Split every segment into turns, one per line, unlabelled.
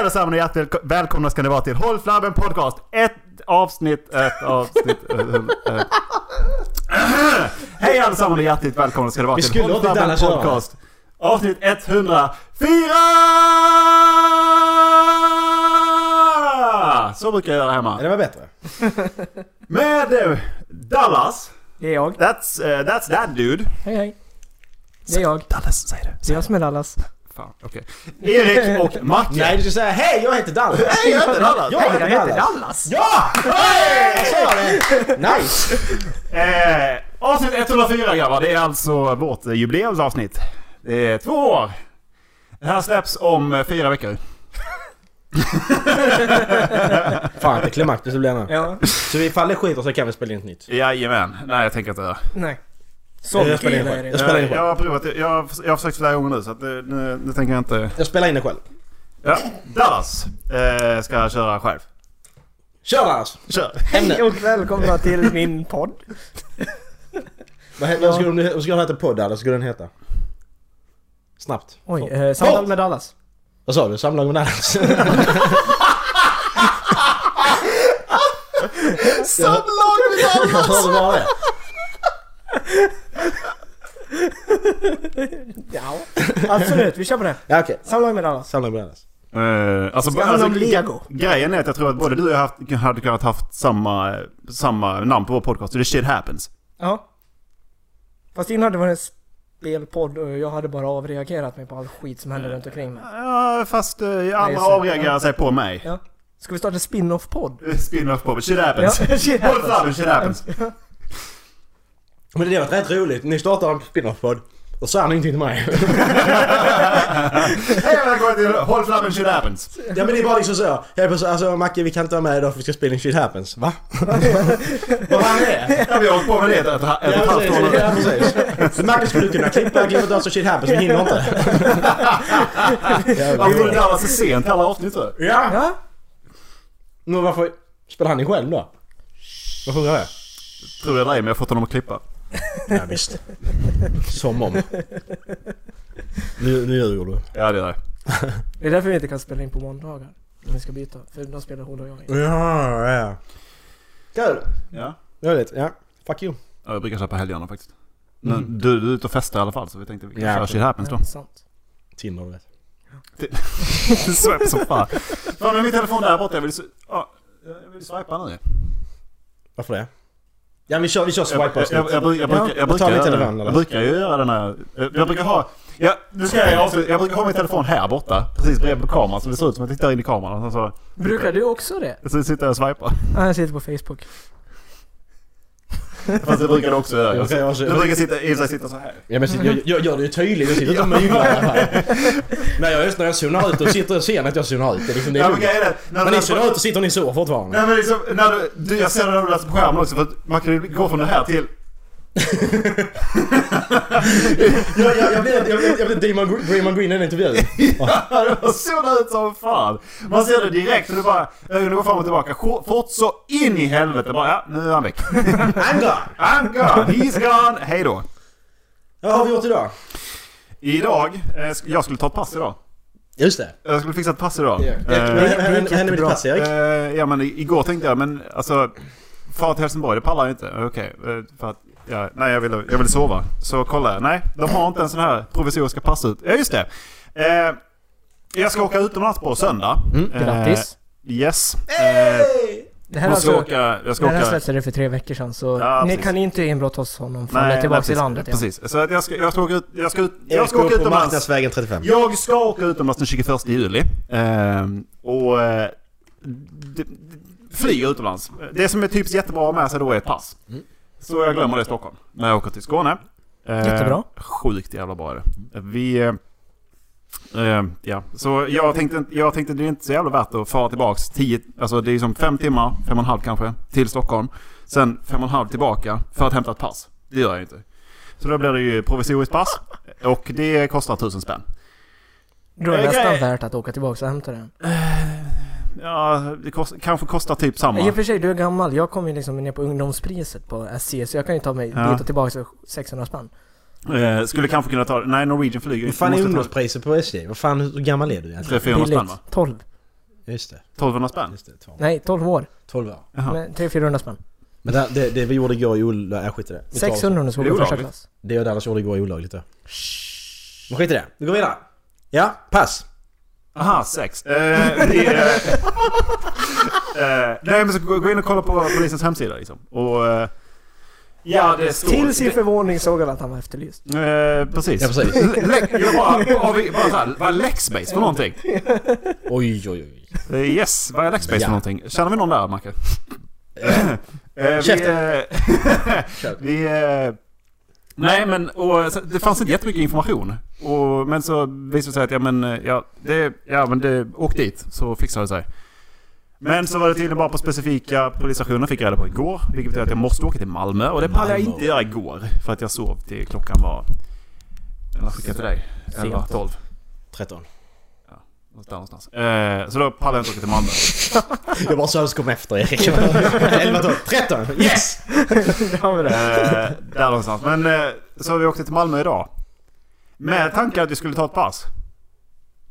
allesammans och hjärtligt välko- välkomna ska ni vara till Håll Flabben Podcast. Ett avsnitt, ett avsnitt. eh, eh. Hej allesammans och hjärtligt välkomna ska ni vara
Vi
till
skulle
Håll
låtit
Flabben
Danne köra.
Podcast. Avsnitt 104! Så brukar jag göra hemma.
Ja, det var bättre.
Med eh, Dallas.
Det är jag.
That's, eh, that's that dude.
Hej hej. Det är jag.
Dallas, säg
Det är jag som är Dallas.
Fan, okej. Erik och Macke.
Nej, du ska säga hej, jag heter Danne.
Nej, jag heter Dallas.
Jag heter Dallas.
Dallas!
Ja! Jag sa det. Nice!
Eh, avsnitt 104 grabbar, det är alltså vårt eh, jubileumsavsnitt. Det är två år. Det här släpps om eh, fyra veckor.
Fan, inte klimakteriet det blir nu.
Ja.
Så ifall det skiter så kan vi spela in ett nytt.
Jajamän. Nej, jag tänker inte göra.
Nej. Så mycket
spelar in
gillar jag
själv.
det.
spelar in
jag,
själv.
jag har provat, jag, jag har- jag har försökt flera gånger nu så att eh, nu, nu tänker jag inte...
Jag spelar in det själv.
Ja, Dallas eh, ska jag köra själv.
Kör Lars!
Kör!
Hej och välkomna till min podd.
Vad he- vad skulle den- vad skulle den heta podd eller skulle den heta? Snabbt.
Oj, eh, samtal med Dallas.
Vad sa du? Samlag med Dallas?
Samlag med
Jag hörde bara det.
Ja. Absolut, vi kör på det.
Ja okej.
Samlag med Dallas.
Samlag med Dallas.
Eh, alltså,
Ska handla om Lego.
Grejen är att jag tror att både du och jag haft, hade kunnat haft samma, eh, samma namn på vår podcast. Så det shit happens.
Ja. Fast innan det var en spelpodd och jag hade bara avreagerat mig på all skit som hände runt omkring mig.
Ja, fast eh, andra
så-
avreagerar sig på mig.
Ja. Ska vi starta en spin-off-podd?
Spin-off på shit happens.
Ja, shit
Håll flabben, shit happens.
Men det har varit rätt roligt. Ni startar en spin-off-podd. Och sa han ingenting till mig.
Hej och välkommen till Håll flabben, shit happens.
Ja men det är bara liksom så. Jag är bara så, alltså Macke vi kan inte vara med idag för vi ska spela in Shit Happens. Va? Vad fan är det?
Ja, vi har hållit på med det ett, ett, ett, ett,
Ja
halvt år
precis,
nu.
ja, precis. Macke skulle kunna klippa klippet av så Shit Happens men hinner inte.
Varför är det där så sent i alla avsnitt tror jag?
Ja!
Ja.
Men varför spelar han in själv då? Varför gör jag det?
Tror jag det är, men jag har fått honom att klippa.
Ja, visst. Som om. Nu, nu ljuger du.
Ja, det är det.
Det är därför vi inte kan spela in på måndagar. När vi ska byta. För då spelar hon och jag in.
Ja, ja. Kul!
Ja.
Roligt, ja. Fuck you.
Ja, Jag brukar köra på helgerna faktiskt. Men du, du är ute och festar i alla fall så vi tänkte vi kan
Ja,
köra shit happens då.
Ja, sant.
Tinder du vet.
Swipe som fan. Fan nu är min telefon där borta. Jag vill, su- ja, jag vill swipa nu.
Varför det? Ja vi kör, vi kör
Jag,
swipe
jag, jag, jag, brukar- jag, brukar- jag,
då tar
brukar
vi
göra
telefonen,
det.
eller?
jag brukar ju göra den här. Jag, jag brukar ha... Ja, nu ska jag avsluta. Jag brukar ha min telefon här borta. Precis bredvid kameran. Så det ser ut som att jag tittar in i kameran. Och sen
Brukar du också det?
så, så sitter jag och swipar.
Ja, jag sitter på Facebook.
Fast det brukar du också göra.
Jag brukar
Jag,
också-
jag brukar sitta, i och för sig sitta så här.
Ja men jag, jag gör det ju tydligt, jag sitter inte och myglar här. Nej jag just när jag zonar ut och sitter och ser att jag zonar ut. Det är liksom det
Ja,
är
men
lugnt.
grejen är att när
Men
du
ni
läser
zonar
på-
ut och sitter och ni sover fortfarande.
Nej men liksom, när du, du, jag ser det när du läser på skärmen också för att man kan ju gå från det här till...
Jag, jag, jag blev, jag blev, jag blev Damon Gre- Raymond Green i den intervjun.
Ja, det var sådana ut som fan! Man ser det direkt och det bara, ögonen går fram och tillbaka Sk- fort så in i helvete bara, ja nu är han väck.
I'm gone!
I'm gone, he's gone, hej då.
Ja, Vad har vi gjort idag?
Idag, eh, sk- jag skulle ta ett pass idag.
Just det.
Jag skulle fixa ett pass idag.
Ja.
Eh,
Vad hände med ditt
jättebra.
pass Erik?
eh, ja men i- igår tänkte jag, men alltså, fara till Helsingborg, det pallar jag inte. Okej, eh, för att, ja, nej jag ville, jag ville sova. Så kollar jag, nej de har inte en sån här provisoriska pass ut. Ja just det. Eh, jag ska åka utomlands på söndag.
Mm,
Grattis.
Eh, yes. Eh,
Det här,
jag ska
alltså,
åka... Jag ska
det här
åka...
släpptes det för tre veckor sedan så
Ja,
ni
precis.
kan inte inbrott hos honom för han är tillbaka i
precis,
landet igen.
Precis. Så att jag ska, jag ska åka ut... Jag ska, ut, jag
Erik
ska
går
åka
på
utomlands.
Marknadsvägen 35.
Jag ska åka utomlands den 21 juli. Ehm, och... eh, d- d- Flyga utomlands. Det som är typiskt jättebra att ha med sig då är ett pass.
Mm.
Så jag glömmer det i Stockholm. När jag åker till Skåne. Ehm,
Jättebra.
Sjukt jävla bra är det. Vi... eh, Eh, ja, så jag tänkte, jag tänkte det är inte så jävla värt att fara tillbaks 10, alltså det är som fem timmar, fem och en halv kanske, till Stockholm. Sen fem och en halv tillbaka för att hämta ett pass. Det gör jag inte. Så då blir det ju provisoriskt pass och det kostar tusen spänn.
Då är det
Eh,
nästan
grej-
värt att åka tillbaka och hämta den.
Ja, det kost, kanske kostar typ
I och
samma.
för sig, du är gammal. Jag kom ju liksom ner på ungdomspriset på SC så jag kan ju ta mig
Ja.
dit och tillbaka för 600 spänn.
Eh, skulle kanske kunna ta, nej Norwegian flyger
Vad fan är
Måste ta
ungdomspriset på SJ? Vad fan, hur gammal är du egentligen?
300-400 spänn va?
12.
Just det.
1200 spänn?
Just det. 12.
Nej, 12 år.
12 år.
Jaha.
Men 300-400 spänn.
Men det, det, det vi gjorde igår är olagligt. Jag skiter i det. Vi tar det.
600 om du ska
Det är
gå första
olagligt.
klass.
Det jag och Dallas gjorde igår är olagligt ja. Men skit i det. Vi går vidare. Ja, pass.
Aha, sex. Eh, vi, eh, eh, nej men så gå, gå in och kolla på polisens hemsida liksom. Och... Eh, ja, det står...
Till sin förvåning såg han att han var efterlyst.
Eh, precis.
Ja, precis.
L- Lex- jag bara, har vi, bara såhär, vad är Lexbase för någonting?
Oj, oj, oj.
Eh, yes, vad är Lexbase
Ja.
för någonting? Känner vi någon där, Macke? Eh, vi,
Käften.
eh,
Kör.
vi, eh, nej men, och, så, det fanns inte jättemycket information. Och, men så visade det sig att, ja men, eh, ja, det, ja, men det, åk dit så fixar det sig. Men så var det tydligen bara på specifika polisstationer fick jag reda på igår. Vilket betyder att jag måste åka till Malmö. Och det pallade jag
Malmö.
inte göra igår. För att jag sov till klockan var... Eller skickade till dig. Elva,
Sent.
tolv.
13.
Något där någonstans. Eh, så då pallade jag inte åka till Malmö.
Jag bara så kom efter Erik. 11, 12, 13! Yes!
Ja, men det.
Eh, där någonstans. Men eh, så har vi åkt till Malmö idag. Med tanken att vi skulle ta ett pass.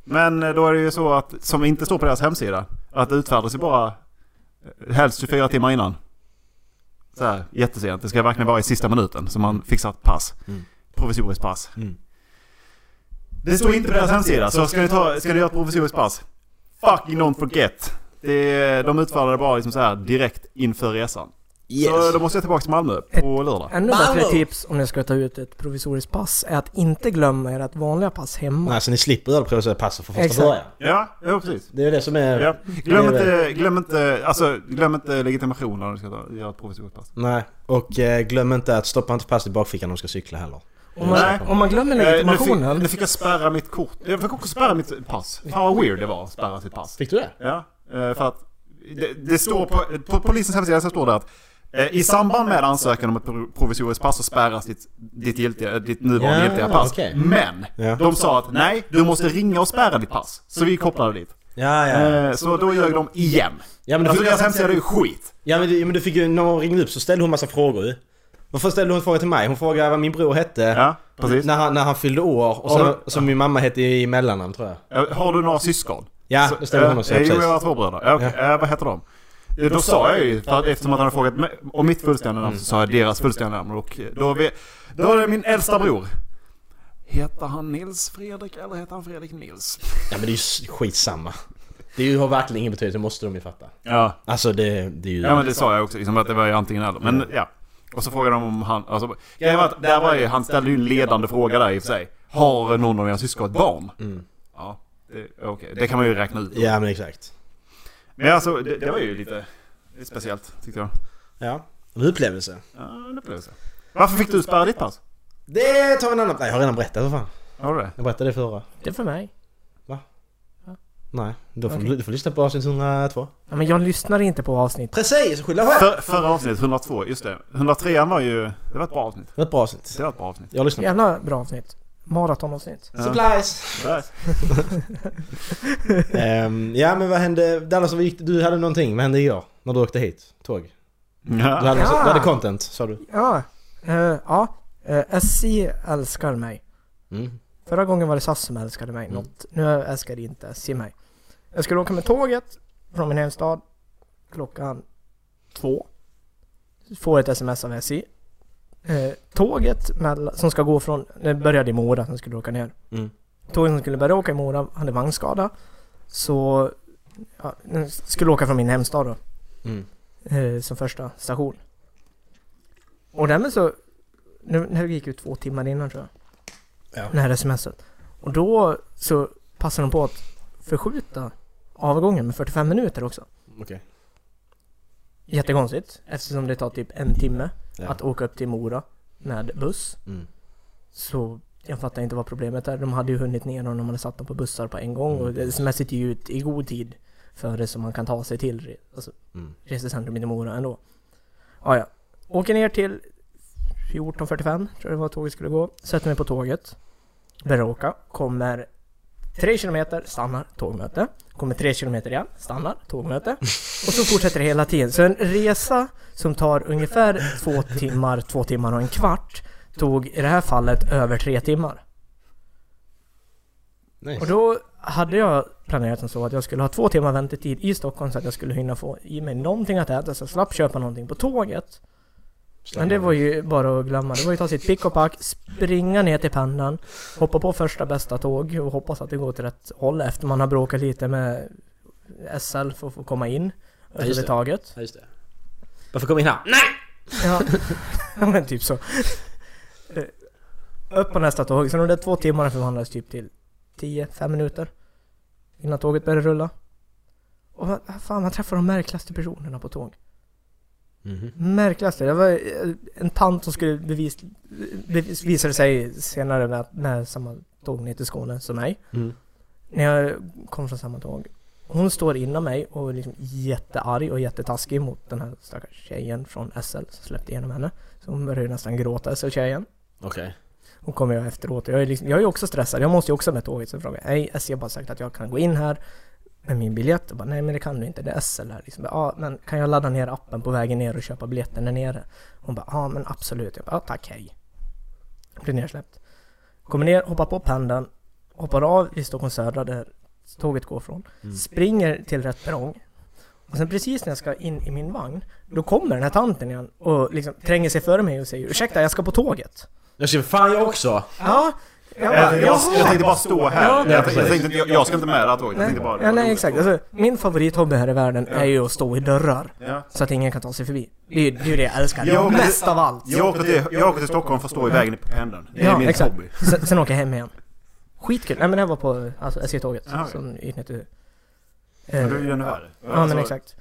Men eh, då är det ju så att, som inte står på deras hemsida, att det utfärdas ju bara eh, helst 24 timmar innan. Så här, jättesent. Det ska verkligen vara i sista minuten som man fixar ett pass.
Mm.
Provisoriskt pass.
Mm.
Det står inte på deras hemsida, så ska ni, ta, ska ni göra ett provisoriskt pass? Fucking don't forget! Det, de utfärdade bara liksom så här direkt inför resan. Så
Yes!
då måste jag tillbaka till Malmö på lördag.
Ännu bättre
Malmö!
tips om ni ska ta ut ett provisoriskt pass är att inte glömma ert vanliga pass hemma.
Nej, så ni slipper ölprosa passet från första
Exakt.
början.
Ja, ja precis.
Det är det som är...
Ja. Glöm,
Det är
inte, glöm, inte, alltså, glöm inte legitimationen när du ska ta, göra ett provisoriskt pass.
Nej, och eh, glöm inte att stoppa inte passet i bakfickan när du ska cykla heller.
Om man,
Nej.
om man glömmer
Eh, nu, fick, nu
legitimationen.
fick jag spärra mitt kort. Jag fick också spärra mitt pass. Fan vad weird det var att spärra sitt pass.
Fick du det?
Ja, eh, för att det, det står på, på polisens hemsida så står det att eh, i samband med ansökan om ett pro- provisoriskt pass så spärras ditt, ditt, giltiga, ditt nuvarande
Ja,
giltiga pass.
okej.
Men
Ja.
de sa att nej, du måste ringa och spärra ditt pass. Så vi kopplade dit.
Ja, ja.
Eh, så då ljög de igen.
Ja, men du
Alltså
fick-
deras hemsida är ju skit.
Ja men, du, ja, men du fick ju, när hon ringde upp så ställde hon massa frågor ju. Men först ställde hon en fråga till mig. Hon frågade vad min bror hette.
Ja, precis.
När han, när han fyllde år och
Har
sen,
du-
som min mamma hette i mellannamn tror jag.
Eh, Har du några syskon?
Ja, det stämde hon
eh,
också.
eh,
Ja,
Jo,
precis.
jag har två bröder. Ja, okej. Eh, vad heter de? Eh, Då sa jag ju, för att eftersom att han hade frågat mig om mitt fullständiga namn så sa jag deras fullständiga namn. Och eh, då, vi, då är det min äldsta bror. Heter han Nils Fredrik eller heter han Fredrik Nils?
Ja men det är ju s- skitsamma. Det är ju, har verkligen ingen betydelse, det måste de ju fatta.
Ja,
Alltså det, det är ju...
ja men det sa jag också. Liksom, att det var ju antingen eller. Men ja. Och så frågade de om han... Alltså, grejen var att där var ju, han ställde ju en ledande fråga Mm. där i och för sig. Har någon av era syskon ett barn? Ja, det- okej. Det kan man ju räkna ut.
Ja men exakt.
Men alltså, det, det var ju lite lite speciellt tyckte jag.
Ja. En upplevelse.
Ja, en upplevelse. Varför fick du spärra ditt pass?
Det tar vi en annan... Nej jag har redan berättat vad fan.
Har du det?
Jag berättade det förra.
Det är för mig.
Nej, då får
Okej.
du, du får lyssna på avsnitt 102.
Ja, men jag lyssnar inte på avsnitt.
Precis! Skylla själv!
För, förra avsnittet, 102, just det. 103 var ju... Det var ett bra avsnitt.
Det var ett bra avsnitt.
Det var ett bra avsnitt.
Jag lyssnar.
Jävla bra avsnitt. Maratonavsnitt.
Ja.
Supplies!
Där.
Ehm, ja men vad hände... Dallas, vad gick, du hade någonting. Vad hände igår? När du åkte hit? Tåg? Du
Ja.
hade,
Ja.
du hade content, sa du.
Ja, eh, ja. Eh, SC älskar mig.
Mm.
Förra gången var det SAS som älskade mig.
Mm.
Något. Nu älskar inte SC mig. Jag skulle åka med tåget från min hemstad klockan två. Får ett sms av SC. Eh, tåget mell- som ska gå från... Det började i Mora som skulle åka ner.
Mm.
Tåget som skulle börja åka i Mora hade vagnskada. Så... Ja, den skulle åka från min hemstad då.
Mm.
eh, som första station. Och därmed så, nu, det här gick ju två timmar innan tror jag,
Ja.
det här smset. Och då så passade de på att förskjuta avgången med 45 minuter också.
Okej.
Jättekonstigt, eftersom det tar typ en timme
Ja.
att åka upp till Mora med buss.
Mm.
Så jag fattar inte vad problemet är. De hade ju hunnit ner om de hade satt dem på bussar på en
Mm.
gång och det sms är ju ut i god tid före som man kan ta sig till re- alltså,
Mm.
resecentrum i Mora ändå. Ja, ja. Åker ner till 14.45 tror jag det var tåget skulle gå. Sätter mig på tåget. Börjar åka. Kommer 3 kilometer, stannar, tågmöte. Kommer 3 kilometer igen, stannar, tågmöte. Och så fortsätter det hela tiden. Så en resa som tar ungefär två timmar, två timmar och en kvart tog i det här fallet över tre timmar.
Nice.
Och då hade jag planerat som så att jag skulle ha två timmar väntetid i Stockholm så att jag skulle hinna få i mig någonting att äta så jag slapp köpa någonting på tåget. Men det var ju bara att glömma. Det var ju att ta sitt pick och pack, springa ner till pendeln, hoppa på första bästa tåg och hoppas att det går till rätt håll efter man har bråkat lite med SL för att få komma in
just det.
överhuvudtaget.
Ja, just det. Varför kom jag in här? Nej!
Ja, ja men typ så. Eh, Upp på nästa tåg, så de där två timmarna förvandlades typ till 10-5 minuter. Innan tåget började rulla. Och vad- vad fan, man träffar de märkligaste personerna på tåg.
Mhm.
Märkligaste, det var eh, en tant som skulle bevis, bevis, visade sig senare med, med samma tåg ner till Skåne som mig.
Mm.
När jag kom från samma tåg. Hon står innan mig och är liksom jättearg och jättetaskig mot den här stackars tjejen från SL som släppte igenom henne. Så hon började ju nästan gråta, SL-tjejen.
Okej.
Hon kommer jag efteråt. Jag är, liksom, jag är också stressad, jag måste ju också med tåget. Så jag frågar hej SJ har bara sagt att jag kan gå in här med min biljett. Och bara, nej men det kan du inte, det är SL här. Liksom, ja, men kan jag ladda ner appen på vägen ner och köpa biljetten där nere? Hon bara, ja men absolut. Jag bara, ja, tack hej. Blir nersläppt. Kommer ner, hoppar på pendeln, hoppar av i Stockholms södra där tåget går från. Springer till rätt perrong. Och sen precis när jag ska in i min vagn, då kommer den här tanten igen och liksom tränger sig före mig och säger ursäkta jag ska på tåget.
Jag ser fan jag också!
Ja, jag bara,
Jag, jag, jag
jaha!
tänkte bara stå här.
Ja,
jag, jag,
precis.
tänkte, inte- jag, jag ska inte med det här tåget. Jag
Nej,
tänkte bara...
ja, nej exakt. Alltså, min favorithobby här i världen är ju att stå i dörrar.
Ja.
Så att ingen kan ta sig förbi. Det är ju det, är ju det jag älskar.
Ja, men-
Mest av allt.
Jag åker, till, jag åker till Stockholm för att stå i vägen på pendeln. Det är
Ja,
min
exakt. Eh,
hobby.
Sen, sen åker jag hem igen. Skitkul. Nej men det här var på alltså, SJ-tåget.
Jaha, ja.
Som gick ner till...
Men
Eh,
du är ju ännu värre.
Ja men
alltså-
exakt.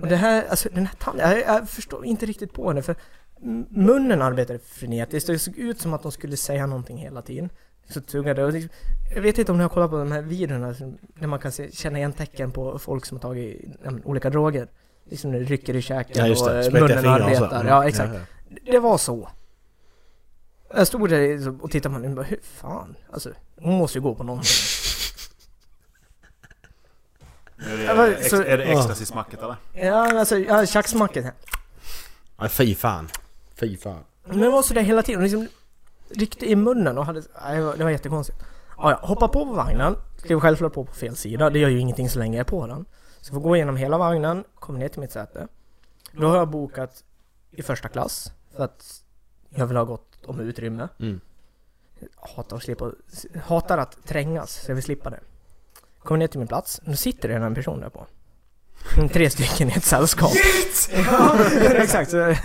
Och det här, alltså den här tanden, jag, jag förstår inte riktigt på henne för m- munnen arbetade frenetiskt och det såg ut som att de skulle säga någonting hela tiden. Så tuggade och liksom, jag vet inte om ni har kollat på de här videorna som- där man kan se, känna igen tecken på folk som har tagit ja, men, olika droger. Liksom när det rycker i käken och eh, munnen arbetar.
Mm.
Ja exakt. Det var så. Jag stod där liksom och tittade på henne och bara, hur fan? Alltså, hon måste ju gå på någonting.
Är det,
Ja, men,
ex,
så-
är det ecstasy-smacket eller?
Ja, men alltså, ja, tjacksmacket. här.
Nej fy fan. Fy fan.
Men det var sådär hela tiden, liksom ryckte i munnen och hade... nej, det var- Det var jättekonstigt. Ja, ja, hoppa på på vagnen, klev självklart på på fel sida, det gör ju ingenting så länge jag är på den. Så får gå igenom hela vagnen, kommer ner till mitt säte. Då har jag bokat i första klass, för att jag vill ha gott om utrymme.
Mm.
Jag hatar att, slippa, hatar att trängas, så jag vill slippa det. Kommer ner till min plats, nu sitter det redan en person där på. Tre stycken i ett sällskap. Ja, exakt. Så, jag-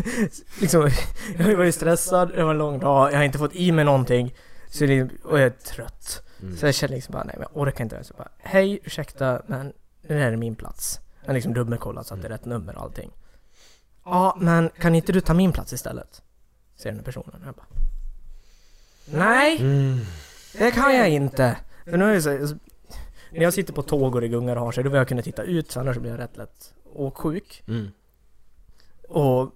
liksom, jag har ju varit stressad, det var en lång dag, jag har inte fått i mig någonting. Så det, och jag är trött. Så jag känner liksom bara, nej men jag orkar inte. Så jag bara, hej, ursäkta, men det där är min plats. Jag har liksom dubbelkollat så att det är rätt nummer och allting. Ja, men kan inte du ta min plats istället? Säger den här personen. Jag bara, nej!
Mm.
Det kan jag inte. För nu är det så, alltså, när jag sitter på tåg och det gungar och har sig, då vill jag kunna titta ut så annars blir jag rätt lätt åksjuk.
Mm.
Och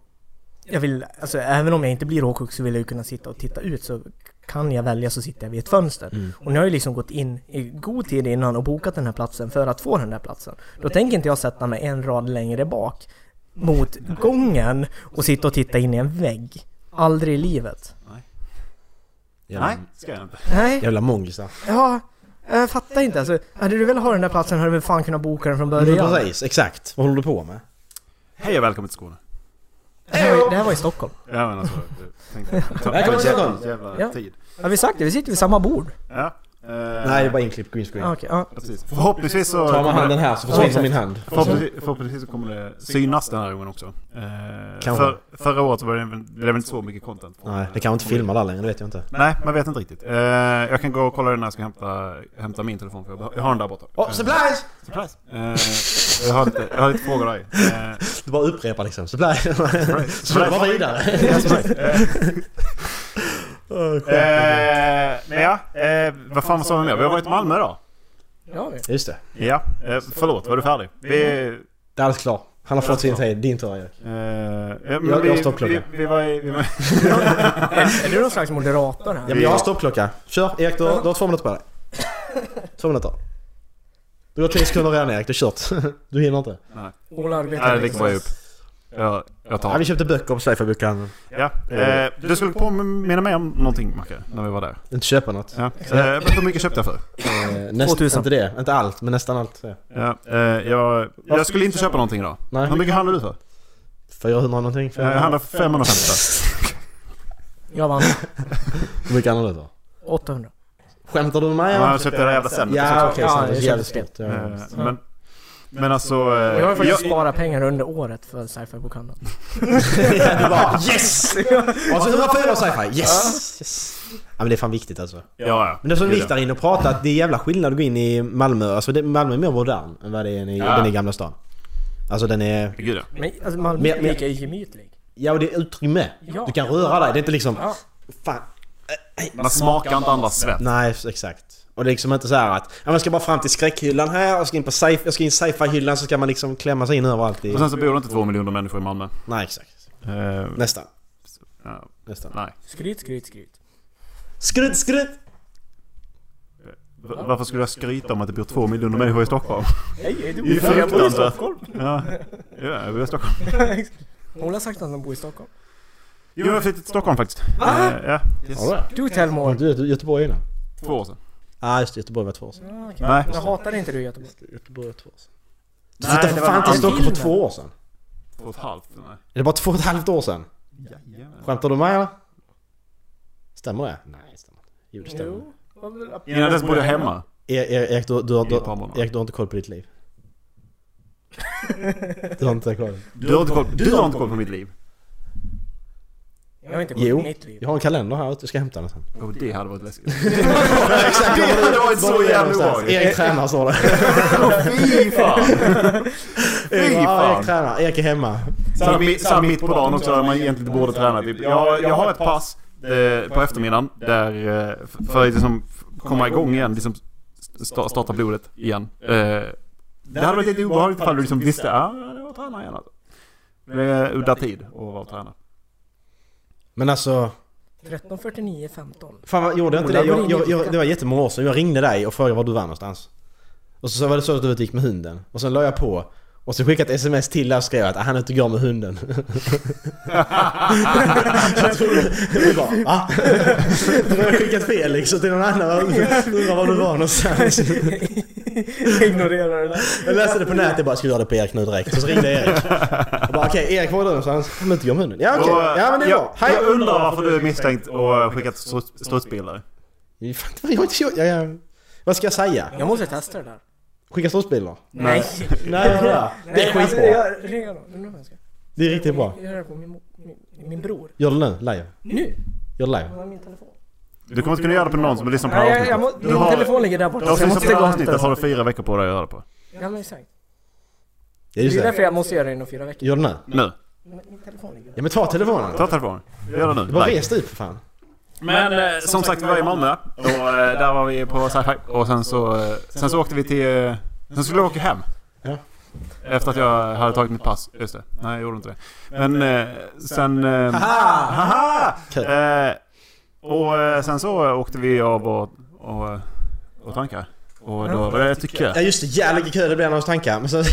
jag vill, alltså även om jag inte blir åksjuk så vill jag ju kunna sitta och titta ut så kan jag välja så sitter jag vid ett fönster.
Mm.
Och nu har jag ju liksom gått in i god tid innan och bokat den här platsen för att få den där platsen. Då tänker inte jag sätta mig en rad längre bak mot gången och sitta och titta in i en vägg. Aldrig i livet.
Jävla,
Nej, ska jag inte.
Nej.
Jävla mongisar.
Ja, jag fattar inte. Alltså, hade du velat ha den där platsen hade du väl fan kunnat boka den från
Men
början.
Mm, precis, exakt. Vad håller du på med?
Hej och välkommen till Skåne.
Det här, var- det här var i Stockholm.
Ja men alltså... jag tänkte-
Välkommen till Stockholm.
Jävla
Ja.
tid.
Har vi sagt det? Vi sitter vid samma bord.
Ja. eh,
Nej, det är bara inklippt green screen.
Ja, Okej, ja.
Precis. Förhoppningsvis så...
Tar man
kommer det-
handen här så försvinner
exakt.
min hand.
Förhoppningsvis, förhoppningsvis så kommer det synas den här gången också. Eh,
Kanske.
för, förra året så var det, blev det inte så mycket content. från-
Nej, det kan man inte filma där längre, det vet jag inte.
Nej, man vet inte riktigt. Eh, jag kan gå och kolla den när jag ska hämta, hämta min telefon för jag beh- jag har den där borta.
Åh, surprise!
Eh, surprise! Eh, jag, har lite, jag har lite frågor där i. Eh,
Du bara upprepar liksom, surprise!
surprise.
Så får du bara vidare.
Ja, surprise. Eh, eh, men ja, eh, vad fan sa vi mer? Vi har varit i Malmö idag.
Ja, vi.
Just det.
Ja, eh, förlåt, var du färdig? Vi,
Det är alldeles klart. Han har fått sin tid, din tur Erik.
Eh, ja, men
Jag- jag har
vi, vi,
stoppklockan.
vi var i... Vi var,
Är, är du någon slags moderator här?
Ja, men jag har stoppklocka. Kör Erik, du har, du har två minuter på dig. Två minuter. Du har tio sekunder redan Erik, du har kört. Du hinner inte.
Ola arbetar
nej, det gick bara upp. Jag, jag
liksom. Ja,
tar
vi köpte böcker på Sci-Fi-bokhandeln.
ja. eh, Du skulle påminna mig om någonting Macke, när vi var där.
Inte köpa något.
Ja. Eh, hur mycket köpte jag för?
Eh, näst,
2000.
Inte det. Inte allt, men nästan allt. Ja.
Ja, eh, jag, jag skulle inte köpa någonting idag.
Nej.
Hur mycket handlade du för? Eh,
400 någonting.
Jag
500.
handlade 550.
Jag vann
Hur mycket handlar du för?
800.
Skämtar du med mig?
Ja, jag köpte det där jävla sämre.
Ja, okej.
Ja,
sant.
det
det är
känns
jävligt
fel.
stort. Ja.
Eh, Men, men alltså... eh,
Och jag har faktiskt
jag-
sparat pengar under året för sci-fi-bokhandeln.
Du bara, yes! Och så 104 sci-fi. Yes! yes. Ja, men det är fan viktigt alltså.
Ja, ja.
Men det som
Gud,
gick där inne och pratade, att det är jävla skillnad att gå in i Malmö. Alltså det, Malmö är mer modern än vad det är i,
Ja.
den i Gamla stan. Alltså den är...
ja. Gud ja.
Men alltså Malmö
Men- men-
gick är ju gemytlig.
Ja, och det är utrymme.
Ja.
Du kan röra dig. Det är inte liksom...
Ja.
Fan.
Man smakar inte andras svett.
Nej, exakt. Och det är liksom inte så här att ja, man ska bara fram till skräckhyllan här, jag ska in på sci- jag ska in sci-fi-hyllan så ska man liksom klämma sig in överallt i...
Och sen så bor det inte två miljoner människor i Malmö.
Nej, exakt.
Eh,
Nästan.
ja,
Nästan.
nej.
Skryt, skryt, skryt.
Skryt, skryt!
V- Varför skulle jag skryta om att det bor två miljoner människor i Stockholm?
Nej, är
Det är ju
Jag bor i
fruktansvärt.
Stockholm.
Ja, ja jag bor i Stockholm.
Hon har sagt att hon bor i Stockholm.
Jo, jag flyttade till Stockholm faktiskt.
Va?
Eh, ja,
Har du det?
Do tell
Var
more.
inte du i Göteborg innan?
två år sedan.
Ja, ah, just det. Göteborg var två år sedan.
Ah, okej.
Nej.
Men hatar inte du Göteborg?
Göteborg var två år sedan. Du
Nej,
flyttade
det
för
var
fan till
en
Stockholm för
annan.
två år sedan.
Två och ett halvt? Nej.
Är det bara två och ett halvt år sedan?
Jajamän.
Skämtar du med mig eller? Stämmer det? Nej, det stämmer inte. Jo, det stämmer.
vad vill jag-
Innan dess bodde jag hemma.
E- E- Erik, du, du, har-
I Palmerna.
du, Erik, du har inte koll på ditt liv. Du har inte koll.
Du har inte koll, du har inte koll på mitt liv.
Jag har inte gått
Jo,
i mitt liv.
jag har en kalender här ute, jag ska hämta den sen.
Och det hade varit läskigt.
Exakt,
Det hade varit så jävla obehagligt.
Erik tränar står det.
Fy fan! Fy
Ja,
fan!
Erik tränar, Erik är hemma.
Så här mi- så här mitt på dagen också, när man egentligen borde träna. Typ. Jag, jag har ett pass eh, på eftermiddagen där, eh, f- för att liksom f- komma igång igen, liksom sta- starta blodet igen. Eh, Det hade varit lite obehagligt ifall du liksom visste, ja, det var tränare igen alltså. Det är udda tid att vara tränare.
Men alltså,
13.49, 15.
fan vad gjorde jag inte det?
Ola,
Jag,
men
jag,
ingen
jag,
vecka.
det var jättemånga år sedan, jag ringde dig och frågade var du var någonstans. Och så var det så att du gick med hunden. Och sen la jag på. Och så skickade jag ett sms till där och skrev att "Ah, han är ute och går med hunden. Så jag tror du bara va? Du har skickat fel liksom till någon annan och undrar var du var någonstans.
Ignorerar det där.
Jag läste det på nätet bara skulle göra det på Erik nu direkt. Så, så ringde jag Erik. Och bara okej Erik var är du någonstans? Han är ute och går med hunden. Ja okej,
Och,
ja men det är
jag,
bra. Hej!
jag undrar varför du är misstänkt och skickat struts- strutsbilder.
Jag fattar vad jag inte gjort. Jag- jag- Vad ska jag säga?
Jag måste testa det där.
Skicka strutsbilder?
Nej!
Nej, det är Det är
alltså,
skitbra.
jag ringer honom. Undrar om jag ska.
Det är riktigt bra.
Jag gör det på min, mo- min, min bror.
Gör det nu, live.
Nu!
Gör det
Han
live.
har min telefon.
Du kommer inte kunna göra det på någon som lyssnar på det
Nej,
här
jag, jag må,
avsnittet.
min telefon ligger där
Du
borta.
har
så Jag
lyssnat på
måste
det
gå
här
och hämta
avsnittet så har
den.
du fyra veckor på dig att göra det på.
Ja men exakt.
Ja,
Det
just
är
det.
därför jag måste göra det inom fyra veckor.
Gör det nu.
Nu,
Men min telefon ligger där.
Ja men ta telefonen.
ta telefonen. Gör det
Du
nu.
bara
Live.
res dig upp för fan.
Men eh, som sagt, vi var i Malmö och eh, där var vi på sci-fi. Och sen så, eh, sen så åkte vi till... eh, Sen skulle jag åka hem.
Ja.
Efter att jag hade tagit mitt pass. Just det. Nej, jag gjorde inte det. Men eh, sen... eh, Haha!
Kul.
Eh, Och eh, sen så åkte vi av och, och, eh, och tankade. Och då var det tycker
Ja just det, jävla vilken kö det blev när jag tankar. Men så,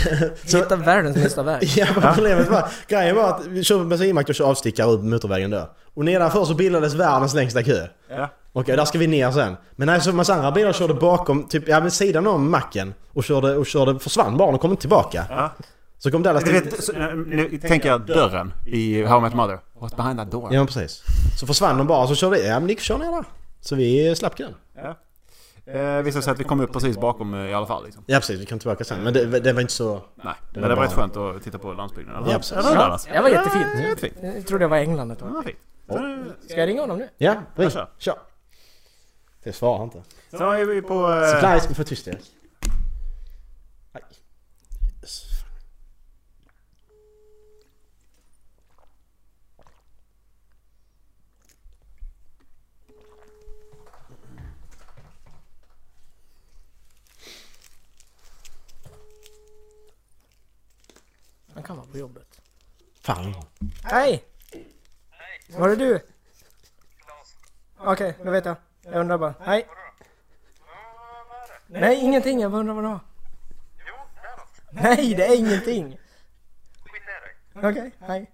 så,
Hitta världens minsta väg.
ja, men problemet var, grejen var att vi kör på bensinmack och kör avstickare upp motorvägen då. Och nedanför så bildades världens längsta kö.
Ja.
Okej, där ska vi ner sen. Men nej, så massa andra bilar körde bakom, typ, ja men sidan om macken. Och körde, och körde, försvann bara, de kom inte tillbaka.
Ja.
Så kom Dallas
Du
till...
vet, så, eh, nu tänker jag dörren i How I Met Mother. What's behind that door?
Ja men precis. Så försvann de bara, så körde vi, ja men ni kör ner där. Så vi slapp kön.
Ja. Eh, visade sig att vi kom upp precis bakom eh, i alla fall. Liksom.
Ja precis, vi kom tillbaka sen. Men det, det var inte så...
Nej, men det var rätt skönt att titta på landsbygden. Eller?
Ja, precis.
Eller hur, Dallas?
Det var jättefint.
Jättefint.
Jag trodde det var England ett
Det
tag.
var fint. Sen,
Ska jag ringa honom nu?
Ja, ring.
Ja, kör.
Kör. Det svarar inte.
sen är vi på... eh,
Så Clark, ska få tyst Erik. Aj. Yes.
Han kan vara på jobbet.
Fan.
Hej! Var det du? Okej, då vet jag. Jag undrar bara. Hej! Nej, ingenting. Jag bara undrar vad det var. Nej, det är ingenting.
Skit ner dig.
Okej, hej.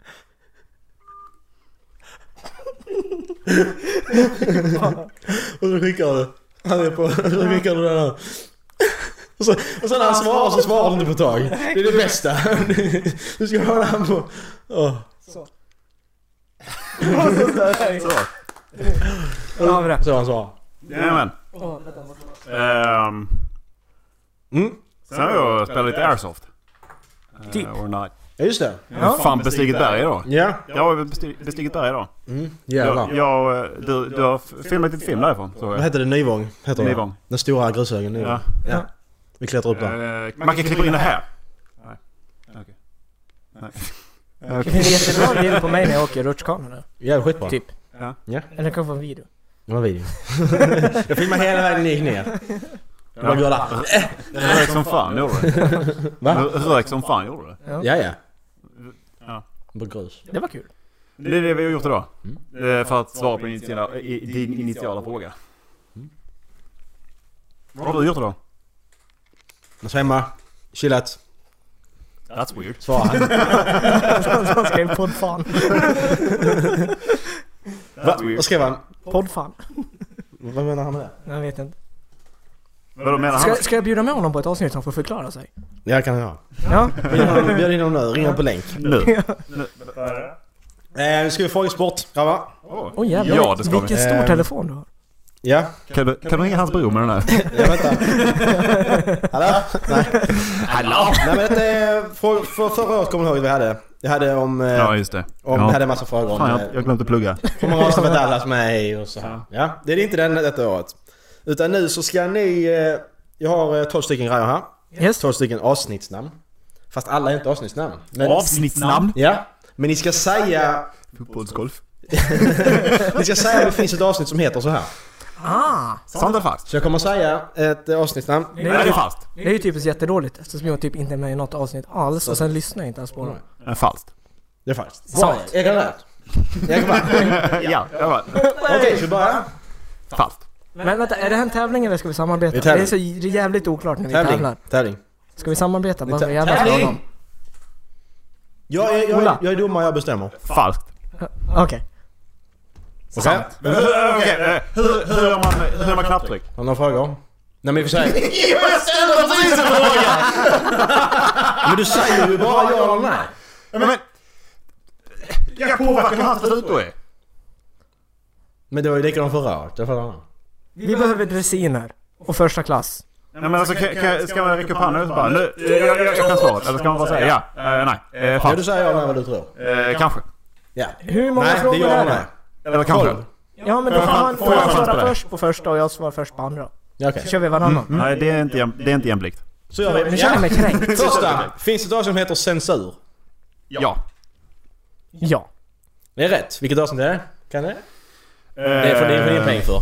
Och så skickar du. Han är på... Så skickar du den här. Och, så, och sen när han svarar så svarar han inte på ett tag. Det är det bästa. Du ska höra han på... Åh.
Så. Och så står jag
Så.
där. Då har vi det.
Så han svarar.
Jajamän.
Åh, vänta, vad-
Ehm,
Mm.
sen har jag spelat lite Airsoft. Eh,
Typ.
Or not.
Ja just det.
Ja. Fan bestigit berg idag.
Ja.
Jag har besti- bestigit berg idag.
Mm.
Jag,
Jävlar.
jag, eh, du, du har f- filmat lite film därifrån såg
Vad
jag.
heter det? Nyvång? Heter det.
Nyvång.
Den stora grushögen Nyvång.
Ja.
Ja. Vi klättrar upp där.
Eh, Man kan klippa in det här. Nej. Okej. Nej.
Det finns en jättebra bild på mig när jag åker rutschkana
Jävligt skitbra.
Typ.
Ja.
Eller kanske en video.
Det var video. jag filmade hela vägen ni gick ner. Jag var
Ja.
glad där.
Rök som fan gjorde det.
Va?
Rök som fan gjorde det.
Ja, ja.
Ja.
På grus.
Det var kul.
Det är det vi har gjort idag.
Mm.
Eh, För att svara på din initiala, i- din initiala fråga.
Mm.
Vad har du gjort idag?
Annars hemma. Chillat.
That's weird.
Svarar han.
Han skrev poddfan.
Va? Vad skrev han?
Poddfan.
Vad menar han med det?
Jag vet inte.
Vadå menar
Ska,
han?
ska jag bjuda med honom på ett avsnitt så han får förklara sig?
Ja, kan jag ha.
Ja.
Bjud in honom- Bjud in honom nu. Ring honom på länk.
Nu?
Eh, nu ska vi fråga sport, grabbar.
Åh jävlar.
Ja, det ska vi.
Vilken stor
Eh,
telefon du har.
Ja,
Kan du, kan du ringa hans bror med den här?
ja vänta. Hallå? Nej.
Hallå!
Nej men detta är... För, för, förra året kommer ni ihåg att vi hade? Jag hade om... eh,
Ja, just det.
om
Ja.
Jag hade en massa frågor om...
Fan,
eh,
jag, jag glömde plugga.
Hur många avsnitt har Dallas med och så här. Ja. det är inte den detta året. Utan nu så ska ni... eh, Jag har eh, 12 stycken grejer här.
Yes.
12 stycken avsnittsnamn. Fast alla är inte avsnittsnamn. Men,
Avsnittsnamn?
Ja. Men ni ska säga...
Fotbollsgolf.
Ni ska säga att det finns ett avsnitt som heter så här.
Ah!
Sant eller falskt?
Så jag kommer säga ett eh, avsnittsnamn.
Det
Nej,
är
det är
ju, typ-
falskt.
det är ju typiskt jättedåligt eftersom jag typ inte är med i något avsnitt alls och sen lyssnar jag inte ens på dem.
Eh, Falskt.
Det är falskt.
Sant.
Jag kan rätt. Jag kan rätt.
Ja, jag var.
Okej, så vi börjar?
Falskt.
Men vänta, är det här en tävling eller ska vi samarbeta?
Det är
Det är,
tävling.
så j- det är jävligt oklart när vi
Tävling.
tävlar.
Tävling.
Ska vi samarbeta? Bara för att jävlas med honom?
Tävling! Jag är, jag,
Ola.
är, jag är domare, jag bestämmer.
Falskt.
Okej.
Okej.
Men hur- Okej, eh, hur, hur gör man, hur gör man knapptryck?
Har du några frågor? Nej men i och för sig.
Jag ställde precis en fråga!
Men du säger ju bara ja eller nej.
Men, jag påverkar hur hans beslut då eh. är.
Men det var ju likadant förra året. Jag fattar inte.
Vi behöver dressiner och första klass.
Nej men alltså, kan, kan, ska man räcka upp handen och så bara nu, jag, jag, jag kan svaret. Eller ska man bara säga ja, eh, nej, eh,
Ja du
falskt,
säger ja eller nej vad du tror.
eh, kanske.
Ja.
Hur många
Nej, det
frågor
är ja
är
eller nej.
det?
Eller kanske.
Tolv.
Ja men då får
Får jag-
han,
får
får
jag
han
chans på
svara
det? Mm,
först på första och jag svarar först på andra.
Ja,
Så
Okej.
kör vi varannan.
Mm.
Nej det är inte, jäm, det är inte jämlikt.
Så gör vi.
Nu känner jag mig kränkt.
Första. Finns det ett avsnitt som heter censur?
Ja.
Ja.
Det är rätt. Vilket avsnitt är det? Kan det? Det får ni- får ni poäng för.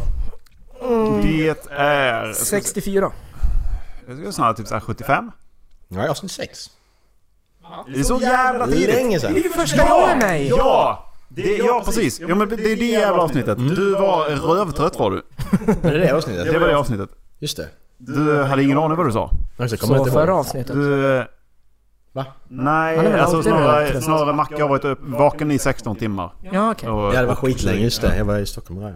Det är...
64.
Jag skulle snarare typ såhär 75.
Nej, avsnitt 6.
Det är så jävla tidigt!
Länge sedan.
Det är ju första jag är med i!
Ja! Det, ja precis! Ja men det är det jävla avsnittet.
Mm.
Du var rövtrött var du.
Men det är det avsnittet.
Det var det avsnittet.
Just det.
Du hade ingen aning vad du sa.
Alltså, Jag kommer
Så
inte ihåg.
förra avsnittet.
Du...
Va?
Han är
Nej,
väl
alltså
alltid
snarare,
rövtrött.
snarare Mac har varit upp, vaken i 16 timmar.
Ja okej.
Och-
Ja det var skitlänge, just det. Jag var i Stockholm där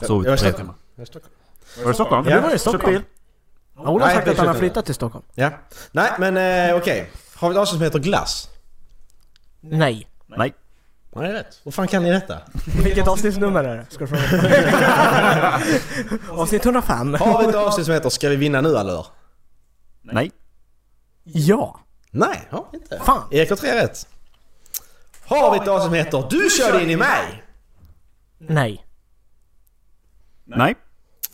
ja.
Sovit
Jag var
tre
i Stockholm.
timmar.
Jag var i
Var det Stockholm?
Stockholm. Ja.
Du var i Stockholm. Ola har
Nej,
sagt att han har
ursäkta.
flyttat till Stockholm.
Ja. Nej men eh, okej. Har vi ett avsnitt som heter glass?
Nej.
Nej.
Nej det är rätt. Vad fan kan ni detta?
Vilket avsnittsnummer är det? Ska du fråga? Avsnitt 105.
Har vi ett avsnitt som heter Ska vi vinna nu eller?
Nej.
Ja.
Nej, har vi inte.
Fan.
Erik har tre rätt. Har vi ett avsnitt som heter Du körde in i mig?
Nej.
Nej.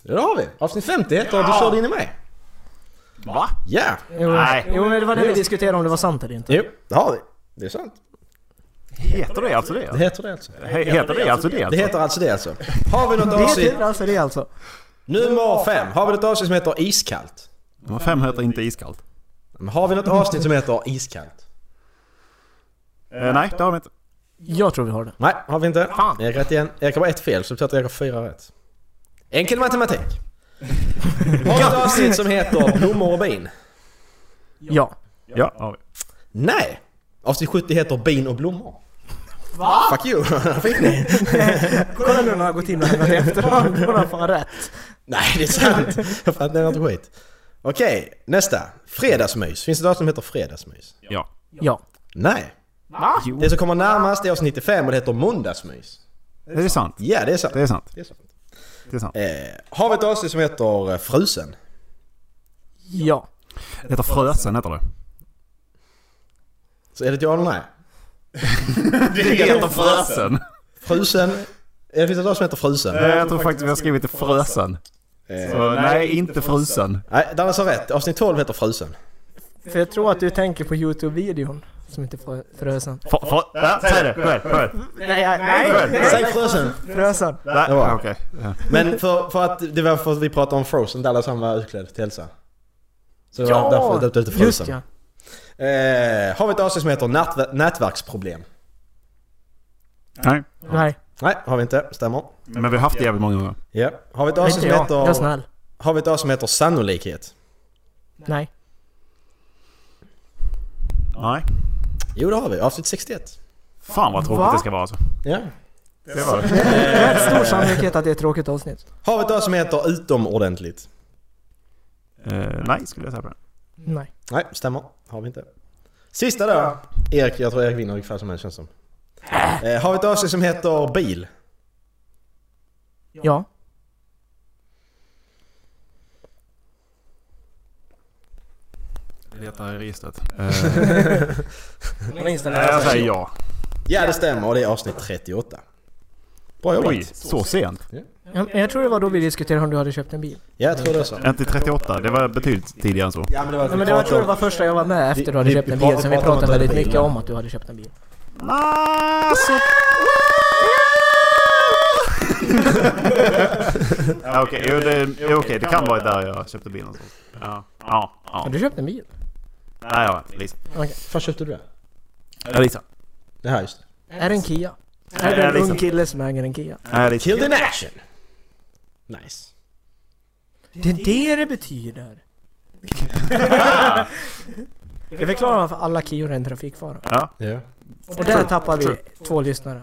Ja det har vi. Avsnitt 50 heter Du körde in i mig.
Va?
Ja.
Jo,
Nej.
jo men det var det vi diskuterade om det var sant eller inte.
Jo, det har vi. Det är sant.
Heter det alltså det?
Det heter det alltså.
He- Heter det alltså det?
Det
Alltså?
heter alltså det alltså. Har vi något
Det
avsnitt?
heter alltså det alltså.
Nummer fem. Har vi något avsnitt som heter Iskallt?
Nummer fem heter inte iskallt.
Men har vi något avsnitt som heter Iskallt?
Eh, nej, det har vi inte.
Jag tror vi har det.
Nej, har vi inte.
Fan.
Erik har rätt igen. Erik har bara ett fel, så det betyder att Erik har fyra rätt. Enkel matematik. Har vi ett avsnitt som heter Blommor och bin?
Ja.
Ja, har vi.
Nej. Avsnitt 70 heter Bin och blommor.
Va?
Fuck you! Fick ni?
Kolla nu när han har gått in och lämnat i efterhand. Kolla fan rätt.
Nej, det är sant. Jag fattar inte skit. Okej, nästa. Fredagsmys. Finns det ett avsnitt som heter Fredagsmys?
Ja.
Ja.
Nej.
Va?
Jo.
Det som kommer närmast är avsnitt 95 och det heter Måndagsmys.
Det är sant.
Ja, det är sant.
Det är sant.
Det är sant.
Det är sant.
Eh, har vi ett avsnitt som heter eh, Frusen?
Ja.
Det heter Frösen, heter det.
Så är det ett ja eller nej?
Det heter Frösen.
Frusen? Är det finns ett avsnitt som heter Frusen?
Nej, Eh, jag tror faktiskt vi har skrivit det Frösen.
Eh,
Så, nej, inte frusen.
nej, Dallas har rätt. Avsnitt 12 heter Frusen.
För jag tror att du tänker på Youtube-videon som inte frö Frösen.
Fr- fr- ja, Säg det, själv, själv.
Nej, nej,
Säg Frusen!
Frösen.
Nej,
Det var-
Okej. Ja.
Men för, för att det var för att vi pratade om Frozen, Dallas han var utklädd till Elsa. Så det var
Ja!
därför jag döpte det till Frusen.
Just ja.
Eh, har vi ett avsnitt som heter nät, Nätverksproblem?
Nej,
Nej,
Nej, har vi inte. Stämmer.
men vi har haft det jävligt många gånger.
Ja. Har vi ett avsnitt
inte
som
jag. Jag är
heter...
snäll.
Har vi ett avsnitt som heter Sannolikhet?
Nej.
Nej.
Jo, det har vi. Avsnitt 61.
Fan vad tråkigt
Va?
det ska vara alltså.
Ja.
Det var det.
Rätt stor sannolikhet att det är ett tråkigt avsnitt.
Har vi ett avsnitt som heter Utomordentligt?
Eh, nej, skulle jag säga på det.
Nej.
Nej, stämmer. Har vi inte. Sista då. Erik, jag tror Erik vinner ungefär som helst känns som. Eh, har vi ett avsnitt som heter Bil?
Ja.
Jag letar i registret.
Man inställer
Eh, jag
sig.
säger ja.
Ja, det stämmer. Och det är avsnitt 38. Bra jobbat.
Oj, så sent.
Ja, men Jag tror det var då vi diskuterade om du hade köpt en bil.
Ja, jag tror det är så.
Inte 38, det var betydligt tidigare än så.
Ja, men det var,
Nej, men det var, jag tror det var första jag var med efter du hade
Vi-
köpt en
vi
bil. Sen vi
pratade om att
pratade
du hade
väldigt mycket
bilen.
om att du hade köpt en bil.
Ah,
Alltså.
så... Ja, Okej, jo, det, jo, okej, det kan vara där jag köpte bilen. Så. Ja, ja, ja.
Har du köpt en bil?
Nej, ja, Lisa.
Okej.
Fan köpte du det?
Ja, Lisa.
Det här just det.
Är det en Kia?
Ja,
Är det en
liksom.
ung kille som äger en Kia?
Nej, Lisa.
Killed in action! Nice.
Det är det det betyder! Det förklarar varför alla Kior är en trafikfara.
Ja,
Ja.
Och där tappar vi två lyssnare.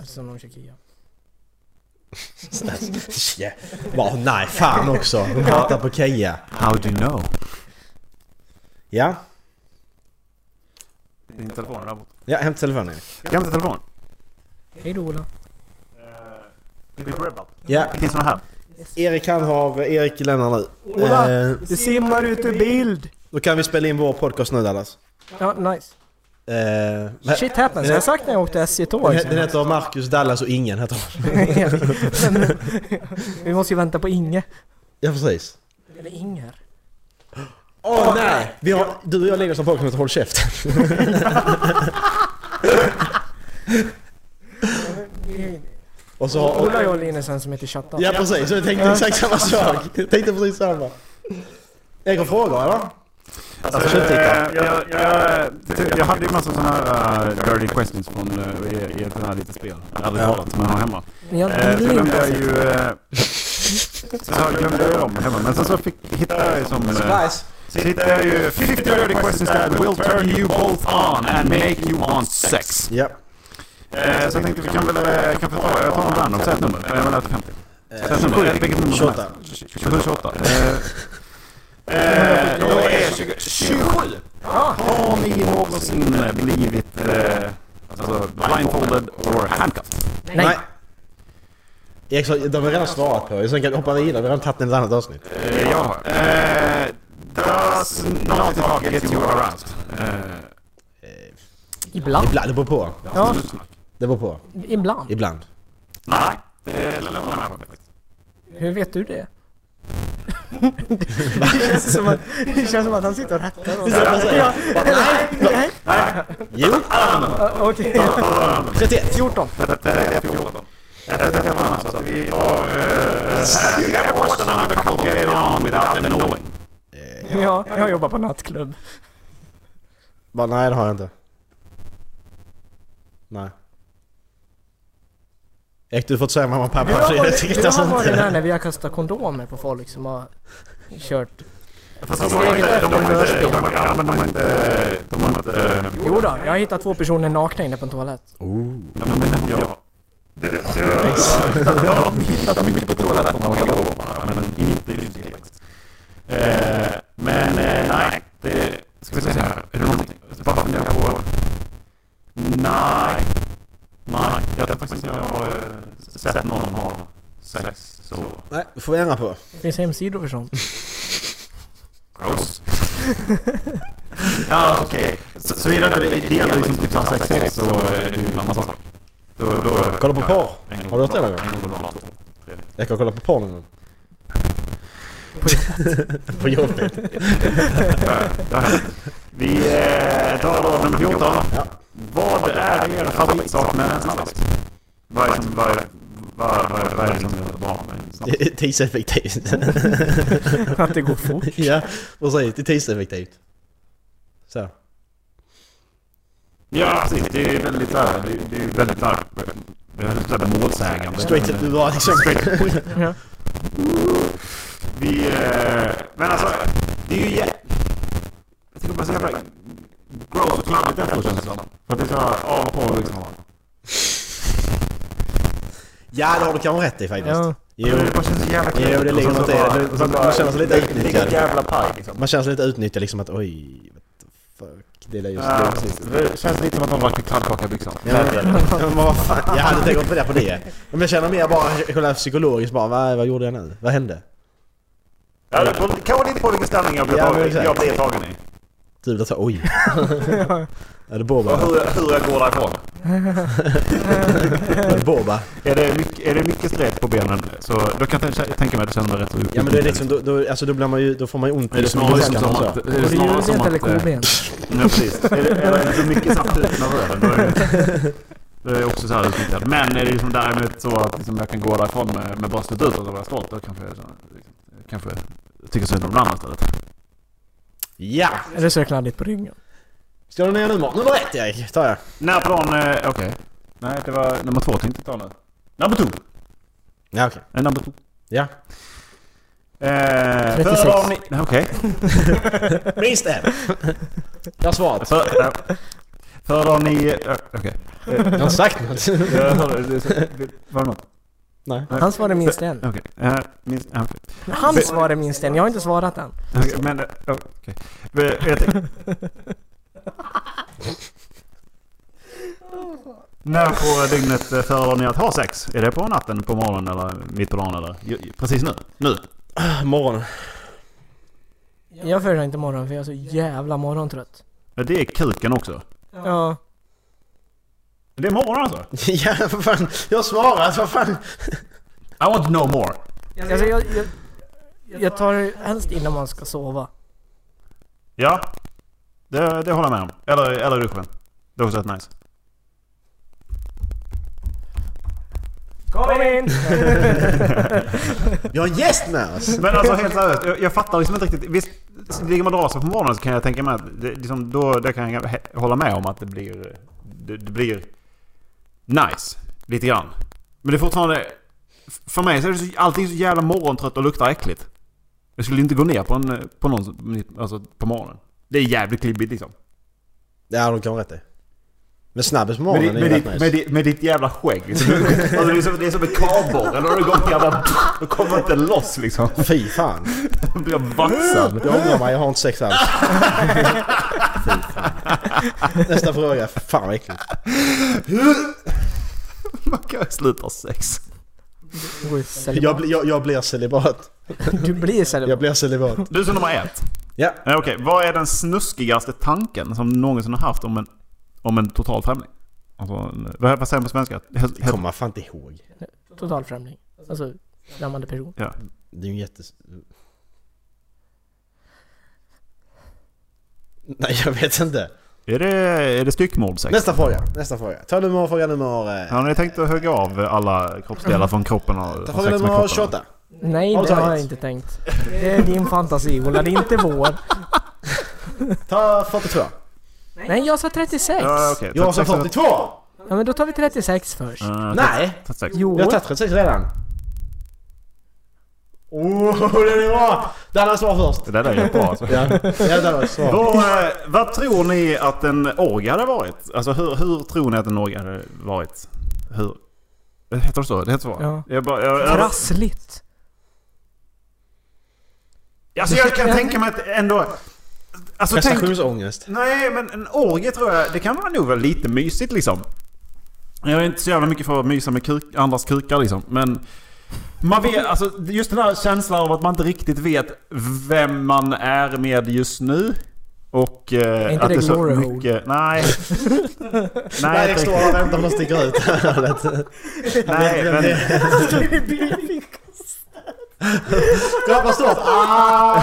Eftersom de kör Kia.
Yeah. Wow, nej, fan också. Hon hatar på Kia.
how do you know?
Ja,
Din telefon är där borta.
ja hämta telefonen.
Jag hämtar telefonen.
Hej då Ola.
Det blir Red Bull.
Ja,
Det finns såna här.
Erik han har... Erik lämnar nu.
Ola!
Eh,
Du simmar ut ur bild!
då kan vi spela in vår podcast nu Dallas.
Ja, nice.
Eh, men-
Shit happens. Jag har sagt när jag åkte
den,
SJ-tåg.
he- den heter Marcus, Dallas och ingen heter den.
eh, Vi måste ju vänta på Inge.
Ja, precis.
Eller Inger.
Åh nej! Vi har, du och jag lägger oss en podcast som heter Håll Käften. Och så har...
Ola och jag och Linus har en som heter Chatta.
Ja precis, så jag tänkte exakt samma sak. Jag tänkte precis samma. Erik har frågor eller?
Alltså,
tjuvtittare.
eh, jag, jag, jag, jag hade ju massa sådana här eh, dirty questions från eh, i, i ett sånt här litet spel. Ärligt
Ja.
talat, som jag har hemma.
Men jag
Eh, så
vill
glömde jag
inte.
ju... eh, Så jag glömde jag dem hemma. Men sen så fick, hittade jag ju som... eh,
Nice.
Så hittade jag ju 50 dirty questions that will turn you both on and make you on sex.
Ja.
Eh, Så jag tänkte vi kan väl... eh, Kan vi ta, jag tar en random, säg ett nummer. Eh, Mellan 1 och 50. Säg ett nummer. eh, Vilket nummer som helst.
28.
27, 28. Eh, eh, Då är 20 27! Har ni någonsin blivit eh, alltså, blindfolded or handcuffed?
Nej.
Erik sa, de har redan svarat på det, sen kan vi hoppa vidare, vi har redan tagit ett annat avsnitt.
Eh, Jag har. Eh, Does naughty dog get you aroused? Eh,
Ibland.
Ibland, det beror på.
Ja,
Det beror på.
ibland.
Ibland.
Nej, det lämnar jag med faktiskt.
Hur vet du det? det, känns som att, det känns som att han sitter och rattar någon. Ja, Nej! Nej!
Jo,
Ja, Okej.
31.
14.
eh,
Ja, jag jobbar på nattklubb.
Bara, nej det har jag inte. Nej. Erik du får inte säga mamma och pappa för jag
Jag
tittar
har
typ sånt.
varit där när vi har kastat kondomer på folk som har kört
Fast de har inte... De har inte... De har inte... De har inte... De har inte...
Jo då, jag har hittat två personer nakna inne på en toalett.
Ja, men men ja. Ja, de hittar dem inte på toaletten. De har jobbat, men inte i lyxtillväxt. Eh, Men eh, nej, det... Ska vi se här. Är det någonting? Bara fundera på... Nej. Nej, jag tror faktiskt inte jag har eh, sett någon ha sex så...
Nej, det får vi ändra på.
Det finns hemsidor för sånt.
Gross. ja, okej. Så, så är det inte det gäller liksom typ såhär sex sex så är det ju en annan sak. Då, då,
Kolla på
ja,
porr.
en gång
Har du gjort det någon
om dagen, en
gång?
gång om dagen, två, tre.
Jag kan kolla på porr någon gång. På jobbet.
Vi eh, tar då nummer 14. Vad är er favoritsak med en snabbis? Vad är som, vad är, vad är, vad är, vad är liksom det som är bra med en snabbis?
Det är Tidseffektivt.
Att det går fort.
ja, precis. Det är tidseffektivt. Så.
Ja, precis. Det är väldigt såhär, det, det är ju väldigt såhär, väldigt såhär målsägande.
Straight up, du var liksom...
Ja.
Vi... Eh, men alltså, det är ju jä... Jag tycker bara så jävla... Gross och kladdigt ändå känns det som. För att det är såhär av och på liksom.
Ja, det har du kanske rätt i faktiskt.
Ja.
Jo.
Det bara känns så jävla
Jo, det ligger något i det. Det- man- man känner sig lite utnyttjad.
Vilken jävla paj liksom.
Man känner sig lite utnyttjad liksom att oj, what the fuck. Det är just
Ja,
det.
precis. Det känns lite som att någon varit med kladdkaka i byxan.
Ja, men men vad fan, jag hade tänkt på det på det. Men jag känner mer bara, jag kollar psykologiskt bara, vad, vad gjorde jag nu? Vad hände?
Ja, det beror- kanske lite på vilken ställning jag blir
Ja, men
tagen,
exakt.
jag blir tagen i.
Du blev så oj. Är det Boba?
Och hur, hur jag går därifrån.
Är det Boba?
Är det, mycket, är det mycket stret på benen så då kan jag tänka- tänka mig att det känns rätt
Ja men då är det liksom, då, då, alltså, då blir man ju, då får man ju ont
Är det
liksom, i
snarare
ljumskarna
som
och så.
att... Är det snarare
Både
som
julbent
att...
eller
eh,
koben.
Ja, precis. Är det, är det så mycket saft av röven? då är det- Det är också så här utnyttjat. Men är det liksom däremot så att liksom jag kan gå därifrån med, med bröstet utåt och vara stolt, då kanske jag känner- kanske jag tycker synd om det andra istället.
Ja!
Eller så är det kladdigt på ryggen.
Ska du ner nummer? Nummer ett Erik, tar jag.
När på dagen... eh, Okej. Nej, det var nummer två tänkte jag ta nu. Number two!
Ja okej.
Eh, Number two.
Ja.
Eh,
36.
föredrar ni... Nej, Okej.
Minst en. Jag har svarat.
För, eh, Föredrar ni... eh, Okej.
Jag har inte sagt något.
Jag hörde... det- det- Var det något?
Nej.
Han svarade minst en.
Okej. Eh, minst- ja, okej.
Han svarade minst en, jag har inte svarat än.
Okej, men... eh, Okej. Eh, jag tänk- När på dygnet eh, föredrar ni att ha sex? Är det på natten, på morgonen eller mitt på dagen eller? Ju- Precis nu? Nu?
Morgon.
Jag föredrar inte morgon för jag är så jävla morgontrött.
Ja, Det är kuken också.
Ja.
Det är morgon alltså?
Ja vad fan, jag har svarat, vad fan.
I want to know more.
Alltså jag, jag, jag tar det helst innan man ska sova.
Ja. Det, det håller jag med om. Eller, eller i duschen. Det är också rätt nice.
Kom in!
Vi har en gäst med oss.
Men alltså helt seriöst, jag, jag fattar liksom inte riktigt. Visst, ligger man och drar sig på morgonen så kan jag tänka mig att det, liksom, då, det kan jag he- hålla med om att det blir, det, det blir nice. Lite grann. Men det är fortfarande... f- För mig så är det så, allting så jävla morgontrött och luktar äckligt. Jag skulle inte gå ner på, en, på någon som- alltså, på morgonen. Det är jävligt klibbigt liksom.
Ja de kan ha rätt i. Men snabbis på
Med,
morgonen
ditt-
är ju
med, ditt,
rätt
med,
nice.
ditt, med ditt jävla skägg. Liksom. Alltså, det, är som, det är som en kabborre. Då har du gått jävla... Du kommer inte loss liksom.
Fy fan.
Då blir jag vaxad.
Jag ångrar mig, jag har inte sex alls. Fy fan. Nästa fråga. Fan vad äckligt.
Man kan ju sluta ha sex.
Du går i celibat.
Jag, bli- jag, jag blir celibat.
Du blir
Jag
celibat.
blir celibat.
Du som nummer ett.
Ja.
Eh, Okej, vad är den snuskigaste tanken som du någonsin har haft om en, om en total främling? Alltså, en- vad vad säger man på svenska? Helt,
Det
helt,
kommer man fan inte ihåg.
Total främling. Alltså främmande person.
ja.
Det är ju en jätte... Nej jag vet inte.
Är det, är det styckmordsex?
Nästa fråga. Nästa fråga. Ta nummer, fråga nummer... eh,
Har ni tänkt att hugga av alla kroppsdelar från kroppen och
Ta
ha
fråga
sex med
nummer
kroppen?
28.
Nej,
Har du
det har
tagit?
jag inte tänkt. Det är din fantasi Ola, det är inte vår.
Ta 42.
Nej, jag sa 36!
Ja, okej.
Jag sa
36.
42!
Ja men då tar vi 36 först.
Eh,
Nej!
36.
Jo.
Jag har tagit 36 redan. Oh, den är bra! Dallas var först.
Det där är rätt bra alltså.
Ja, ja Dallas var.
Vad, eh, vad tror ni att en orgie hade varit? Alltså hur, hur tror ni att en orgie hade varit? Hur? Det heter så? Det heter så?
Ja.
Jag, bara, jag, jag,
Trassligt.
alltså, jag kan tänka mig att ändå... Alltså tänk...
Prestationsångest.
Nej, men en orgie tror jag, det kan vara nog vara lite mysigt liksom. Jag är inte så jävla mycket för att mysa med kuk, andras kukar liksom, men... Man vet, alltså just den här känslan av att man inte riktigt vet vem man är med just nu. Och... Eh, är
inte det glory hole?
Nej.
Nej,
nej,
jag
inte
står
riktigt.
här och väntar på att sticka ut.
nej, men...
Grabbar stopp! Ah,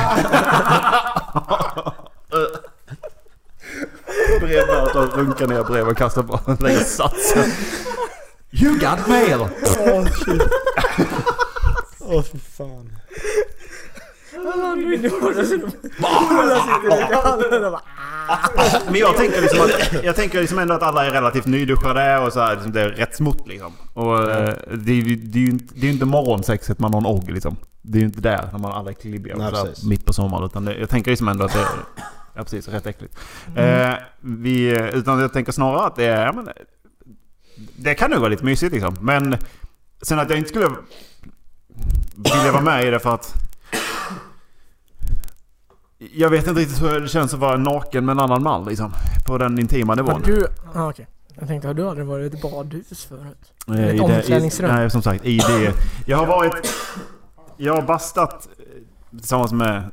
Brevbäret och runkar ner brev och kastar på den lägger satsen. You got mail!
Åh shit. Åh fy fan.
Men jag tänker liksom att, jag tänker liksom ändå att alla är relativt nyduschade och så här, liksom det är rätt smått liksom. Och eh, det, är ju- det är ju inte, det är ju inte morgonsexet man har en ogg liksom. Det är ju inte där när man alla är klibbiga och
Nej,
så här
precis.
mitt på sommaren. Utan det, jag tänker liksom ändå att det är, ja precis, rätt äckligt. Eh, vi, utan jag tänker snarare att det är, ja, men, det kan nog vara lite mysigt liksom. Men sen att jag inte skulle vilja vara med i det för att jag vet inte riktigt hur det känns att vara naken med en annan man liksom. På den intima
Har
nivån.
du... Ah, okej. Jag tänkte, har du aldrig varit i ett badhus förut?
Eh,
Ett
i det- i-
omklädningsrum.
Nej, som sagt. I det. Jag har varit... Jag har bastat eh, tillsammans med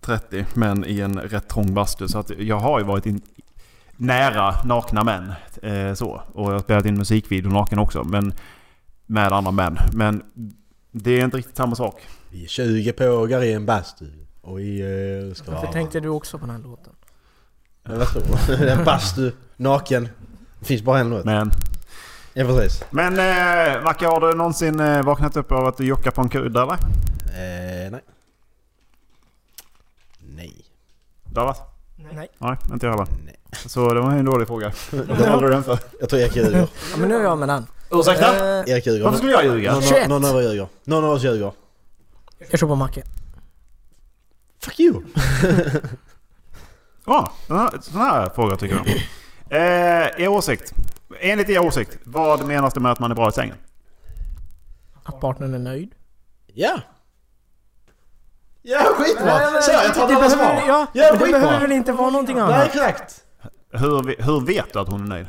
30 män i en rätt trång bastu. Så att jag har ju varit in, nära nakna män. Eh, så. Och jag har spelat in musikvideo naken också. Men med andra män. Men det är inte riktigt samma sak.
Vi är 20 pågar i en bastu. Och i eh, ska
Varför
vara...
tänkte du också på den här låten?
Men Vad tror du? En bastu, naken. Det finns bara en låt.
Men,
Ja precis.
men eh, Macke, har du någonsin eh, vaknat upp av att du jockar på en kudde eller?
Eh, nej. Nej.
Dallas?
Nej.
Nej, inte jag heller.
Nej.
Så det var en dålig fråga. Vad håller du den för?
Jag tror Erik ljuger.
Ja, men nu är jag med den.
Ursäkta?
Eh,
Erik ljuger.
Varför skulle jag ljuga?
Någon-
21.
Någon av er ljuger. Någon av oss ljuger.
jag tror på Macke.
Fuck you!
Ja, den här, sån här fråga tycker jag om. Eh, er åsikt. Enligt er åsikt, vad menas det med att man är bra i sängen?
Att partnern är nöjd.
Ja! Ja skitbra! Så jag tar
det
alla
behöver,
svar.
ja,
Ja,
men det
skitbra.
behöver väl inte vara någonting
Nej
annat?
exakt!
Hur, vi- hur vet du att hon är nöjd?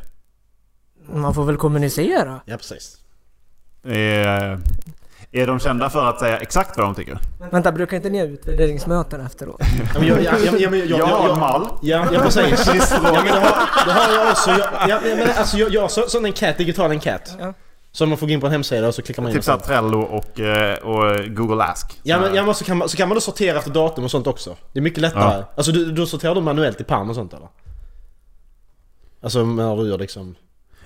Man får väl kommunicera?
Ja precis.
Eh, är de kända för att säga exakt vad de tycker?
Vänta, brukar inte ni ha utvärderingsmöten efteråt?
Ja, men jag, jag, jag, jag, jag, jag,
Jag har en mall.
Ja, ja precis. ja, men det, har, det har jag också. Jag, jag, jag, men alltså, jag, jag så, sån en cat, digital enkät.
Ja.
Som man får gå in på en hemsida och så klickar man in.
Typ
och
såhär
sånt.
Trello och, eh, och Google Ask.
Ja men, ja, men så, kan man, så kan man då sortera efter datum och sånt också. Det är mycket lättare.
Ja.
Alltså du, du sorterar du manuellt i pärm och sånt eller? Alltså när du gör liksom...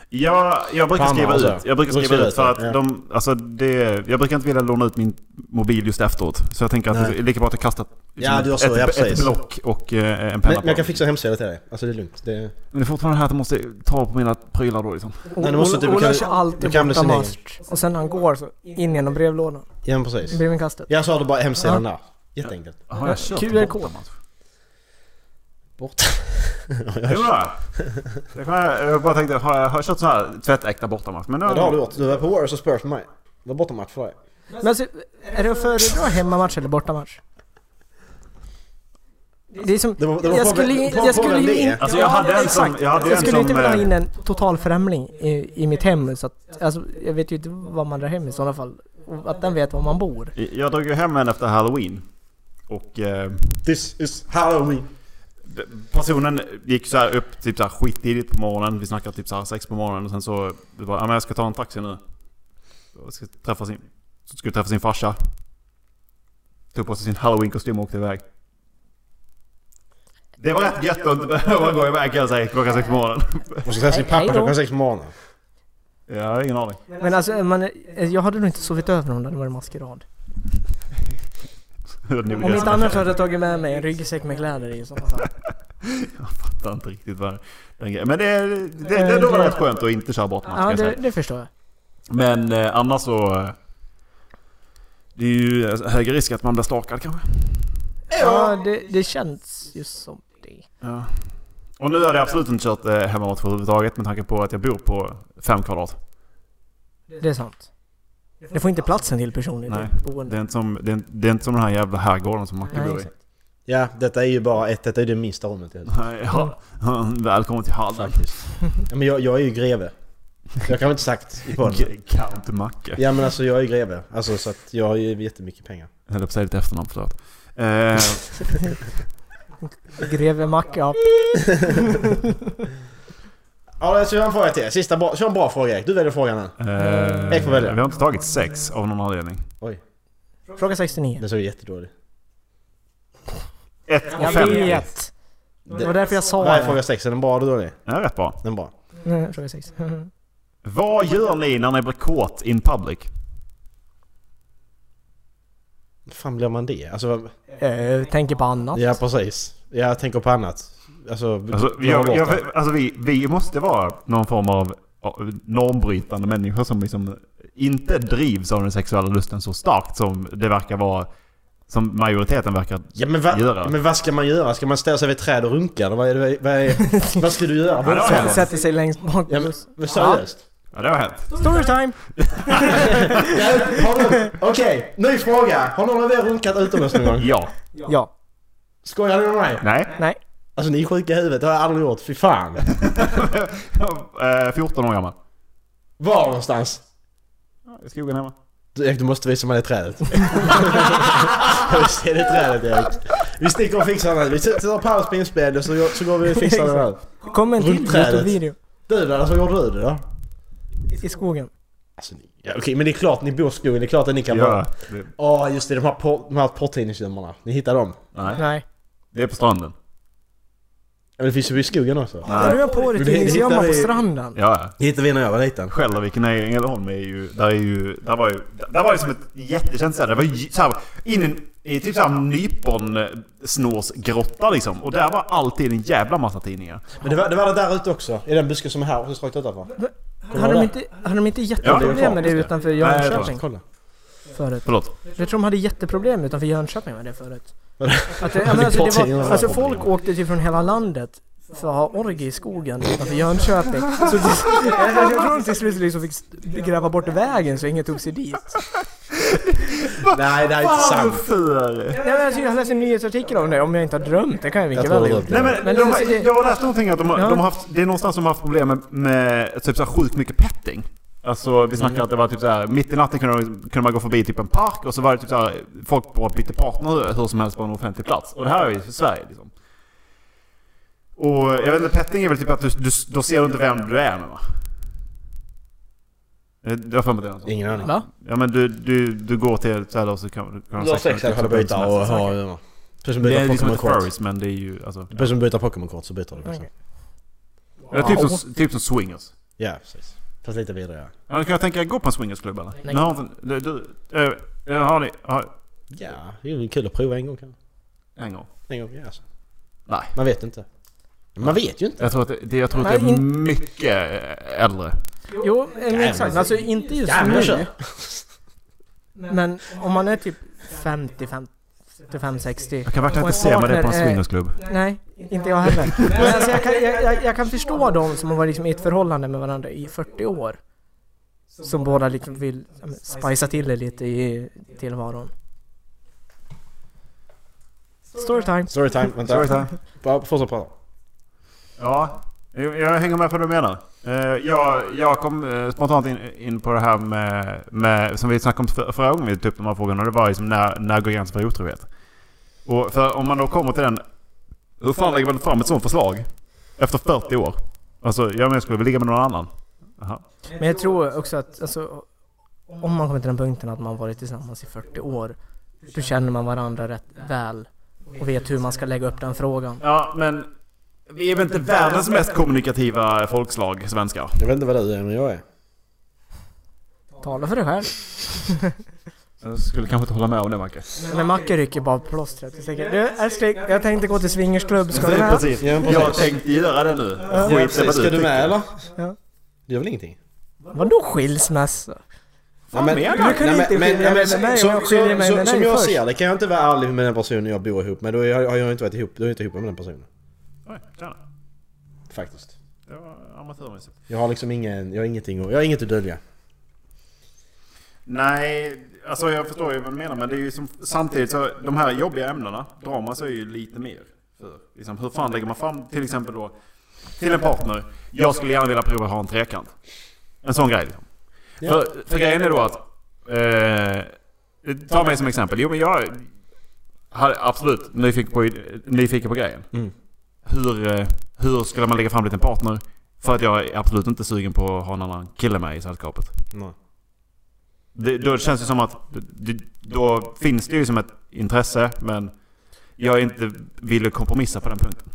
Jag, jag brukar
Fan,
skriva
alltså.
ut. Jag brukar skriva ut för att
ja.
de, alltså det, jag brukar inte vilja låna ut min mobil just efteråt. Så jag tänker att
Nej.
det är lika bra att jag kastar
Ja, du har så,
ett,
ja,
ett
precis.
block och eh, en penna
Men,
på
men jag
dem.
kan fixa hemsida till dig. Alltså det är lugnt. Det,
Men det är fortfarande det här att jag måste ta på mina prylar då liksom.
Nej, det måste
Ola-
typ-
Ola
kan-
kör
du
alltid
kan bli
borta
sin egen.
mast. Och sen när han går så in genom brevlådan.
ja men precis.
Brevinkastet.
Ja så har du bara hemsidan där. Jätteenkelt.
Har jag kört
QR-kod.
bort dem, alltså?
Bort.
Det är bra. Det kan jag, jag bara tänkte, har jag, har jag kört så här tvättäkta bortamatch? Men nu
Ja, det har du gjort. Du var på Warriors och Spurs med mig. Det var bortamatch för dig.
Men alltså, är det att föredra hemmamatch eller bortamatch? Det är som...
Det var- det var
jag
frågan-
skulle, ju-
frågan-
jag skulle
frågan
ju
det.
inte...
Alltså jag hade en som-
exakt.
jag hade en
skulle
som,
inte vilja ha
eh,
in en total främling i, i mitt hem så att... Alltså, jag vet ju inte vad man drar hem i sådana fall. Och att den vet var man bor.
Jag drog ju hem en efter halloween. Och eh,
This is Halloween.
d- personen gick så här upp typ så här skittidigt på morgonen. Vi snackade typ så här sex på morgonen. Och sen så det var ja men jag ska ta en taxi nu. Jag ska träffa sin, så skulle träffa sin farsa. Tog på sig sin halloween-kostym och åkte iväg. Det var rätt gött att inte behöva gå iväg kan jag säga klockan sex på morgonen.
Och så träffar sin
Hej
pappa
då.
klockan sex på morgonen.
Ja, Jag har ingen aning.
Men alltså, man, jag hade nog inte sovit över om det hade varit maskerad. Om inte annars hade jag tagit med mig en ryggsäck med kläder i i sådana fall.
fattar inte riktigt vad den grejen. Men det, är- det, det, det då var det rätt skönt att inte köra bort match,
Ja,
ska jag
det,
säga.
det förstår jag.
Men eh, annars så... eh, Det är ju eh, högre risk att man blir stalkad kanske.
Ja, det, det känns ju som det.
Ja. Och nu hade jag absolut inte kört eh, hemmamatch överhuvudtaget med tanke på att jag bor på fem kvadrat.
Det är sant. Det får inte plats en till person i
Nej,
ditt boende.
Det är inte som, det är, inte- det är inte som den här jävla herrgården som Macke
Nej,
bor i.
exakt.
Ja, detta är ju bara ett, detta är det minsta rummet helt
Nej, ja. Välkommen till Halland.
faktiskt. Ja, men jag, jag är ju greve. Jag kan väl inte sagt i podden.
G- Count Macke.
Ja men alltså jag är ju greve. Alltså så att jag har ju jättemycket pengar.
Jag höll på att säga ditt efternamn, förlåt. Eh,
Greve Macke, ja.
Ja, alltså jag har en fråga till er. Sista bra, kör en bra fråga Erik. Du väljer frågan här.
eh,
Jag får välja.
vi har inte tagit sex av någon anledning.
Fråga 69.
Den såg ju jättedålig.
Ett och
Jag
fem.
vet! Det var därför jag sa
Vad är fråga
det.
6? Är den bra eller dålig?
Det är rätt bra.
Den är bra.
Nej, Fråga 6. Mhm.
Vad gör ni när ni blir kåt in public?
Hur fan blir man det? Alltså, vad-
Eh, tänker på annat.
ja precis. Jag tänker på annat. Alltså,
Alltså,
glömmer
jag,
bort det.
jag, alltså vi, vi måste vara någon form av ja, normbrytande människor som liksom inte drivs av den sexuella lusten så starkt som det verkar vara. Som majoriteten verkar...
Ja men, va,
göra.
men vad ska man göra? Ska man ställa sig vid ett träd och runka? Eller vad, är det, vad, är, vad ska du göra?
Ja, det har
Sätter-
hänt.
Sätter sig längst bak.
Ja, men, men seriöst?
Ja, det har hänt.
Storytime!
Har du- Okej, ny fråga! Har någon av er runkat utomhus någon gång?
Ja.
Ja.
Skojar ni med mig?
Nej.
Nej.
Alltså ni är sjuka i huvudet, det har jag aldrig gjort. Fy fan.
Eh, 14 år gammal.
Var någonstans?
I skogen hemma.
Du, Erik, du måste visa mig det trädet. Jag vill se det trädet Erik. Vi sticker och fixar det. Vi tar- tar paus på inspelningen så, går- så går vi och fixar det där.
Kom en till
Runt trädet.
Youtube-video.
Du Dallas, vad gjorde du då?
I skogen.
Alltså, ni- ja, okej, men det är klart ni bor i skogen, det är klart att ni kan vara...
Ja. Det,
Ja just det, de här, por- de här porrtidningsnummerna. Ni hittar dem.
nej.
Nej.
Det är på stranden.
Ja, Men det finns ju i skogen också.
Där du har på
Men
dig
det hittar
tidningsgömma på
vi-
stranden.
Ja, ja.
Det hittade vi när jag var liten.
Skälderviken är i Ängelholm är ju, där är ju, där var ju, där var ju som ett jättekänt ställe. Det var ju såhär, in i en- i typ såhär nyponsnårsgrotta liksom. Och där var alltid en jävla massa tidningar.
Men det var det, var det där ute också. I den busken som är här och så rakt utanför.
Hade de inte, hade de inte
Ja, det är
jätteproblem med det
klart, just
utanför
Nej, det är
Jönköping
Kolla.
förut?
Förlåt.
Jag tror de hade jätteproblem utanför Jönköping med det förut.
Vadå?
Att det, ja, men alltså, det
Porrtidningarna
var,
var
alltså
problem.
folk åkte ju från hela landet för att ha orgie i skogen utanför Jönköping. Så till, jag tror de till slut liksom fick gräva bort vägen så ingen tog sig dit.
Nej, det här är inte
Fan
sant.
för!
Nej, men alltså, jag läste en nyhetsartikel om det, om jag inte har drömt. Det kan jag mycket
Jag tror
väl ha
det var
gjort.
Nej men,
Men
de,
alltså, det-
jag har läst någonting att de, har-
Ja.
de har haft, det är någonstans som har haft problem med, med typ såhär sjukt mycket petting. Alltså vi snackar att det var typ såhär, mitt i natten kunde, de- kunde man gå förbi typ en park och så var det typ såhär, folk bara bytte partner hur som helst på en offentlig plats. Och det här är ju Sverige liksom. Och jag vet inte, petting är väl typ att du, du då ser du inte vem du är med va? Eh, Jag har för mig att det är något sånt.
Ingen aning.
Va?
Ja men du, du, du går till såhär och så kan kan
Du har sex eller byta och ha... Precis som
Det är
byta
liksom inte
Pokémon-kort.
furries men det är ju alltså...
Precis som byta Pokémon-kort så byter du liksom.
Okej.
Det är typ som, typ som swingers.
Ja, precis. Fast lite vidare
Ja, kan jag tänka gå på en swingersklubb eller? Nej.
Nej.
Har, inte- du, du, eh, eh, har ni... Har,
ja. Ja, det är ju kul att prova en gång kanske.
en gång.
En gång, ja alltså.
Nej.
Man vet inte. Man vet ju inte.
Jag tror att det, det- jag tror att det
Nej,
är
in-
mycket eh, äldre.
Jo, men exakt. Alltså inte just
Ja, men
nu.
kör.
Men om man är typ 50, 55, 60.
Jag kan verkligen
Och en
inte se mig det på en
partner är-
swingersklubb.
Nej, inte jag heller. Men alltså jag, kan, jag, jag, jag kan förstå de som har varit liksom i ett förhållande med varandra i 40 år. Som båda liksom vill ja, men, spicea till det lite i tillvaron. Storytime.
Storytime, vänta.
Sorry, sir.
Bara fortsätt prata.
Ja, jag, jag hänger med på vad du menar. Eh, jag, jag kom eh, spontant in, in på det här med, med som vi snackade om för, förra gången vi tog upp de här frågorna. Det var liksom när, när går gränsen för otrohet? Och för om man då kommer till den, hur fan lägger man fram ett sånt förslag? Efter 40 år? Alltså, jag menar jag skulle väl ligga med någon annan? Aha.
Men jag tror också att alltså, om man kommer till den punkten att man varit tillsammans i 40 år. Då känner man varandra rätt väl. Och vet hur man ska lägga upp den frågan.
Ja, men vi är väl inte världens mest kommunikativa folkslag, svenskar?
Jag vet inte vad du är, men jag är.
Tala för dig själv.
Jag skulle kanske inte hålla med om det, Macke.
Men Macke rycker bara på plåstret. Jag tänker, Du älskling, jag tänkte gå till swingersklubb. Ska du med?
Precis.
Ja, men precis.
Jag tänkte göra det nu. Skit i vad
Ska du
tycker.
med eller?
Ja.
Du gör väl ingenting?
Vadå skilsmässa?
Fan,
men-
mer
Du
där.
kan
Nej,
inte
men, men, nej,
skilja mig
men,
med mig
som,
om jag skiljer
som,
mig
som,
med
som
dig
jag
först.
ser det kan jag inte vara ärlig med den personen jag bor ihop med. Då har jag, har jag inte varit ihop, då är jag inte ihop med den personen.
Oj, tjena.
Faktiskt.
Det var amatörmässigt.
Jag har liksom ingen, jag har ingenting, att- jag har inget att dölja.
Nej, alltså jag förstår ju vad du menar. Men det är ju som, samtidigt så de här jobbiga ämnena drar man sig ju lite mer för. Liksom, hur fan lägger man fram till exempel då till en partner. Jag skulle gärna vilja prova att ha en trekant. En sån grej liksom. För, för grejen är då att... Eh, ta mig som exempel. Jo men jag hade absolut nyfiken på, nyfiken på grejen.
Mm.
Hur, eh, hur skulle man lägga fram det till en partner? För att jag är absolut inte sugen på att ha en annan kille med i sällskapet.
Nej.
Det, då känns det som att det, då finns det ju som ett intresse men jag är inte villig att kompromissa på den punkten.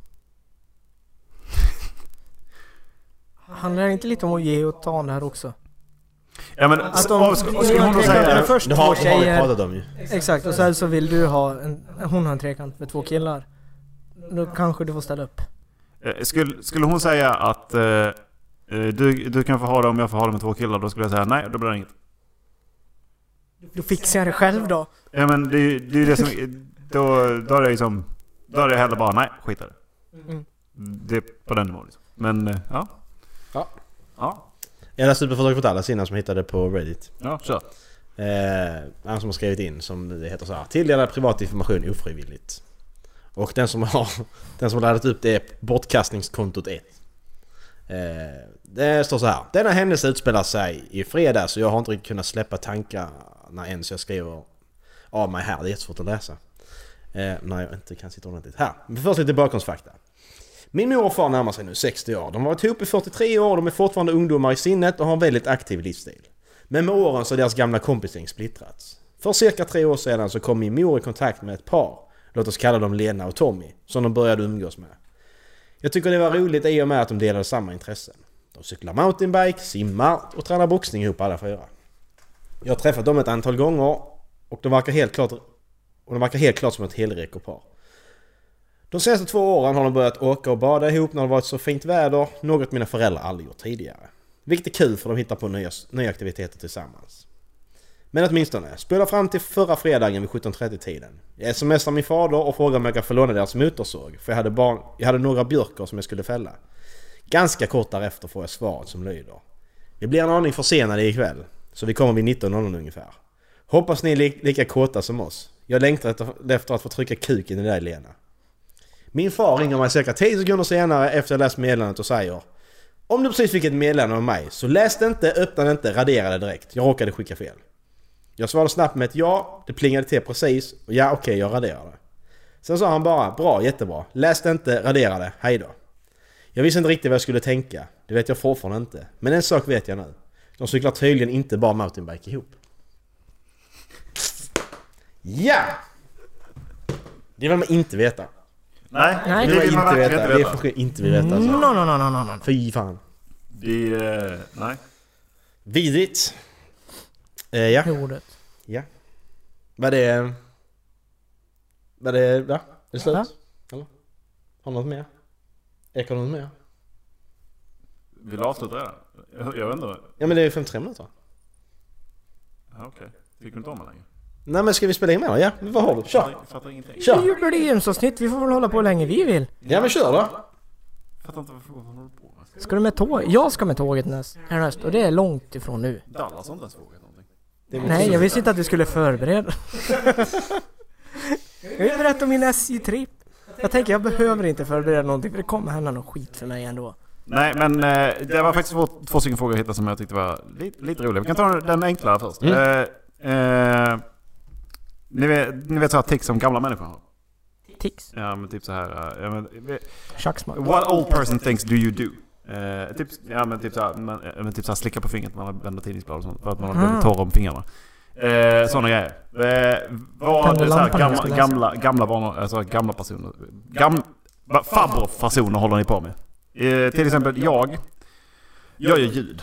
Handlar det inte lite om att ge och ta det här också?
Ja men
Att
s-
de-
vad sk- vad skulle hon då
Jag
säga?
tänkte först
det har,
två
det har vi
tjejer.
pratat om ju.
Exakt, och sen så vill du ha en, hon har en trekant med två killar. Då kanske du får ställa upp.
Eh, Skulle, skulle hon säga att eh, eh, du, du kan få ha det om jag får ha det med två killar? Då skulle jag säga nej, då blir det inget.
Då fixar jag det själv då.
Ja men det, är ju- det är ju det som... Då, då är det liksom... Då är det hellre bara nej, skit i det.
Mm.
Det är på den nivån liksom. Men eh, ja.
Ja.
Ja,
Jag läste ut på Fördrag Fortallas innan som jag hittade på Reddit.
ja kör.
Eh, han som har skrivit in som det heter så här. Tilldela privat information ofrivilligt. Och den som har, den som har laddat upp det är bortkastningskontot 1. Eh, det står så här. Denna händelse utspelar sig i fredag så jag har inte riktigt kunnat släppa tankarna än så jag skriver av mig här. Det är jättesvårt att läsa. Eh, när jag inte kan sitta ordentligt. Här, men först lite bakgrundsfakta. Min mor och far närmar sig nu 60 år. De har varit ihop i 43 år, de är fortfarande ungdomar i sinnet och har en väldigt aktiv livsstil. Men med åren så har deras gamla kompisgäng splittrats. För cirka tre år sedan så kom min mor i kontakt med ett par, låt oss kalla dem Lena och Tommy, som de började umgås med. Jag tycker det var roligt i och med att de delade samma intressen. De cyklar mountainbike, simmar och tränar boxning ihop alla fyra. Jag har träffat dem ett antal gånger och de verkar helt klart, och de verkar helt klart som ett helreko par. De senaste två åren har de börjat åka och bada ihop när det varit så fint väder, något mina föräldrar aldrig gjort tidigare. Vilket är kul för de hittar på nya, nya aktiviteter tillsammans. Men åtminstone, spola fram till förra fredagen vid 17.30-tiden. Jag smsar min fader och frågar om jag kan få låna deras motorsåg, för jag hade, barn, jag hade några björkar som jag skulle fälla. Ganska kort därefter får jag svaret som lyder. Vi blir en aning försenade ikväll, så vi kommer vid 19.00 ungefär. Hoppas ni är li- lika kåta som oss. Jag längtar efter- efter att få trycka kuken i dig Lena. Min far ringer mig cirka 10 sekunder senare efter jag läst meddelandet och säger Om du precis fick ett meddelande av mig så läs det inte, öppna det inte, radera det direkt. Jag råkade skicka fel. Jag svarade snabbt med ett ja, det plingade till precis och ja okej jag raderar det. Sen sa han bara bra, jättebra, läs det inte, radera det, hejdå. Jag visste inte riktigt vad jag skulle tänka, det vet jag fortfarande inte. Men en sak vet jag nu. De cyklar tydligen inte bara mountainbike ihop. Ja! Det vill man inte veta.
Nej,
Nej.
Det
det vill man
inte
verkligen inte
veta. Det
veta.
får inte vi veta
No,
alltså.
Mm. no, no, no, no, no.
Fy fan.
Det, eh, nej.
Vidrigt. Eh, ja,
Det ordet.
ja. Var det... Var det... Va? Är det slut?
Ja.
Eller? Har du något mer? Ekar du något mer?
Vill du avsluta det? Jag, jag vet inte.
Ja men det är ju 53 minuter.
Ja, Okej. Tycker du inte om mig längre?
Nej men ska vi spela in mer då? Ja, men vad har du? Kör!
Fattar, fattar ingenting.
Vi
Kör!
gjorde det i avsnitt. vi får väl hålla på hur länge vi vill.
Ja men kör då!
Fattar inte vad frågan håller på med.
Ska du med tåg? Jag ska med tåget näst, härnäst och det är långt ifrån nu.
Dallas har inte ens frågat någonting.
Nej, jag visste inte att du skulle förbereda. jag vill berätta om min SJ-tripp. Jag tänker jag behöver inte förbereda någonting för det kommer hända någon skit för mig ändå.
Nej, men eh, det var faktiskt två, två stycken frågor jag hittade som jag tyckte var lite, lite roliga. Vi kan ta den enklare först. Eh, eh, ni vet, ni vet så här tics som gamla människor har?
Tics.
Ja, men typ så här... eh, Ja, men,
Tjacksmack.
what old person thinks do you do? Eh, typ, ja, men typ så här, men, eh, men typ så här slicka på fingret när man vänder tidningsblad och sånt. För att man har blivit
Ah.
torr om fingrarna. Eh, sådana grejer. Eh, vad
Den
så här,
lampan jag
gamla,
skulle läsa.
gamla, gamla vanor, alltså gamla personer. Gam, va- farbrorfasoner håller ni på med. Eh, till exempel jag. Jag gör ljud.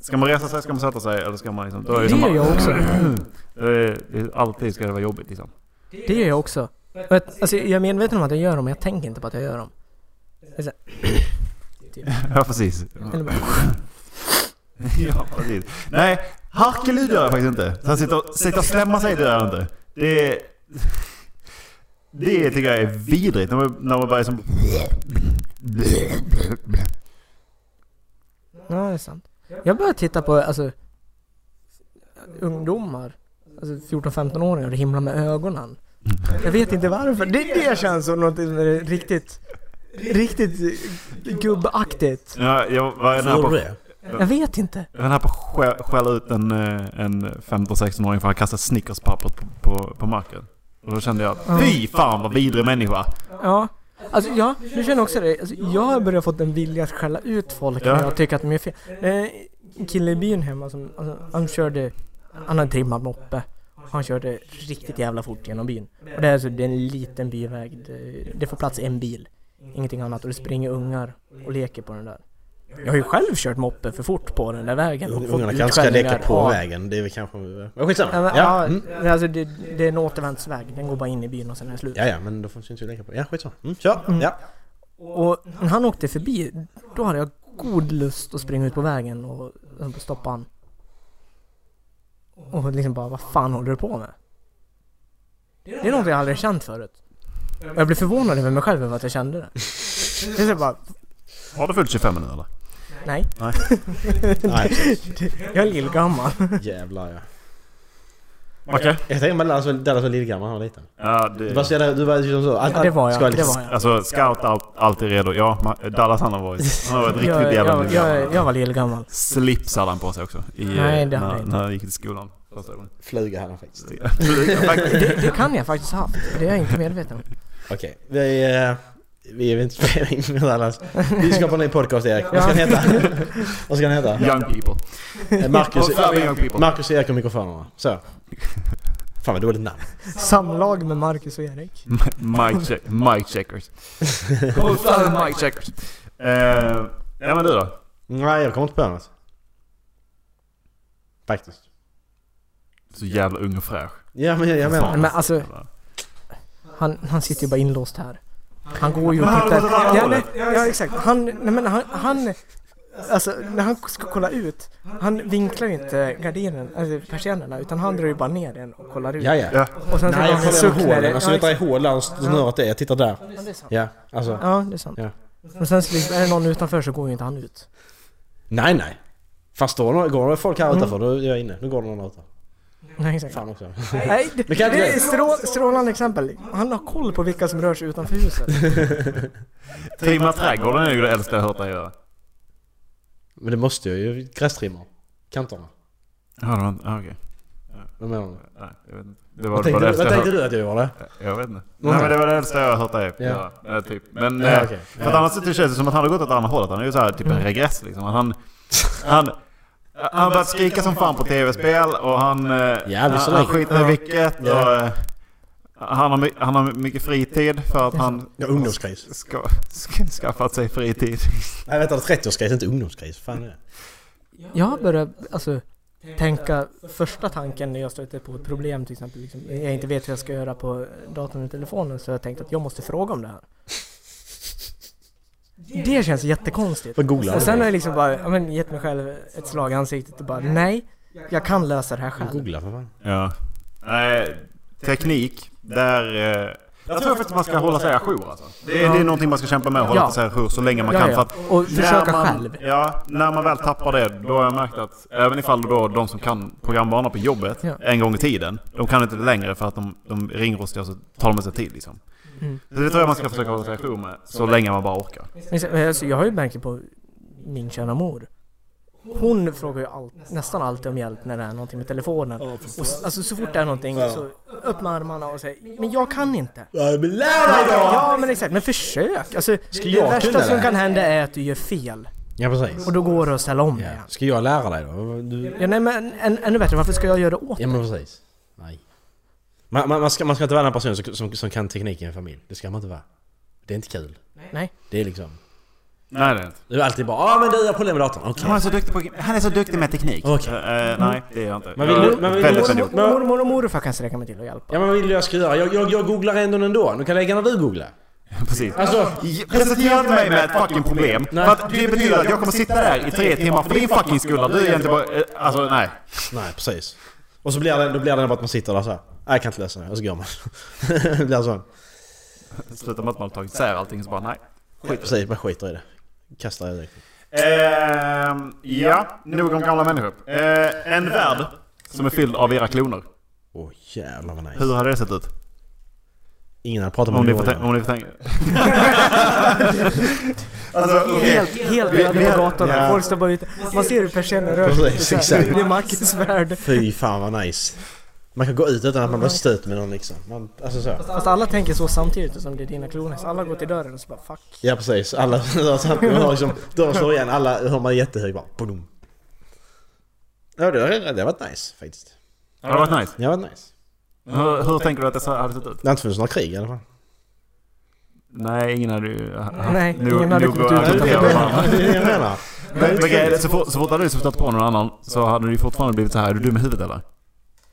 Ska man resa sig, ska man sätta sig eller ska man liksom... Då är
Det
som
gör
bara-
jag också.
Eh, det är alltid ska det vara jobbigt liksom.
Det gör jag också. Och att- Alltså, jag är medveten om att jag gör dem, men jag tänker inte på att jag gör dem. Det är så
Ja precis.
här- Eller bara,
ja, precis. Nej, Harkeli dör jag faktiskt inte. Så han sitter, och- sitter och slämmar sig dör jag inte. Det... Det tycker jag är vidrigt när man, när man liksom- börjar som...
Ja, det är sant. Jag börjar titta på alltså, ungdomar, alltså 14-15-åringar och himla med ögonen. Jag vet inte varför. Det, det känns som något som är riktigt, riktigt gubbaktigt.
Ja, jag var den här
Tror
på,
du
jag
det?
Jag vet inte.
var den här på att skä- skälla ut en, eh, en 15-16-åring för att kasta Snickerspappret på, på, på marken. Och då kände jag,
Ja.
fy fan vad vidrig människa!
Ja. Alltså ja, nu känner jag också det. Alltså, jag har börjat fått en vilja att skälla ut folk när
Ja.
jag tycker att de är fel. Det är En kille i byn hemma som, alltså, han körde, han hade trimmat moppe. Han körde riktigt jävla fort genom byn. Och det är alltså, det är en liten byväg. Det, det får plats en bil. Ingenting annat. Och det springer ungar och leker på den där. Jag har ju själv kört moppe för fort på den där vägen. och fått
Ungarna kanske ska leka
utskällningar
på
av-
vägen. Det är väl kanske... Men skitsamma.
Ja, men,
Ja,
ja,
mm.
men alltså, det, det är en återvändsväg. Den går bara in i byn och sen är det slut.
ja, ja, men då får vi inte leka på. Ja, skitsamma. Mm, kör!
Mm.
Ja.
Och när han åkte förbi, då hade jag god lust att springa ut på vägen och och stoppa han. Och liksom bara, vad fan håller du på med? Det är något jag aldrig känt förut. Och jag blev förvånad över mig själv över att jag kände det. Det är så bara,
Har du fyllt 25 nu eller?
nej,
Nej, precis.
jag är lillgammal.
Jävlar ja.
Okej.
Jag tänker man lär Dallas var lillgammal när han var liten.
Ja,
Du var så
det,
jävla... Du var liksom så...
Ja, det var jag, det var jag.
alltså scout all, alltid redo. Ja, Ma- Dallas han har varit, han har varit
Jag,
riktigt jävla
jag,
vidrig.
jag, jag var lillgammal.
Slips hade han på sig också. I,
Nej, det hade
när,
jag inte.
när han gick till skolan. Första gången.
Fluga hade han faktiskt.
Det, det kan jag faktiskt ha haft, det är jag inte medveten om.
Okej, vi... eh, Vi är inte spelar in med Dallas. Vi skapar en ny podcast Erik. Vad ska den heta? Vad ska den heta?
Young people.
Eh, Marcus,
Och Fabio Young people.
Marcus och Erik och mikrofonerna. Så. Fan vad dåligt namn.
Samlag med Marcus och Erik.
Mike, check, Mike checkers. Och fan Mike checkers. Eh, ja men du då?
Nej, jag kommer inte på något. Faktiskt.
Så jävla ung och fräsch.
Ja, men jag, jag menar...
Men alltså, Han, han sitter ju bara inlåst här. Han går ju och tittar. Ja, nej, ja exakt. Han, nej, men han, han, alltså när han ska kolla ut, han vinklar ju inte gardinen, alltså persiennerna, utan han drar ju bara ner den och kollar ut.
Ja, ja.
Ja.
Och sen så
Nej,
har
jag
han
kollar genom
en suck när det...
hålen. Alltså jag
Ja,
tar i hålen och
exakt.
snöret är. Jag tittar där.
Ja, det är sant.
Ja, alltså.
Ja, det är sant.
Ja.
Men sen så liksom, är det någon utanför så går ju inte han ut.
Nej, nej. Fast då går går det folk
Mm.
här utanför, då är jag inne. Nu går det någon här utanför.
Nej, exakt.
Fan också.
Nej, det,
kan inte
det är
det.
strå, strålande exempel. Han har koll på vilka som rör sig utanför huset.
Trimma trädgården är ju det äldsta jag hört dig göra.
Men det måste jag ju. Grästrimma. Kanterna.
Ja, det var inte- ah, okej.
Vad menar du?
Nej, jag vet inte. Det var
Vad
det var det
tänkte,
äldsta
vad
jag
tänkte
hört.
du att jag gjorde?
Jag vet inte. Nej men det var det äldsta jag hört dig
Ja.
göra. Eh, Typ. Men...
Ja,
eh,
okej.
För att annars så känns det som att han har gått åt andra hållet. Han är ju så här, typ en regress liksom. Att han... Han... Han har börjat skrika som fan på tv-spel och han... eh,
Jävligt så
han, han
länge.
skiter i vilket
Ja.
och... eh, Han har, my- han har mycket fritid för att han
Ja, ungdomskris.
ska, ska, skaffat sig fritid.
Nej vänta, 30-årskris, inte ungdomskris. Fan är det?
Jag börjar alltså, tänka första tanken när jag stöter på ett problem till exempel. Liksom, jag inte vet hur jag ska göra på datorn eller telefonen så har jag tänkt att jag måste fråga om det här. Det känns jättekonstigt.
Vad googlar
Och sen har
du?
jag liksom bara ja, men, gett mig själv ett slag i ansiktet och bara nej, jag kan lösa det här själv.
Googla för fan.
Ja. Nej, Eh, teknik. Där... eh, Jag tror faktiskt man ska hålla sig ajour alltså. Det, är- det är någonting man ska kämpa med och hålla
Ja.
sig ajour så länge man
Ja,
kan. För
ja.
att
Och försöka
när man,
själv.
Ja, när man väl tappar det, då har jag märkt att även ifall då de som kan programvana på jobbet
Ja.
en gång i tiden, de kan inte det längre för att de, de är ringrostiga så tar de sig tid liksom.
Mm.
Så det tror jag man ska försöka hålla sig ajour med
Mm.
så länge man bara orkar.
Men så- men Alltså, jag har ju märkt det på min kära mor. Hon frågar ju all, nästan alltid om hjälp när det är någonting med telefonen. Och, s- alltså så fort det är någonting så upp med armarna och säger Men jag kan inte.
Nej men lär dig då!
Ja men exakt, men försök! Alltså, det
jag kunna
värsta
det
som
här?
kan hända är att du gör fel.
Ja precis.
Och då går det att ställa om igen.
Ja. Ska jag lära dig då? Du...
Ja, nej, men än, ännu bättre, varför ska jag göra det åt
Ja men precis. Nej. Man, man, man, ska, man ska inte vara den person som, som, som kan teknik i en familj. Det ska man inte vara. Det är inte kul.
Nej.
Det är liksom...
Nej, det är inte.
Du är alltid bara ah men du har problem med datorn. Okej.
Han är så duktig, på, han är så duktig med teknik.
Okej. Mm.
Eh, nej, det är jag inte.
Men vill
Jag är
du- men vill du-
väldigt, väldigt
Mormor och morfar kan sträcka mig till och hjälpa.
Ja men vad vill du jag ska göra? Jag, jag, jag googlar ändå ändå. Nu kan jag lägga när du googlar.
Precis.
Alltså,
Presentera inte mig med ett fucking problem. För att det betyder att jag kommer sitta där i tre timmar för din fucking skull. Du är egentligen bara... eh, Alltså nej.
nej precis. Och så blir det, då blir det bara att man sitter där såhär. Nej jag kan inte lösa det. Och så går man. det blir alltså sån.
Sluta med att man har tagit isär allting så bara nej.
Skit, precis, man skiter i det. Kastar i det.
Ehm, ja, nog om gamla människor. Eh, en värld som är fylld av era kloner.
Åh jävlar vad nice.
Hur hade det sett ut?
Ingen hade pratat med
Om ni
mig
får tänka... Om ni får tänka. alltså okej.
Helt, helt
Vi- vi
öde på
har-
gatorna.
ja.
Folk står bara ute. Man ser hur persienner rör
Precis,
sig. Så här,
exakt.
Det är Mackes värld.
Fy fan vad nice. Man kan gå ut utan att man blir stöt med någon liksom. Man, alltså så.
Fast alla tänker så samtidigt som det är dina kloner. Så alla går till dörren och så bara fuck.
Ja precis, alla man har liksom, dörren slår igen, alla hör man jättehög bara boom. Ja det var- det har varit nice faktiskt.
Det hade varit nice.
Det har varit nice.
Hur, hur tänker du att det så- hade sett ut?
Det har inte funnits några krig i alla fall.
Nej, ingen hade ju...
Nej, ingen hade kommit ut
Det
utanför
utanför
dörren.
är det jag menar.
Men men grejen är, så fort, så fort hade du stött på någon annan så hade du ju fortfarande blivit så här, är du dum i huvudet eller?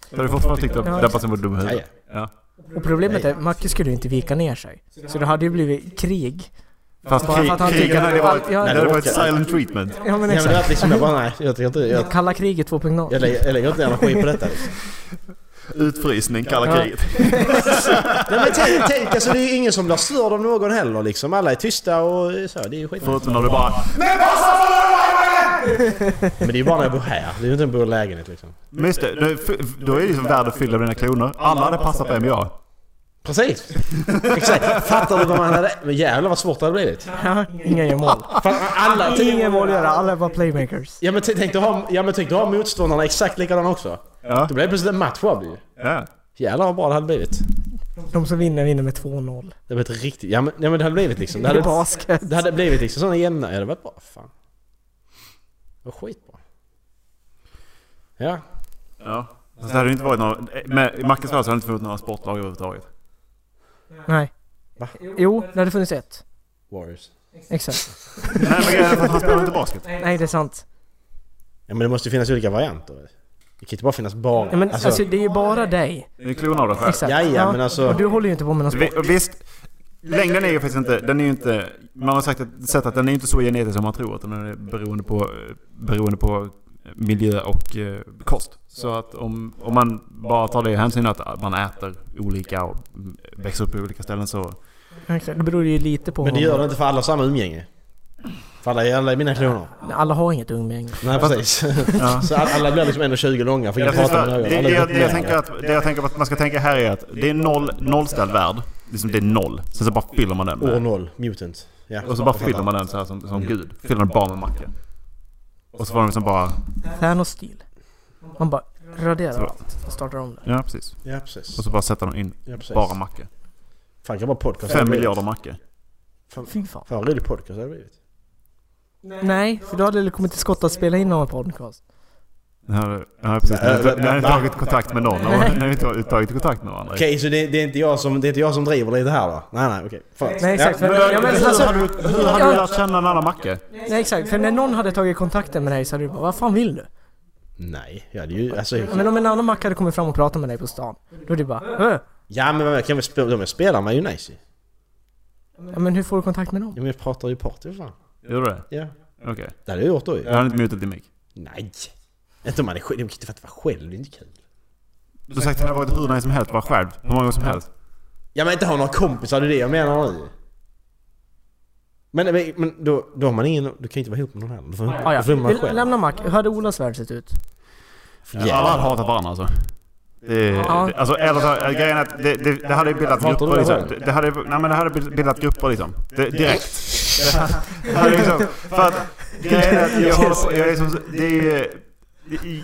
Så hade du fortfarande tyckt att
Ja,
Debbasen var dum i
Ja, ja.
huvudet. Ja.
Och problemet är, Macke skulle ju inte vika ner sig. Så det hade ju blivit krig.
Fast
Bara
krig,
för att han
krigen
tycker
hade
att
varit,
allt- ja,
det hade
det
varit
orkar.
silent treatment.
Ja men
Nej men det
exakt.
var liksom, jag bara nej, jag tycker inte, jag,
Kalla kriget 2.0.
jag, lägger, jag lägger inte ner energi på detta liksom.
Utfrysning, kalla
Ja.
kriget.
Nej men tänk, tänk alltså det är ju ingen som blir störd av någon heller liksom. Alla är tysta och så, det är ju skit.
Förutom när du bara
Men det är ju bara när jag bor här, det är ju inte en bor i lägenhet liksom.
Men just det, nu- f- då är det ju som världen fylld av dina kloner. Alla hade passat på MBA.
Precis! Exakt! Fattar du vad man hade... Men jävlar vad svårt det hade blivit.
Ja, Inga gör mål. Alltså,
Fan, alla...
Inga mål göra, alla är bara playmakers.
Ja men t- tänk dig ha, ja, men tänk dig ha motståndarna exakt likadana också.
Ja.
Då blev det plötsligt en match av det ju.
ja.
Jävlar vad bra det hade blivit.
De som vinner vinner med 2-0.
Det hade blivit riktigt... Ja men, ja, men det hade blivit liksom...
Det
Det
är
hade,
basket.
det hade blivit liksom sådana jämna... Ja det var bra. Fan. Det var skitbra. Ja.
ja. Så det hade ju inte varit någon... Med i Mackes värld så hade det inte funnits några sportlag överhuvudtaget.
Nej.
Va?
Jo, det hade funnits ett.
Warriors.
Exakt.
Nej men grejen är att han spelar inte basket.
Nej, det är sant.
Ja men det måste ju finnas olika varianter. Det kan ju inte bara finnas bara...
Ja, men alltså,
alltså,
det är ju bara dig.
Det är kloner av dig själv.
Exakt.
Ja, ja, men alltså-
Och du håller ju inte på med någon sport.
Vi- och Visst, längden är ju faktiskt inte... Den är ju inte... Man har sagt att, sett att den är ju inte så genetisk som man tror. Utan den är beroende på, beroende på miljö och eh, kost. Så att om, om man bara tar det i hänsyn att man äter olika och mm, växer upp på olika ställen så...
Exakt. Det beror ju lite på...
men det gör det inte för alla samma umgänge. För alla, alla är mina kloner.
Alla har inget umgänge.
Nej precis.
Ja.
Så alla- alla blir liksom 1,20 långa, för ingen
Jag
pratar med
det,
någon.
det,
Alla är
jag, det, jag
uppnärda.
tänker att, det jag tänker på att man ska tänka här är att det är noll, nollställd värld. Liksom det är noll. Sen så bara fyller man den
År
med,
noll, mutant. Ja.
Och så bara fyller man den så här som, som gud. Fyller den bara med macka. Och så var den liksom bara...
Thanos-stil. Man bara raderar
Så.
allt och startar om det.
Ja precis.
Ja precis.
Och så bara sätter man in
Ja, precis.
bara macka.
Fan kan bara podcast
Fem miljarder macka.
Fy fan.
Fan vad rolig podcast det hade blivit.
Nej, för då hade det kommit till skott att spela in någon podcast.
Ja ja, precis. Ni har inte- ni har inte
Va?
tagit kontakt med någon. Ni har inte tagit kontakt med varandra.
Okej så det, det, är inte jag som, det är inte jag som driver lite här då? Nej nej okej. Förlåt.
Nej, exakt.
Ja.
Men,
Ja, men
hur,
alltså-
hade du, hur hade du lärt känna en annan macka?
Nej, exakt. För när någon hade tagit kontakten med dig så hade du bara Vad fan vill du?
Nej, ja det är ju alltså...
Men om en annan mack hade kommit fram och pratat med dig på stan, då är det bara "Äh,
Ja men vad kan vi spela, de jag spelar med är ju nice ju.
ja, men hur får du kontakt med någon?
Ja men jag pratar ju party för fan.
Gjorde du det?
Ja.
Okej.
Det hade jag gjort då ju.
Jag hade inte mutat din mick.
Nej. Inte om man är själv, man kan inte fatta själv, det är inte kul.
Du har sagt att det hade varit hur nice som helst, bara själv. Hur många gånger som helst.
Ja men inte ha några kompisar, det är det jag menar nu. Men, men- men då, då har man ingen, du kan ju inte vara ihop med någon heller. Då får,
Ah,
ah,
ja.
då får man
Vi
själv.
lämnar mack. Hur hade Olas värld sett ut?
Ja, Alla hade hatat varandra alltså. Det,
Ja.
det, alltså eller så, här, grejen är att det, det, det hade ju bildat
Hatar du
grupper liksom.
varandra?
Det, det hade, nej men det hade bildat grupper liksom. Det, direkt. Det hade liksom, för att grejen är att jag håller på, jag är liksom, det är ju-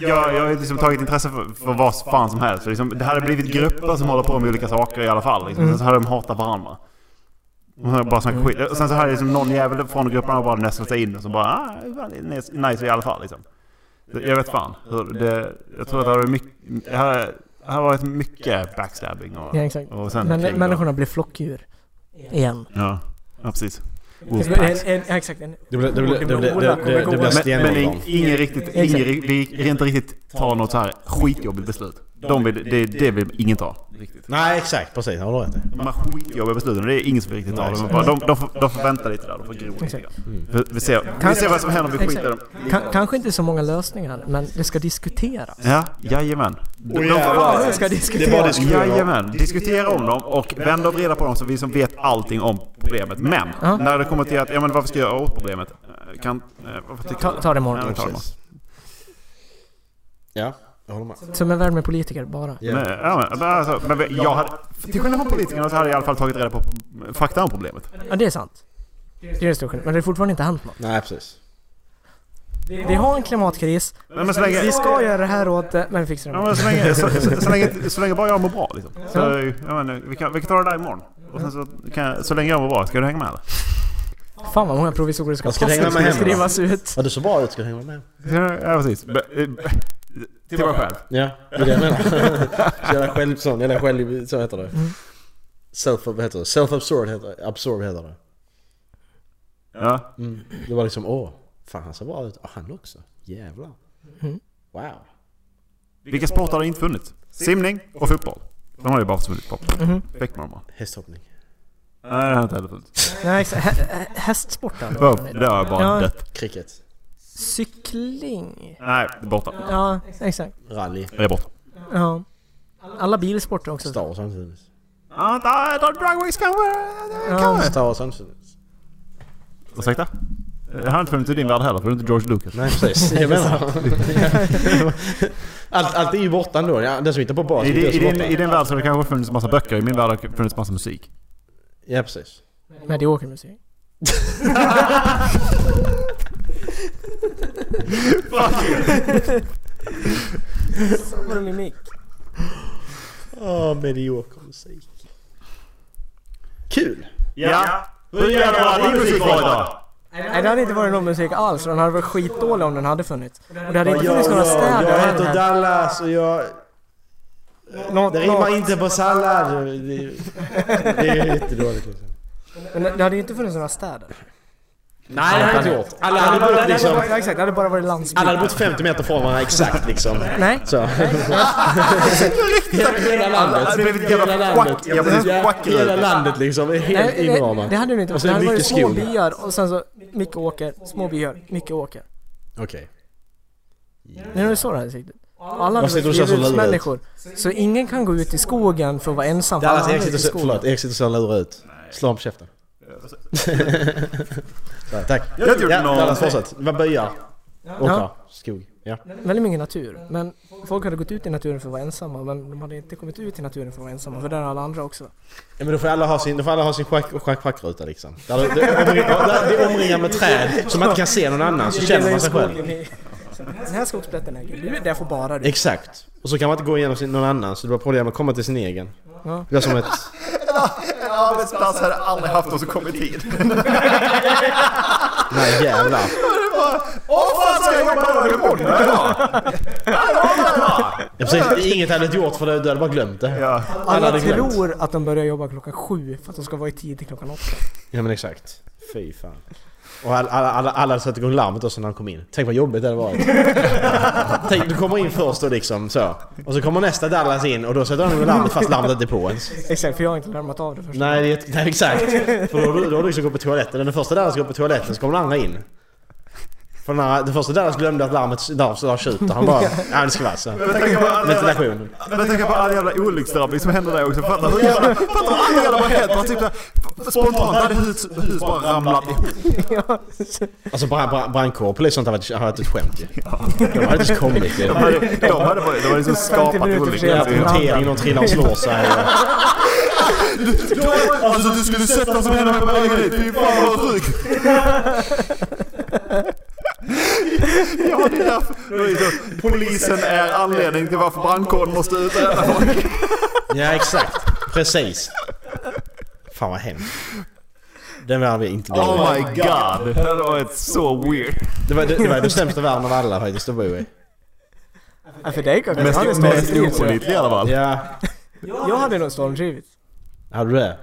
jag, jag har ju liksom tagit intresse för, för vad fan som helst. Så Liksom, det hade blivit grupper som håller på med olika saker i alla fall. Liksom. Sen så hade de hatat varandra. Och sen bara snackat skit. Och sen så hade liksom någon jävel från grupperna bara nästlat sig in och så bara ah, fan, det är nice i alla fall liksom. Jag vet fan. Hur, det, jag tror att det hade varit mycket... Det hade, det hade varit mycket backstabbing och...
Ja, exakt.
och sen
Men,
krig och-
människorna blir flockdjur. Igen.
Ja, ja precis.
En,
Wolfpacks.
en, ja, exakt. En,
Det blir, det blir, det blir, det blir, det blir, det blir
Men, men
stenåldern.
ing- ingen riktigt, ingen, ri- vi kan inte riktigt ta något så här skitjobbigt beslut. De vill, det, det vill ingen ta. riktigt.
Nej, exakt. Precis. Har du rätt i.
De här skitjobbiga besluten, det är ingen som riktigt tar dem. De, bara- de, de, får- de får vänta lite där, de får gro lite grann. Vi, vi, ser, vi ser vad som händer om vi skiter i dem.
Ka- kanske inte så många lösningar, men det ska diskuteras.
Ja, jajamän. De, de får
jävlar.
bara-
Det ska
Det var
diskuteras.
diskussion.
Jajamän, diskutera om dem och vända och vrida på dem så vi som vet allting om problemet. Men
Ja.
när det kommer till att, ja men varför ska jag göra åt problemet? Eh, Kan, eh, vad tycker
Ta, ta det
Nej,
imorgon.
men ta det bara.
Ja, jag håller med.
Som en värld med politiker, bara.
Ja.
Men, ja, men, men alltså, men vi- jag hade, till skillnad från politikerna så hade jag i alla fall tagit reda på fakta om problemet.
Ja, det är sant. Det är det stora skillnaden. Men det är fortfarande inte hänt något.
Nej, precis.
Vi har en klimatkris.
Men, men så länge,
Vi ska göra det här åt det, men vi fixar det
ja,
imorgon.
men så, länge, så, så, så, länge, så länge bara jag mår bra liksom. Så,
Ja.
ja, men, vi, kan, vi kan ta det där imorgon. Och sen så, kan jag, så länge jag mår bra, ska du hänga med eller?
Fan vad många provisoriska
Jag ska
pass
hänga
som
med
ska
hem, va?
skrivas ut.
Ja, du såg bra ut. Ska du hänga med?
Ja precis. Be- eh, Till mig själv.
Ja, det är det jag menar. Så jävla själv... Mm. Sån, jävla själv... Så heter det. Self... Vad heter det? Self-absorbed heter det. Absorb heter det.
Ja.
Mm. Det var liksom åh, fan han ser bra ut. Och han också. Jävlar. Mm. Wow.
Vilka sporter har det inte funnits? Simning och fotboll. De har ju bara försvunnit.
Mhm.
Bäckman bara.
Hästhoppning.
Nej, det har inte heller funnits.
Nej, exakt. Hä- hä- hästsport
Det
alltså.
var- Det har bara
Ja.
dött.
Cricket.
Cykling.
Nej, det är borta.
Ja, exakt.
Rally.
Det är borta.
Ja. Alla bilsporter också.
Star samtidigt.
Ah, da- da- Dragways kanske?
Ja.
Star samtidigt.
Ursäkta? Det har inte funnits i din värld heller, för du är inte George Lucas.
Nej precis. Jag menar. Allt, allt är ju borta ändå. Ja, den som hittar på bas
I,
är
din-
den
i,
som
din, I
borta.
din värld så har det kanske funnits massa böcker, i min värld har det funnits massa musik.
Ja precis.
Medioker musik. Var det mimik?
Åh, medioker musik. Kul!
Ja! Hur jävla har din musik varit då?
Nej, det hade inte varit någon musik alls. Den hade varit skitdålig om den hade funnits. Och det hade inte funnits några
jag,
städer.
jag
här.
heter Dallas och jag...
Nå-
Det rimmar
nå-
inte på sallad. Det, det är jättedåligt liksom.
Men det hade ju inte funnits några städer.
Nej det hade inte gjort. Alla
Det
hade
hade bara-
bott
det hade
liksom...
bara- Exakt, det hade bara varit landsbygd.
Alla hade bott 50 meter från varandra exakt liksom.
Nej.
Så. Hela
Alltså, Det blev ett
landet.
jävla quack. Jag blev
Ja, Hela
quackröd.
landet liksom är helt
Nej, det, det
inramat.
hade det inte
Och
varit.
så
Det
är
hade
det
varit
mycket
små
skog.
byar och sen så mycket åker, små byar, mycket åker.
Okej.
Nu är det så det hade sett ut. Och alla
Vad
hade
ser du
varit
så som lurig ut?
friluftsmänniskor. Så ingen kan gå ut i skogen för att vara ensam. för alla
Dallas
andra är
Erik sitter
ute i
så-
skogen.
förlåt, Erik sitter så och lurar ut. Slå om käften. Så, Tack.
Jag har inte gjort
Ja, Dallas
någonting.
fortsätt. Det var byar. Åkrar. Skog. Ja.
Väldigt mycket natur. Men folk hade gått ut i naturen för att vara ensamma. Men de hade inte kommit ut i naturen för att vara ensamma. För där är alla andra också.
Ja, men då får alla ha sin, då får alla ha sin schack, schack, schackruta liksom. Där det, det, är omringat- där det är omringat med träd så man inte kan se någon annan så känner man sig själv.
Den här skogsplätten äger du. Där får bara du.
Exakt. Och så kan man inte gå igenom sin, någon annan så det blir problem att komma till sin egen.
Ja.
Det är som ett...
En arbetsplats hade aldrig haft någon som kom i tid.
Nej jävlar.
Åh fan ska jag jobba med radiokoden idag?
Ja, precis, inget hade gjort för det, du hade bara glömt det.
Ja.
Alla
Alla
hade glömt.
tror att de börjar jobba klockan sju för att de ska vara i tid till klockan åtta.
Ja men exakt. Fy fan. Och alla, alla, alla, alla satte igång larmet också när han kom in. Tänk vad jobbigt det hade varit. Tänk, du kommer in först och liksom så. Och så kommer nästa Dallas in och då sätter han igång larmet fast larmet inte är på ens.
Exakt, för jag har inte larmat av det först.
Nej, det är, ett- nej exakt. För då, då, då har du liksom gått på toaletten. Den första Dallas går på toaletten så kommer den andra in. För den, andra, den första Dallas glömde att larmet där så där tjuter. Han bara... Ja det ska vara så.
Men tänk om alla-
Ventilation.
Men tänk på all jävla olycksdrabbning som hände där också. Fattar hur jävla... Fattar vad alla jävla bara hänt. Man typ såhär... f- Spontant hade hus, hus bara ramlat ihop.
Alltså bra- bra- brandkår och polis och sånt har varit- har varit ett skämt ju. De hade inte kommit ju.
De hade, de hade, bara- de hade liksom skapat
minuter
olyckor.
försenat.
Jävla punktering, någon trillar och slår sig.
Alltså du skulle sett vad som hände med vägen dit. Fy fan vad sjukt. Ja, det är därför. det är så. Polisen är anledningen till varför brandkåren måste ut och rädda folk.
Ja exakt. Precis. Fan vad hemskt. Den världen vi inte bli.
Oh my god. Det hade varit så weird.
Det var, det, det var den sämsta världen av alla faktiskt att bo i.
Ja, för dig kanske. Jag hade
Mest, mest
stormtrivit, tror jag.
opålitlig i alla fall.
Ja.
Jag hade nog stormtrivit.
Hade du det?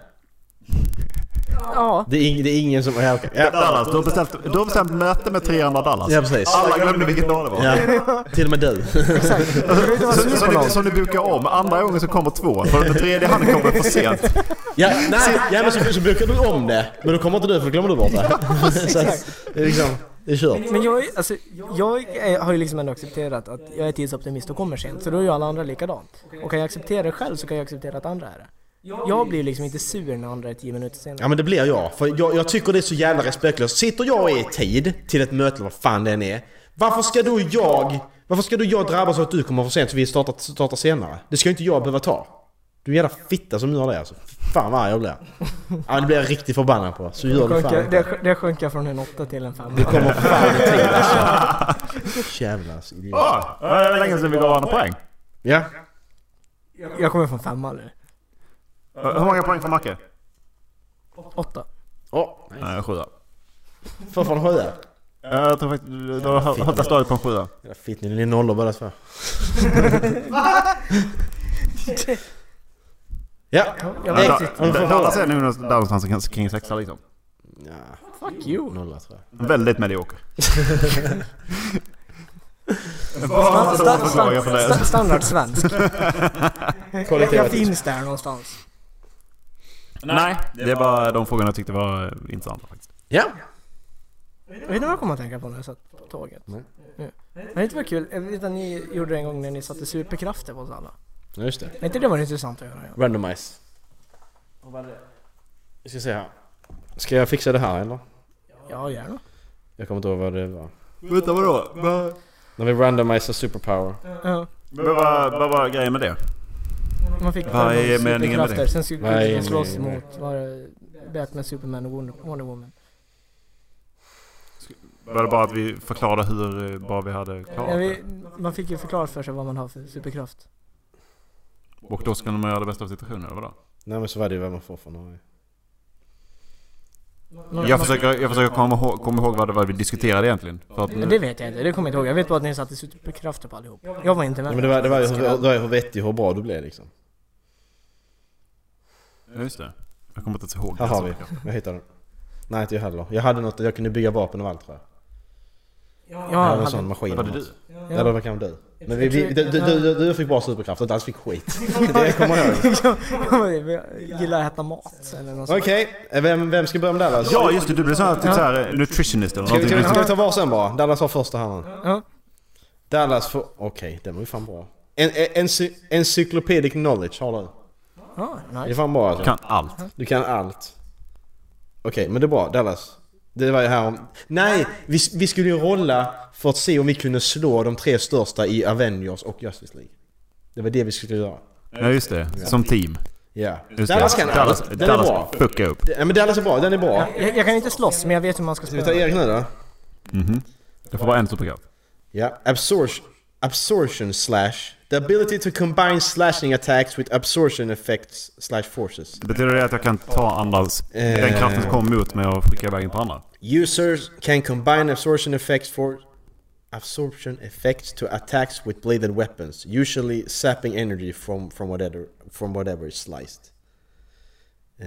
Ja.
Det är, ing, det är ingen som... Ja, okej. ja,
Dallas, du har beställt, du har beställt möte med 300 Dallas.
ja precis.
Alla glömde vilken dag det var.
Ja. Till och med du.
Exakt. Du behöver inte vara
Så,
sur
så,
på någon.
ni, så ni bukar om. Andra gången så kommer två. För den tredje han kommer för sent.
Ja, nej, ja, men så, så bokar du om det. Men då kommer inte du för då glömmer du bort det. Så att, det är liksom... Det är kört.
Men jag, är- alltså, jag är, har ju liksom ändå accepterat att jag är tidsoptimist och kommer sent, så då är ju alla andra likadant. Och kan jag acceptera det själv så kan jag acceptera att andra är det. Jag blir liksom inte sur när andra är tio minuter
Ja
senare.
men det blir jag, för jag, jag tycker det är så jävla respektlöst. Sitter jag i tid till ett möte, eller vad fan det än är. Varför ska då jag, varför ska då jag drabbas av att du kommer för sent så vi startar, startar senare? Det ska ju inte jag behöva ta. Du är en jävla fitta som gör det alltså. Fan vad arg jag blir. Ja men det blir jag riktigt förbannad på. Så gör
Det
du fan
sjönk-
inte.
Det, det sjönk jag från en åtta till en femma.
Du kommer fan i tid alltså. Jävlas idiot.
Åh, det var länge sedan vi gav varandra poäng.
Ja.
Jag kommer från femma nu.
Hur många poäng får Macke?
Åtta.
Åh,
Nej, sjua.
för fan sjua.
Jag tror faktiskt du har högsta stadiet på en sjua.
Jävla fitt, ni är nollor båda två. Ja.
Jag
Nej,
vet
exakt.
inte.
Ja, men för-
Dallas är nu någonstans- där någonstans kring- kring sexa liksom.
ja.
Fuck you.
Nolla tror jag.
Väldigt medioker. Vad har du för förklaring för det?
Sta- Standard svensk. Jag, jag finns där någonstans.
Nej, det är bara de frågorna jag tyckte var eh, intressanta faktiskt.
Ja.
Jag vet inte vad jag kommer att tänka på när jag satt på tåget.
Nej.
Nu. Men det var kul. Jag vet att ni gjorde det en gång när ni satte superkrafter på oss alla.
Ja, just det.
Är inte det var intressant att göra? Ja.
Randomize. Vi ska se här. Ska jag fixa det här eller?
Ja, gärna.
Jag kommer inte ihåg vad det var.
Vänta vadå? Vad
När vi randomiserar superpower.
Ja.
vad- vad var grejen med det?
Man fick
Vad är
superkrafter,
meningen med det?
Sen
Vad är
skulle man slåss
meningen med
mot var Batman, Superman och Wonder Wonder Woman.
Var det bara att vi förklarade hur eh, bra vi hade
Ja,
klarat det?
vi, man fick ju förklara för sig vad man har för superkraft.
Och då skulle man göra det bästa av situationen, eller vadå?
Nej men så var det ju vad man får från AI.
Man,
Jag
man,
försöker, jag försöker komma, ihåg, komma ihåg vad det var vi diskuterade egentligen. För att,
det vet jag inte, det kommer jag inte ihåg. Jag vet bara att ni satte superkrafter på allihop. Jag var inte
Ja,
med.
men det var, det var ju hur, det var ju hur vettig och hur bra du blev liksom.
Ja, just det. Jag kommer inte ens ihåg.
Här har
det.
vi. Jag hittade den. Nej inte jag heller. Jag hade något, jag kunde bygga vapen och allt tror jag.
Ja,
Jag
jag
hade en
hade,
sån maskin.
Var det
eller
du?
något. Ja. Eller det var kanske du. Men vi, vi, du, du, du, du fick bra superkraft, inte alls fick skit. Det kommer jag ihåg.
jag gillar att äta mat eller något sånt.
Okej, eh, vem, vem ska börja med Dallas?
Ja, just det. Du blev sån här, typ så här eh, nutritionist eller
Ska vi, ska, vi,
någonting. liksom
ska vi ta varsin bara? Dallas har första handen.
Ja.
Dallas får... Okej, den var ju fan bra. En, en, ency- encyclopedic knowledge har du.
Ja,
Det är
nice.
fan bra
Du
alltså.
kan allt.
Du kan allt. Okej, men det är bra. Dallas. Det var ju här om... Nej! Vi, vi skulle ju rolla för att se om vi kunde slå de tre största i Avengers och Justice League. Det var det vi skulle göra.
Ja, just det. Som team.
Ja.
Just
Dallas
det.
kan
Dallas,
allt. Den är
Dallas
bra.
fucka upp.
Ja, men Dallas är bra, den är bra.
Jag, jag kan inte slåss, men jag vet hur man ska
Ska vi ta
spela.
Erik nu då?
Du får bara en superkraft.
Yeah, absorption, absorption slash the ability to combine slashing attacks with absorption effects slash forces.
Betyder det att jag kan ta andras...
Eh.
Den kraften som kommer mot mig och skicka iväg den på andra?
Users can combine absorption effects for absorption effects to attacks with bladed weapons, usually sapping energy from from whatever from whatever is sliced. Eh,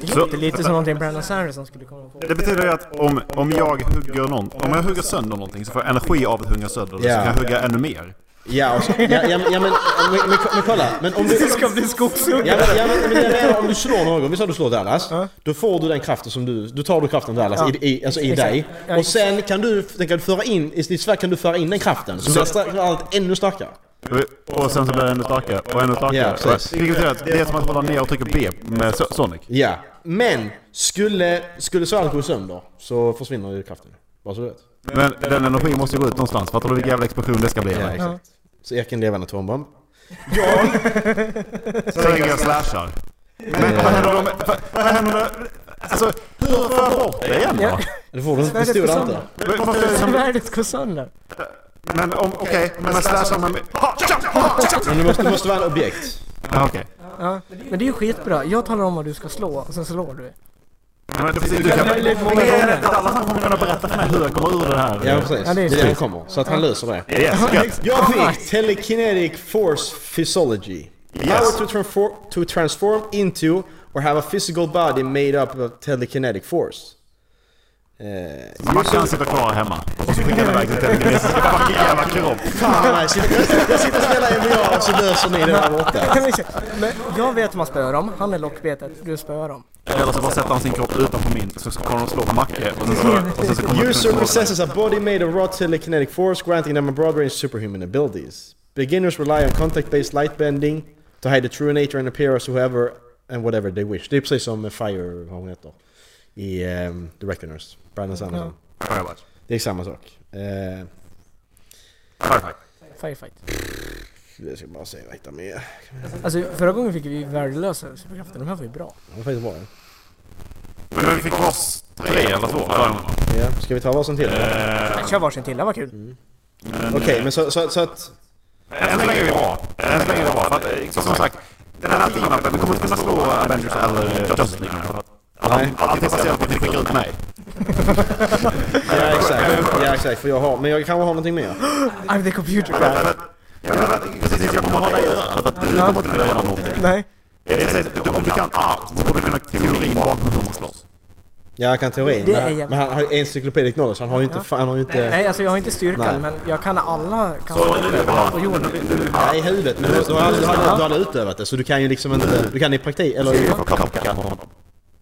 Det låter lite som någonting Brandon Sanderson skulle komma på.
Det betyder ju att om, om jag hugger någon, om jag hugger sönder någonting så får jag energi av att hugga sönder det, så
Ja.
kan jag hugga ännu mer.
ja, och så, ja, ja, men, ja, men, men, men, men kolla, men om du...
Det ska bli skogshugg!
Ja, men, ja, men, men jag menar, om du slår någon, vi sa du slår Dallas, då får du den kraften som du, då tar du kraften Dallas i, i, alltså i
Exakt.
dig.
Ja,
Och sen kan du, den kan du föra in, i ditt svärd kan du föra in den kraften. Så blir stra- allt ännu starkare.
Och sen så blir jag ännu starkare och ännu starkare.
Ja, precis.
Vilket betyder att det är som att hålla ner och trycka B med So- Sonic.
Ja. Men, skulle, skulle svärdet gå sönder så försvinner ju kraften. Bara så du vet.
Men den energin måste ju gå ut någonstans. Fattar du vilken jävla explosion det ska bli?
Ja,
eller?
exakt. Så jag kan leva en atombomb.
Tänk att jag slashar. Men vad händer då med... vad- Vad händer då? Alltså, hur får jag bort det igen då?
Ja.
Det får du inte, det
Svärdet
stod
går
där inte.
sönder.
Men måste jag liksom-
Svärdet går sönder.
Men om, okej, men jag slashar man med... Ha, tja, ha, tja.
Men det måste, det måste vara en objekt.
Ja, Okej.
Ja. Men det är ju skitbra. Jag talar om vad du ska slå, och sen slår du.
Men precis, du kan...
väldigt många
Det är
gånger.
rätt, alla som kommer kunna berätta för mig hur jag kommer ur det här.
Ja, precis. det
Ja, det
är
är
det
sant.
han kommer. Så att han löser det.
Yes, gött.
Jag fick telekinetic force physiology. Power to, transfor- to transform into or have a physical body made up of telekinetic force. Eh,
Man kan sitta kvar hemma. Och så skickar jag iväg till telekinesiska fucking jävla kropp.
fan vad nice. Jag sitter- Jag sitter och spelar NBA och så löser ni det där borta.
Men jag vet hur man spöar dem. Han är lockbetet, du spöar dem.
Eller så bara sätter han sin kropp utanför min. Så kommer de slå på Macke. Och sen så, och sen så kommer
User possesses a body made of raw telekinetic force, granting them a broad range of superhuman abilities. Beginners rely on contact-based light bending to hide the true nature and appearance of whoever and whatever they wish. Det är precis som Fire, vad hon heter, i ehm, The Reckoners. Brandon Sanderson.
Firefight.
Det är samma sak. Eh,
Firefight.
Firefight.
jag ska bara se vad jag hittar med.
Alltså förra gången fick vi värdelösa superkrafter, de här var ju bra.
Det var faktiskt bra.
Men vi fick oss tre eller två.
Ja, ska vi ta varsin till?
Men Kör varsin till, det var kul.
Mm. Okej, men så, så, så att...
Än så länge är vi bra. Än så länge är vi bra. För att, eh, som som sagt, den här teamappen, vi kommer inte kunna slå Avengers eller eh, Justice League. nu, för att allt- Allt är baserat på att ni skickar ut mig.
Ja, exakt. Ja, exakt. För jag har... Men jag kanske har någonting mer.
I'm the computer crap.
Jag menar, precis, jag kommer hålla i örat. för att Du kommer inte kunna göra någonting.
Nej.
Jag säger, Om du kan allt så borde du kunna teorin bakom hur man slåss.
Ja, jag kan teorin.
Det är
men,
jävligt-
men han har ju encyclopedic knowledge. Han har ju inte... fan- Han har ju inte...
Nej, alltså jag har inte
Nej.
styrkan, men jag kan alla
Så nu är det
kampsporter
bara...
på jorden.
Nej, i huvudet. Men du, du, har, du, har, du har aldrig utövat det, så du kan ju liksom inte... Du kan i praktik, eller...
Vi
i-
får krocka med honom.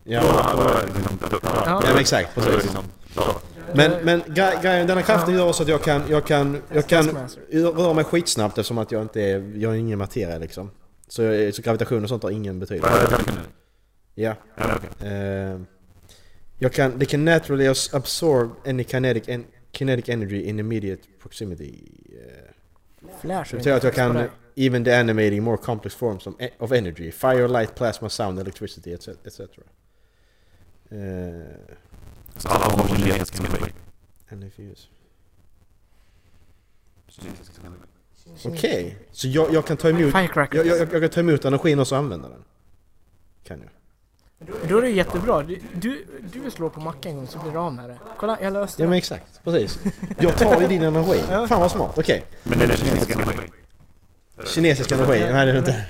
Ja,
Då är det liksom- då-
ja men exakt.
då är det
Precis.
liksom- då-
Men, men gre- grejen, denna kraften gör också att jag kan... Jag kan... Jag kan
Taskmaster.
röra mig skitsnabbt eftersom att jag inte är... Jag är ingen materia liksom. Så, jag, så gravitation och sånt har ingen betydelse.
vad är det?
Ja.
Ja, det är okej.
Eh, jag kan... They can naturally as- absorb any kinetic, en, kinetic energy in immediate proximity. Eh,
Flash.
Det betyder att jag kan
Sådär.
even the animating more complex forms of, e-, of energy. Fire, light, plasma, sound, electricity, etc. etc. Eh,
Så alla har sin kinesiska energi.
and if you use- Okej, så jag, jag kan ta emot jag,
Firecracker.
jag, jag kan ta emot energin och så använda den? Kan jag?
Då är det ju jättebra. Du, du, du slår på mackan en gång så blir du av med det. Kolla, jag löste
Ja men
det.
exakt, precis. Jag tar ju din energi. Fan vad smart. Okej,
Men det är den kinesiska energin.
kinesisk energi. Nej det är det inte.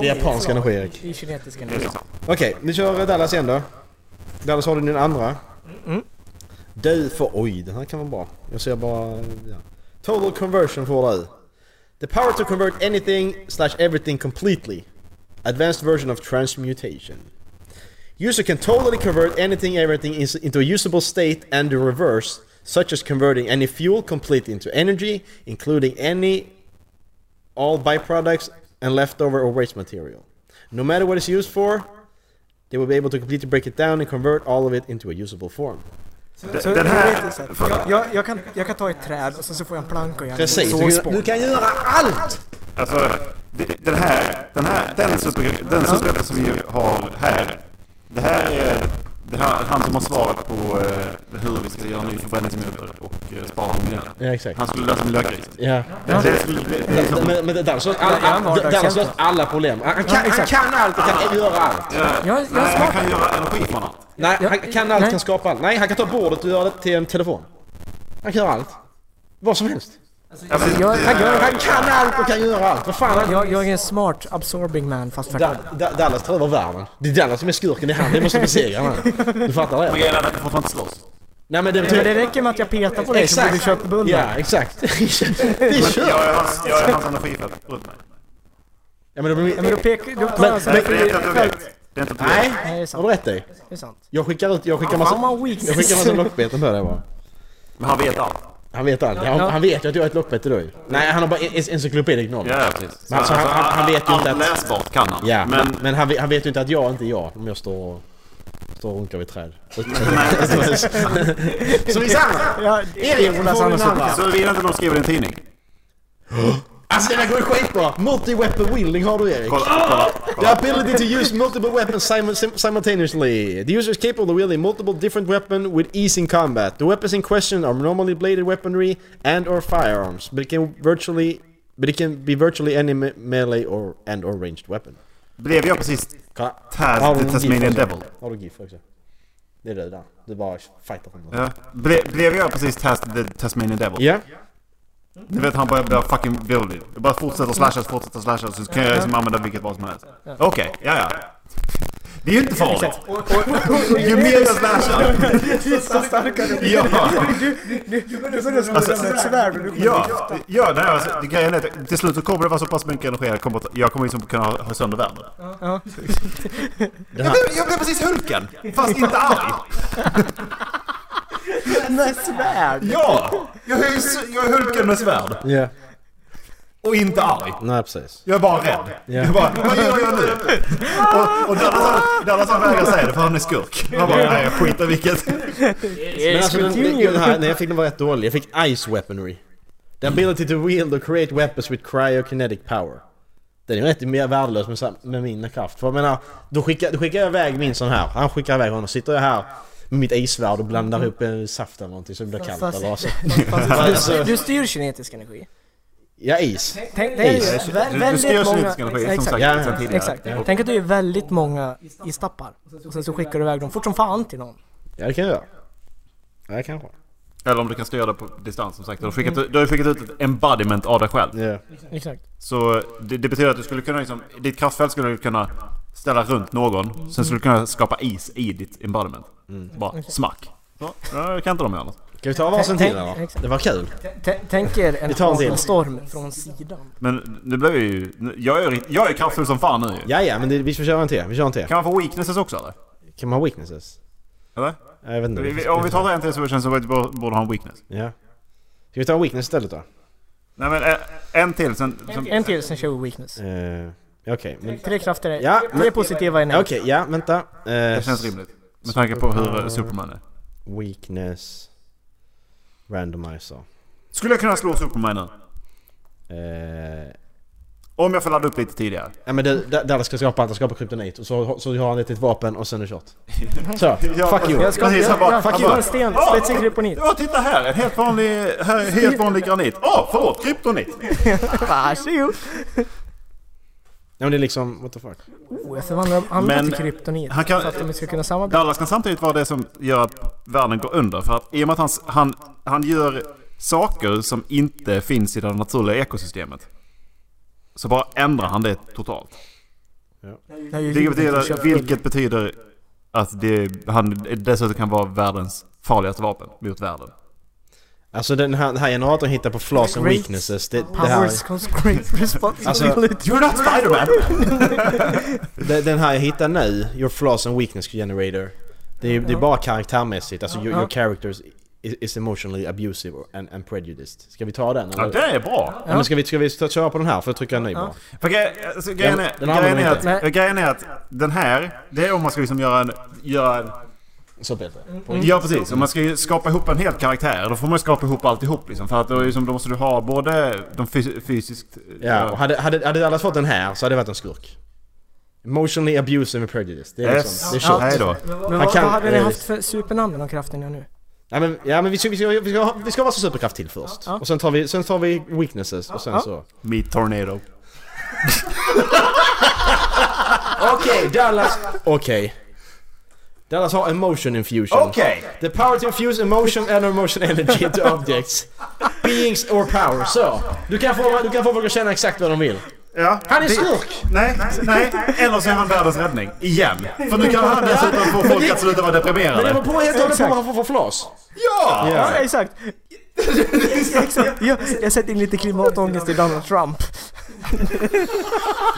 Det är japansk energi Erik.
I kinesisk
Det är
energi.
liksom.
Okej, vi kör Dallas igen då. Dallas har du din andra.
Mm.
Du får... Oj, den här kan vara bra. Jag ser bara... Ja. Total conversion får du. The power to convert anything slash everything completely. Advanced version of transmutation. User can totally convert anything everything is- into a usable state and the reverse, such as converting any fuel completely into energy, including any all byproducts and leftover or waste material. No matter what it's used for, they will be able to completely break it down and convert all of it into a usable form.
Så
Den här...
teoretiskt sett, jag, jag, jag, kan, jag kan ta ett träd och sen så får jag en planka och göra
Precis,
en
du,
sågspån.
du kan göra allt!
Alltså, det- den här... Den här... Den super- den superhjälten som vi har här. Det här är... Det här, han som har svaret på eh, hur vi ska göra ny förbränningsmotor och eh, spara miljön.
Ja, exakt.
Han skulle lösa miljökrisen.
Ja.
Det, det, skulle bli- det är liksom,
Men, men Dallas har
Ja, han har
alla,
det
Dallas har
exempel.
alla problem. Han han kan, han
exakt.
kan allt och kan göra allt.
Jag, jag
nej, han
smart.
kan göra energi från allt.
Nej,
Ja,
han kan allt,
nej.
kan skapa allt. Nej, han kan ta bordet och göra det till en telefon. Han kan göra allt. Vad som helst.
Alltså,
Jag,
det-
Han, gör, han kan allt och kan göra allt. Vad fan, han,
jag, jag är en smart absorbing man fast tvärtom.
Da, da, Dallas tar över världen. Det är Dallas som är skurken, det är han vi måste besegra honom. Du fattar
Men
det?
grejen är att jag fortfarande inte slåss.
Nej men det
Men
betyder...
det räcker med att jag petar på dig så blir du köttbunden.
Ja, exakt. Det är
Jag
kört.
är hans, jag är hans energifält runt mig.
Ja men då blir...
Ja, men då pekar... Då tar jag alltså...
Nej, för det är inte ett objekt. Det är inte ett objekt.
Nej,
Nej, det är sant.
har du rätt dig?
Det är sant.
Jag skickar ut... Jag skickar massa...
Fan vad weak.
Jag skickar massa lockbeten på dig bara.
Men han vet allt.
Han vet allt. Han, han vet ju att jag är ett lockbete då ju. Nej, han har bara en, en, encyklopedic knowledge.
Ja, precis.
Men alltså, han- han- han vet ju inte
Allt
att-
läsbart kan han.
Ja,
Men,
men, men han, vet- han vet ju inte att jag inte är jag om jag står och... Står och runkar vid träd. Som vi samma!
Ja,
Erik,
Jonas
får du
Andersson.
en annan?
så vidare inte de skriver i en tidning.
Alltså den här går ju skitbra! Multi-weapon wielding har du Erik.
Kolla, kolla.
The ability to use multiple weapons simu- sim- simultaneously. The user is capable of wielding multiple different weapons with ease in combat. The weapons in question are normally bladed weaponry and or firearms, but it can virtually but it can be virtually any me- melee or and or ranged weapon.
Blev jag precis
Kolla.
Taz the Tasmanian Devil?
Har du GIF också? Det är det där. Du bara fightar honom.
Ja. Ble, blev jag precis Taz the Tasmanian Devil?
Ja.
Du vet han börjar bli fucking virrig. Jag bara fortsätter slasha, fortsätter slasha så kan jag liksom använda vilket vad som helst. Okej, ja ja. Det är ju inte farligt. Ju mer jag slashar.
Så starkare.
Ja.
Det är som att
Alltså-
slå ett svärd och du kommer
Ja, ja nej, alltså, det grejen är att till slut så kommer det vara så pass mycket energi att jag kommer, jag kommer liksom kunna ha ha sönder världen.
Ja.
Jag blev, jag blev precis Hulken! Fast inte arg!
Med svärd!
Ja! Jag är, ju s- jag är Hulken med svärd.
Ja.
Och inte arg.
Nej, precis.
Jag är bara rädd.
Ja.
Jag bara, vad gör jag nu? Och, och Dallas, han- Dallas han vägrar säga det för han är skurk. Han bara, nej jag skiter i vilket.
Men alltså den,
Junior.
den här, nej jag fick den var rätt dålig. Jag fick Ice Weaponry. The ability to wield or create weapons with cryokinetic power. Den är rätt mer värdelös med, sam- med min kraft. För jag menar, då skickar, då skickar jag iväg min sån här. Han skickar iväg honom. Sitter jag här med mitt issvärd och blandar upp en saft eller någonting så det blir kallt
Fast-
eller alltså.
Fast du, du styr kinetisk energi.
Ja, is.
Tänk, det är ju
Precis.
vä-
Du- du
väldigt
styr
många...
kinetisk energi, som
exakt,
sagt,
Ja,
sen tidigare.
Exakt. Tänk att du är väldigt många i stappar. Och sen så skickar du iväg dem fort som fan till någon.
Ja, det kan jag göra. Ja, det kanske.
Eller om du kan styra det på distans som sagt. Du har skickat, du har ju skickat ut ett embodiment av dig själv.
Ja.
Exakt.
Så det, det betyder att du skulle kunna liksom, ditt kraftfält skulle du kunna ställa runt någon. Sen skulle du kunna skapa is i ditt embodiment. Bara smack. Så, ja, kan inte de göra något.
Ska vi ta varsin till eller?
Exakt.
Det var kul.
T- Tänk er en,
Vi tar en till.
en storm från sidan.
Men det blev ju... Jag är, jag är kraftfull som fan nu ju.
Ja, ja, men det, vi får köra en till. Vi kör en till.
Kan man få weaknesses också eller?
Kan man ha weaknesses?
Eller?
Ja, Jag vet inte.
Vi- vi- Om vi tar en till så känns det som att vi borde borde ha en weakness.
Ja. Ska vi ta weakness istället då?
Nej men eh, en till sen... sen
En till, sen kör vi weakness.
Eh, Okej, men...
Tre krafter är...
Ja, men-
tre positiva är nej.
Okej, ja, vänta. Eh,
Det känns rimligt. Med tanke på hur eh, Superman är.
Weakness... Randomizer.
Skulle jag kunna slå Superman nu?
Eh,
Om jag får ladda upp lite tidigare.
ja men det, där, där ska skapa, han skapa kryptonit och så, så har han ett litet vapen och sen är det kört. Så, fuck you.
Jag ska...
Precis, han
Jag,
bara-
jag,
han
jag
bara-
tar en sten,
Ah!
spetsig kryptonit.
Ja, titta här! En helt vanlig, här, är helt vanlig granit. Åh, förlåt! Kryptonit!
Varsågod!
Ja men det är liksom, what the fuck.
Oh, jag förvandlar dem andra
Men-
till kryptonit.
han kan-
så att de ska kunna samarbeta.
Dallas kan samtidigt vara det som gör att världen går under. För att i och med att han, han, han gör saker som inte finns i det naturliga ekosystemet. Så bara ändrar han det totalt.
Det är ju
Det
djuren som
betyder,
köper
vilket betyder att det, han dessutom kan vara världens farligaste vapen mot världen.
Alltså den här, den här generatorn hittar på flaws and
Great
weaknesses. Det, det här, Alltså,
Powers comes great responsibility.
You're not Spiderman!
det, den här jag hittar nu, your flaws and weakness generator. Det är, det är bara karaktärmässigt, alltså your, your characters is, is emotionally abusive and, and prejudiced. Ska vi ta den eller?
Ja, det är bra!
Ja, men ska vi, ska vi ta- köra på den här för att trycka en ny bara?
För gre- alltså, grejen, är,
den använder
grejen, är
vi
att,
inte.
eh, grejen är att den här, det är om man ska liksom göra en... Göra en
Så Peter.
Mm. Ja precis, om man ska ju skapa ihop en hel karaktär då får man ju skapa ihop alltihop liksom. För att då, är det som, då måste du ha både de fys- fysiskt...
Ja, och hade, hade, hade alla fått den här så hade det varit en skurk. Emotionally abusive and prejudiced. Det är liksom, det är
Ja,
short.
hej då.
Men vad,
Han kan-
vad hade ni
eh,
haft för supernamn om kraften jag nu?
Ja men, ja, men vi, ska, vi, ska, vi, ska, ha- vi ska ha varsin superkraft till först. Och sen tar, vi, sen tar vi weaknesses och sen så...
Meet Tornado.
Okej, Dallas... Okej. Dallas har emotion infusion. The power to infuse emotion and emotion energy into objects. Beings or power. Så! Du kan få, du kan få folk att känna exakt vad de vill.
Ja.
Han är skurk!
Nej, nej. Eller så är han världens räddning. Igen. För nu kan han dessutom få folk att sluta vara
Men det
deprimerade.
var på helt och hållet på vad han får för flas.
Ja!
Ja, exakt! exakt. Jag, jag sätter in lite klimatångest i Donald Trump.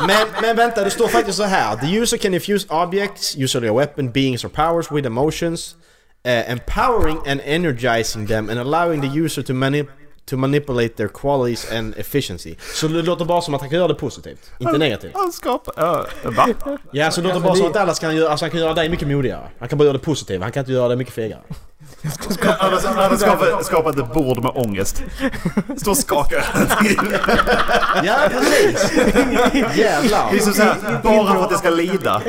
Men, men vänta, det står faktiskt så här. The user can infuse objects, usually a weapon, beings or powers with emotions, eh, empowering and energizing them and allowing the user to, mani- to manipulate their qualities and efficiency. Så det låter bara som att han kan göra det positivt, inte negativt.
Han skapar... Uh, va?
Ja, så det låter bara som att Dallas kan göra, alltså han kan göra dig mycket modigare. Han kan bara göra det positivt, han kan inte göra dig mycket fegare.
Han har- han har skapat- skapat ett bord med ångest. Står och skakar.
Ja, precis! Jävlar!
Det är som såhär, bara för att det ska lida.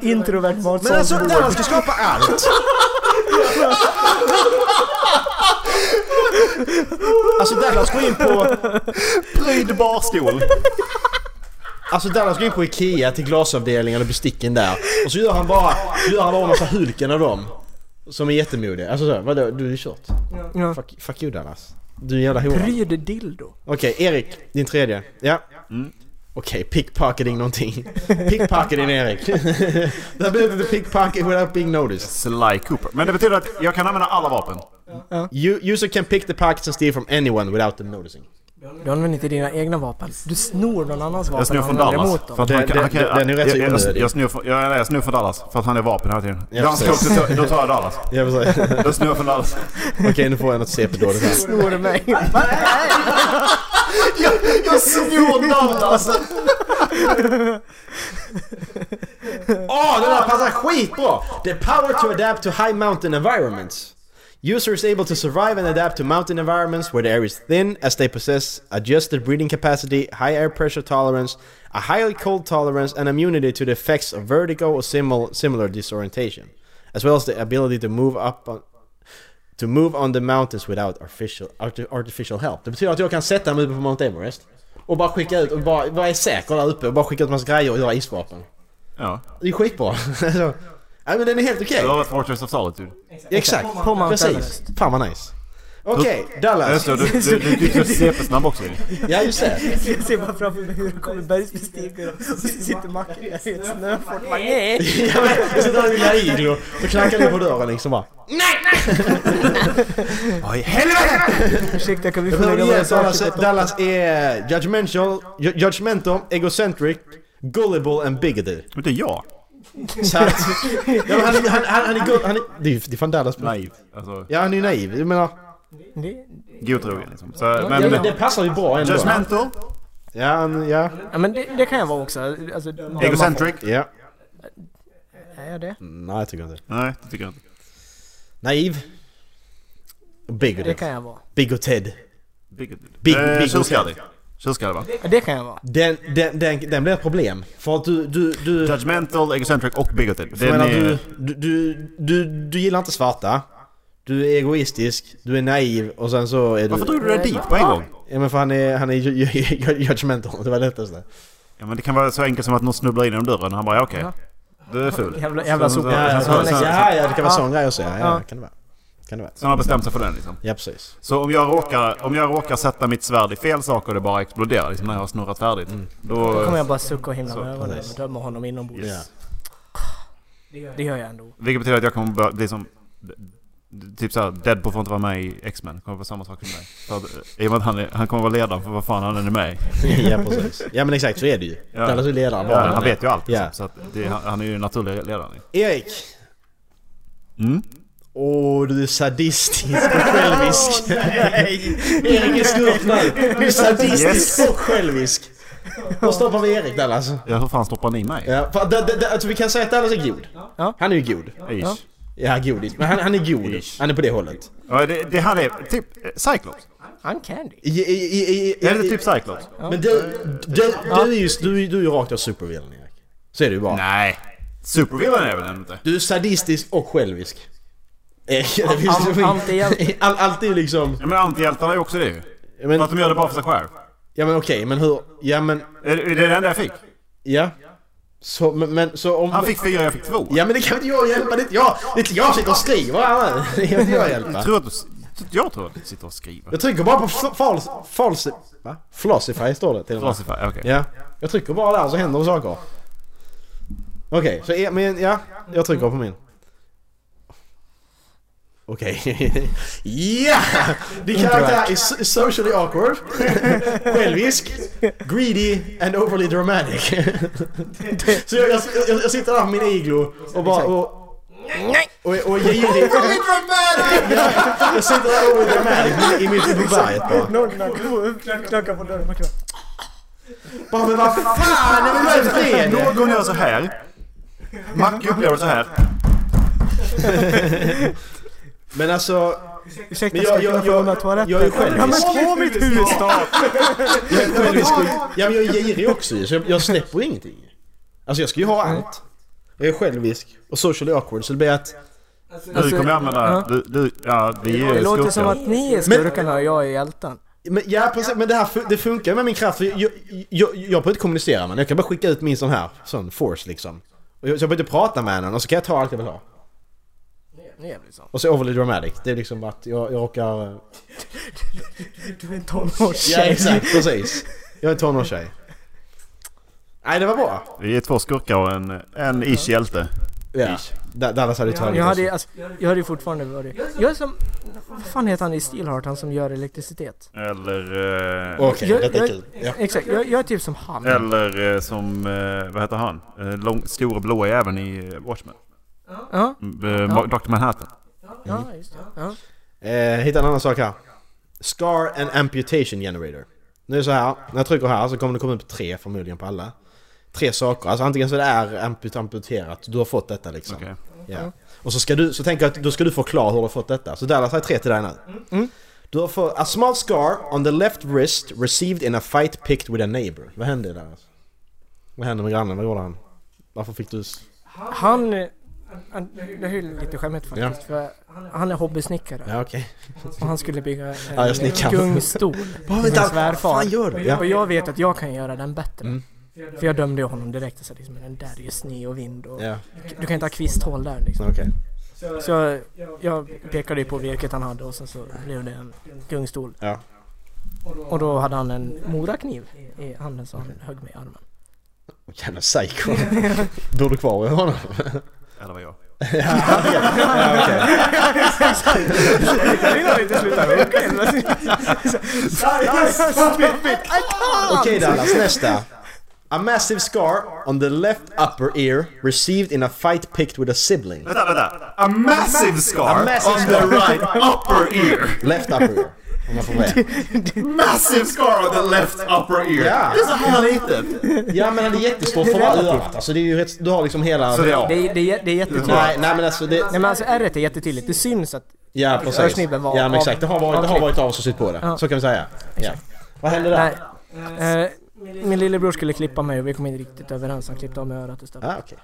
Introvert
Men
Mårtsson.
alltså Dallas ska skapa allt! Alltså Dallas går in på...
Pryd barstol.
Alltså Dallas går in på IKEA till glasavdelningen och besticken där. Och så gör han bara, gör han bara en massa Hulken av dem. Som är jättemodiga. Alltså så, vadå? Du är kört.
Ja.
Fuck, fuck you Dallas. Du är en jävla hora.
Pryd dildo.
Okej, Erik. Din tredje. Ja. Okej, pickpocketing någonting. Pickpocketing Erik. That bit of the pickpocket without being noticed.
Sly Cooper. Men det betyder att jag kan använda alla vapen.
You, user can pick the pockets and steal from anyone without them noticing.
Du använder inte dina egna vapen. Du snor någon annans vapen
Jag snor
och
från
använder
Dallas.
emot
För
dem.
att man
Det-
kan-
det-
han kan-
det- den är ju rätt så
jag- jag-
onödig.
jag snor från- jag- nej, Jag snor från Dallas. För att han är vapen hela tiden.
Ja,
Ja, han
precis.
skog, då tar jag Dallas.
Jag vill säga.
Jag snor från Dallas.
Okej, nu får jag något CP-dåligt här.
Snor du mig?
Jag snor Dallas!
Åh, den här passar skitbra! The power to adapt to high mountain environments. User is able to survive and adapt to mountain environments where the air is thin as they possess adjusted breathing capacity, high air pressure tolerance, a high cold tolerance and immunity to the effects of vertigo or simil- similar disorientation, as well as the ability to move up on to move on the mountains without artificial, arti- artificial help. Det betyder att jag kan sätta mig uppe på Mount Everest och bara skicka ut och bara vara säker där uppe och bara skicka ut massa grejer och göra isvapen.
Ja.
Det är skitbra. Alltså, ja, men den är helt okej.
Det var Fortress of Solitude.
Exakt.
På Mount
Precis.
Everest.
Fan vad nice. Okej, Dallas.
Just det, du, du, du, du är CP-snabb också ju.
Ja, just det.
Jag ser bara framför mig hur du kommer bergsbestigare och så sitter Macke i ett snöfort. Bara, Nej!
Jag vet, jag sitter där i lilla iglo. Så knackar ni på dörren liksom bara. Nej! Oj, helvete!
Ursäkta, kan vi
Jag
få
behöver
lägga våra
igen Dallas.
saker på toppen?
Dallas är judgmental, ju- judgmental, egocentric, gullible and bigoted.
Men det är jag.
Så att... Ja, men han, han, han, han är gull... Han är, det är ju- det är fan Dallas.
Naiv. Alltså,
Ja, han är ju naiv. Jag menar...
Det-
godtrogen liksom. Så,
Ja, men
men...
det passar ju bra ändå.
Judgmental.
Ja, han, ja.
Ja men det, det kan jag vara också. Alltså, döma
Egocentric.
Ja.
folk. Är jag det?
Nej, jag tycker inte.
Nej, det tycker jag inte.
Naiv.
Det
Bigoted.
kan jag vara.
Bigoted.
Bigoted.
Big-
Eh,
big-
Tjurskallig. Tjurskallig va?
Ja, Det kan jag vara.
Den, den, den, den blir ett problem. För att du... Du, du, jag
Judgmental, egocentric och bigoted. Den
menar,
är...
du, du, du, du, du gillar inte svarta. Du är egoistisk, du är naiv och sen så är
Varför
du...
drog du det dit på en gång?
Ja men för han är, han är ju- ju- ju- judgmental, det var det lättaste.
Ja men det kan vara så enkelt som att någon snubblar in genom dörren och han bara ja, okej.
Ja.
Du är ful.
Jävla- jävla
Så-
sopa.
så-
Ja, ja,
så- så- så-
ja, ja det kan vara
Ja.
sån grej också ja, ja,
Ja.
kan det vara. Kan det vara.
Så han har bestämt sig för den liksom.
Ja precis.
Så om jag råkar, om jag råkar sätta mitt svärd i fel sak och det bara exploderar liksom när jag har snurrat färdigt. Då...
Då kommer jag bara sucka och himla med
Så,
ögonen
precis.
och döma honom inombords.
Ja.
Det gör jag ändå.
Vilket betyder att jag kommer börja bli som... Typ såhär, Deadpool får inte vara med i X-Men. Det kommer vara samma sak som mig. För att, eh, I och med att han, är, han kommer vara ledaren för vad fan han än är med i.
ja precis. Ja men exakt så är det ju.
Ja.
Dallas är ledaren
Ja,
bara.
han vet ju allt liksom,
Ja.
Så att det, han, han är ju den naturliga ledaren.
Erik!
Mm.
Åh, du är sadistisk och självisk. Erik är skurk nu. Du är sadistisk
Yes.
och självisk. Då stoppar vi Erik där alltså.
Ja, hur fan stoppar ni mig?
Ja, för, d- d- d- alltså vi kan säga att Dallas är god.
Ja.
Han är ju god.
Ish.
Ja, godis. Men han, han är god.
Ish.
Han är på det hållet.
Ja, det, det här är typ eh, Cyclops.
Uncandy.
I, i, i, i, i,
Är det typ Cyclops?
Men du, du, du är ju du, är- du är ju rakt av supervillen Erik. Så är det ju bara.
Nej. Supervillain är väl den inte?
Du är sadistisk och självisk. Erik, det finns-
Allt- allt är-
All- Allt är liksom...
Ja, men antihjältarna är ju också det ju.
Men,
För att de gör det bara för sig själv.
ja men okej, men hur... Ja men...
Är Det är det enda jag fick.
Ja. Så, men, men så om...
Han fick fyra, jag fick två.
Ja men det kan väl inte jag hjälpa, det är inte jag! Det är inte jag som sitter och skriver här Det kan inte jag hjälpa.
Jag tror att du, jag tror att du sitter och skriver.
Jag trycker bara på fl- fals... fals... Va? Flossify står det till och med.
Classify, okej.
Ja. Jag trycker bara där så händer saker. Okej, så är, men ja. Jag trycker på min. Okej. ja! Din karaktär är so- socially awkward, självisk, greedy and overly dramatic. så jag, jag, jag, jag sitter där på min iglo och bara... Och, och, och, och girig. Jag sitter där overly dramatic i, i mitt i berget bara.
Någon knackar på- knackar på dörren. Macke bara,
Bara men vad fan är det med fred?
Någon gör så här. Macke upplever så här.
Men alltså,
Ursäkta,
Men
ska
jag-
jag kunna
jag-
få
jag-
låna toaletten?
jag är självisk.
Ja men på mitt hus då!
jag är självisk och, ja, men jag är girig också ju, så jag, jag släpper ingenting. Alltså jag ska ju ha allt. Jag är självisk och socially awkward så det blir att...
Du kommer jag använda...
Alltså, ja.
Du, du, ja, vi är
Det låter
skurkar.
som att ni är skurkarna och jag är hjälten.
Men, ja precis, men det här fun- det funkar med min kraft för jag, jag, jag, jag behöver inte kommunicera med den. Jag kan bara skicka ut min sån här, sån force liksom. Och jag, så jag behöver inte prata med den och så kan jag ta allt jag vill ha.
Det är liksom- jävligt sant.
Och så overly dramatic. Det är liksom att jag, jag råkar...
Du är en tonårstjej.
Ja exakt, precis. Jag är tonårstjej. Nej, det var bra.
Vi är två skurkar och en, en ish hjälte.
Ja. Da- Dallas hade ju
Jag
tagit
hade, ju-
oss.
alltså, jag hade ju fortfarande varit... Jag är som... Vad fan heter han i Steelheart, han som gör elektricitet?
Eller... eh,
Okej,
Jag-
detta är
jag-
kul. Ja.
Exakt, jag, jag är typ som han.
Eller eh, som, eh, vad heter han? Eh, Lång, stor och blå även i eh, Watchmen.
Ja,
Mm, eh, Ma- Dr. Manhattan.
ja just det. Ja.
Eh, hitta en annan sak här. Scar and amputation generator. Nu är det så här, när jag trycker här så kommer det komma upp tre förmodligen på alla. Tre saker, alltså antingen så det är amput- amputerat, du har fått detta liksom.
Okej.
Ja. Och så ska du, så tänker jag att då ska du förklara hur du har fått detta. Så Dallas har tre till dig nu. Du har fått a small scar on the left wrist received in a fight picked with a neighbor. Vad hände där? Vad hände med grannen? Vad gjorde han? Varför fick du... s-
Han... eh, han- Det är ju lite skämmigt faktiskt, för han är hobbysnickare.
Ja okej.
Och han skulle bygga en
Ja, jag snickar.
gungstol
Vad
till sin svärfar.
fan gör du? Mm. Ja.
Och jag vet att jag kan göra den bättre. För jag dömde ju honom direkt och sa liksom, den där är ju sne och vind och
Ja,
du kan inte ha kvisthål där liksom.
okej.
Så jag, jag pekade ju på virket han hade och sen så blev det en gungstol.
Ja.
Och då hade han en morakniv i handen så han högg mig i armen.
Jävla psycho. Bor du kvar med honom?
Eller vad jag.
Ja, okej.
Jag vill inte sluta hugga
Okej Dallas, nästa. A massive scar on the left upper ear received in a fight picked with a sibling.
Vänta, vänta! A massive scar
A massive
on
scar.
the right upper ear!
Left upper ear. Om jag får med.
Massive scar on the left upper ear!
Ja.
Det är så här litet!
Ja men det är jättestort för örat. Alltså det är ju rätt, du har liksom hela...
Så det är jag.
Det är, det är, det är jättetydligt. Nej
Nej, nej men alltså det...
men alltså ärret är jättetydligt, det syns att...
Ja precis.
Örsnibben var
Ja men exakt, det har varit, det har
avklippt.
varit av och så sytt på det. Så kan vi säga. Ja. Vad hände
Nej.
där?
Eh, min lillebror skulle klippa mig och vi kom inte riktigt överens, han klippte av mig örat istället.
Ja Ah, okej.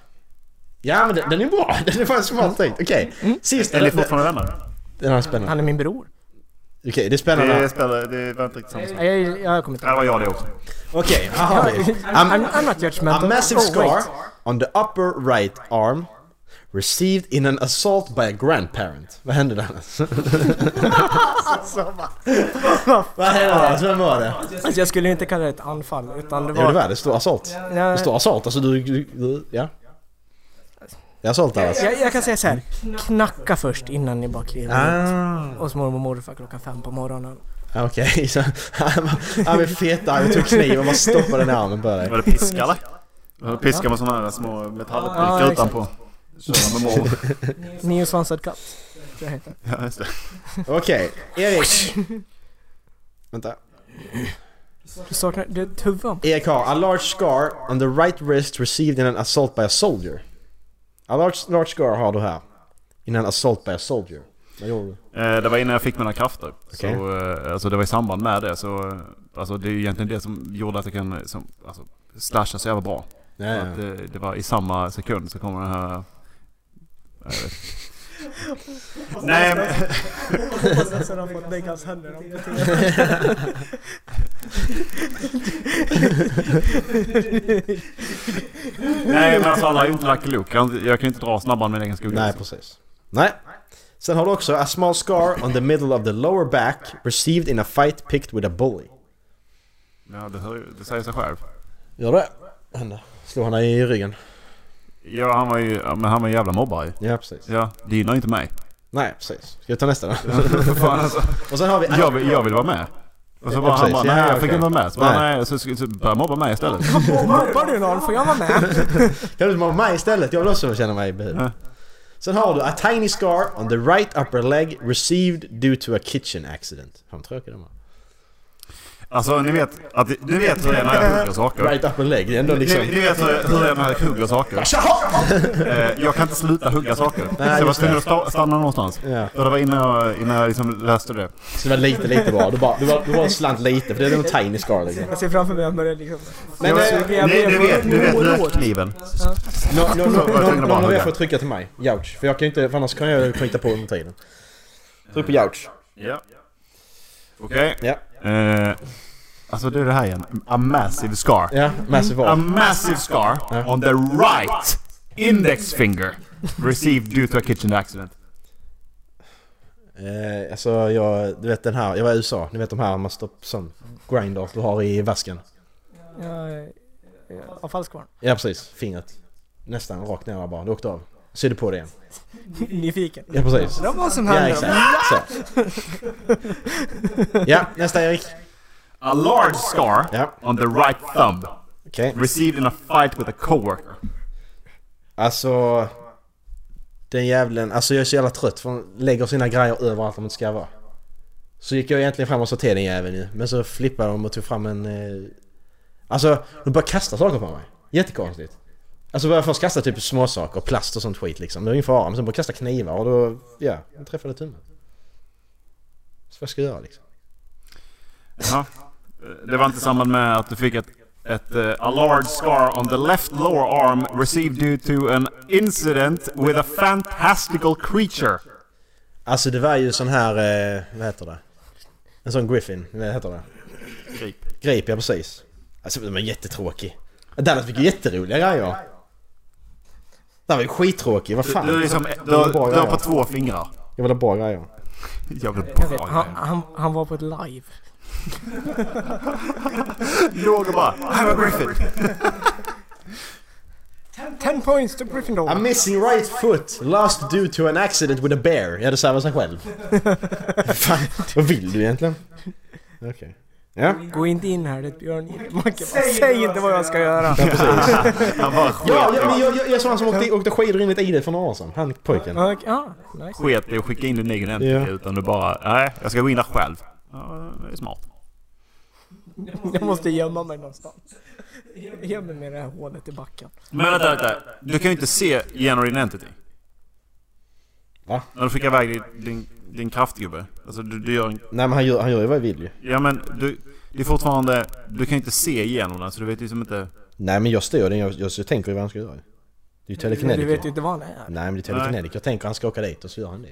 Ja men den, den är bra, den är fan smart tänkt. Okej, sista.
Är ni
Den, den,
fortfarande vänner?
den här är spännande.
Han är min bror.
Okej, det är spännande.
Det spelar... Det var inte riktigt samma sak.
Nej, Jag, jag kommer inte
Eller var jag det också?
Okej, här har vi. Um,
I'm, I'm not judgmental.
A massive
Oh,
scar
wait.
on the upper right arm received in an assault by a grandparent. Vad hände där? alltså, vad, vad hände där? Alltså, Vem var det?
Alltså jag skulle ju inte kalla det ett anfall utan det
Jo det
var...
var det, det står assault. Det
Nej.
står assault, alltså du, du, du ja. Det är assault där alltså.
Jag, jag kan säga så här. knacka först innan ni bara kliver ut. Hos mormor och morfar klockan fem på morgonen.
Ah, Okej, så han var- han blev fetare, han tog kniv och bara stoppade den i armen på dig.
Var det piska eller? Var det Piska med sådana här små
Ja,
metallprickar
Ah, exakt.
utanpå. Kör man med mål.
Niosvansad katt. tror jag heter.
Ja, just det.
Okej, Erik. Vänta.
Du saknar... Du är ett huvud.
Erik har a large scar on the right wrist received in an assault by a soldier. A large, large scar har du här. In an assault by a soldier. Vad gjorde du?
Eh, Det var innan jag fick mina krafter.
Okej.
Så, eh, alltså det var i samband med det. Så, eh, alltså det är ju egentligen det som gjorde att jag kan eh, som, alltså, slasha så jävla bra.
Ja, ja.
Att, eh, det var i samma sekund så kommer den här... Jag vet inte. Nej, men,
Hoppas att han har fått lägga hans händer
nej, men alltså han har gjort Lucky Luke. Han- Jag kan ju inte dra snabbare än min egen skugga.
Nej, precis. Nej. Sen har du också a small scar on the middle of the lower back received in a fight picked with a bully.
ja, det, hör, ju- det säger sig själv.
Gör det? Hände. Slår han dig i ryggen?
Ja, han var ju ja, men han var en jävla mobbare ju.
Ja, precis.
Ja, det gynnar ju inte mig.
Nej, precis. Ska jag ta nästa då?
Fan, alltså,
Och sen har vi...
jag, vill, jag vill vara med. Och så
Ja,
bara, han
precis.
bara, nej
Ja,
jag fick
okej.
inte vara med. Så, bara,
Nej.
nej, så, så, så började mobba mig istället.
Mobbar du någon? Får jag vara med?
Kan du vara mig istället? Jag vill också känna mig behövd.
Ja.
Sen har du A tiny scar on the right upper leg received due to a kitchen accident. Fan tråkig de var.
Alltså ni vet, att, ni vet hur det är när jag hugger saker.
Right upper leg, det är ändå liksom...
Ni, ni vet hur, hur det är när jag hugger saker. Eh, jag kan inte sluta hugga saker. Så jag var
just det.
tvungen att sta- stanna någonstans.
Ja.
Och det var innan jag, innan jag liksom läste det.
Så det var lite, lite bra. Du bara, du bara, du bara slant lite för det är en tiny scar liksom.
Jag ser framför mig att han börjar liksom...
Men
Jag-
eh,
suger. jag
ni,
blev
ni vet, ni vet
oroad.
lökkniven.
nå- nå-
var jag
nå-
tvungen
nå-
att
någon
bara
av er
hugga.
får trycka till mig. Jouch. För jag kan inte, för annars kan jag knyta på under tiden. Tryck på Jouch.
Ja. Okej.
Ja.
Eh, alltså det är det här igen. A massive scar.
Ja, massive
A
var.
massive scar on the right index finger. Received due to a kitchen accident.
Eh, alltså jag, du vet den här, jag var i USA. Ni vet de här man stoppar som grinders du har i vasken.
Jag, av fallskärm.
Ja precis, fingret. Nästan rakt ner bara, det åkte av. Sydde på det igen.
Nyfiken.
Ja precis.
Det var vad som
Ja
hände.
exakt. Så. Ja, nästa Erik.
A large scar
Ja,
on the right thumb.
okej.
Received in a fight with a coworker.
Alltså... Den jävlen, alltså jag är så jävla trött för hon lägger sina grejer överallt de inte ska vara. Så gick jag egentligen fram och sa till den jäveln ju, men så flippade de och tog fram en... Eh, alltså, de började kasta saker på mig. Jättekonstigt. Alltså började först kasta typ småsaker, plast och sånt skit liksom. Det var ingen fara, men sen började kasta knivar och då, ja, jag träffade tummen. Så vad ska jag göra liksom?
Jaha. Det var inte i samband Uh, med att du fick ett, ett eh, a large scar on the left lower arm received due to an incident with a fantastical creature.
Alltså det var ju sån här, eh, vad heter det? En sån griffin, vad heter det?
Grip.
Grip, ja precis. Alltså den var jättetråkig. Dallas fick ju jätteroliga grejer. Den var ju skittråkig, vad
Du,
fan.
du, är liksom, du,
Det var bra
har- du har på
grejer.
två fingrar.
Jag vill ha bra grejer.
Jävla
Jag vet,
bra.
han, han, han var på ett live.
Låg och bara I'm a griffin.
10 points to
I'm
Gryffindor.
missing right foot, lost due to an accident with a bear. Ja, det säger sig själv. fan, vad vill du egentligen? Okej. Ja.
Gå inte in här, det är ett björngille. Säg inte vad jag ska göra.
Han bara
Ja,
sket,
jag, men jag, jag, jag såg han som åkte, åkte skidor in i ett ide för några år sedan. Han pojken.
Ja, okej, Ja, nice.
sket i att skicka in din egen entity
Ja.
utan du bara nej, jag ska gå in där själv. Ja, det är smart.
Jag måste gömma mig någonstans. Jag gömmer mig i det här hålet i backen.
Men vänta, vänta. Du kan ju inte se genom din entity.
Va?
När du skickar iväg din, din, din kraftgubbe. Alltså du, du gör en...
Nej men han gör, han gör ju vad jag vill ju.
Ja men du... Det är fortfarande... Du kan ju inte se igenom den så du vet liksom inte...
Nej men jag styr den, jag, jag, jag tänker ju vad han ska göra. Det är ju
Men
telekinetic.
du vet ju inte vad han är.
Nej men det är
Nej.
telekinetic. Jag tänker han ska åka dit och så gör han det.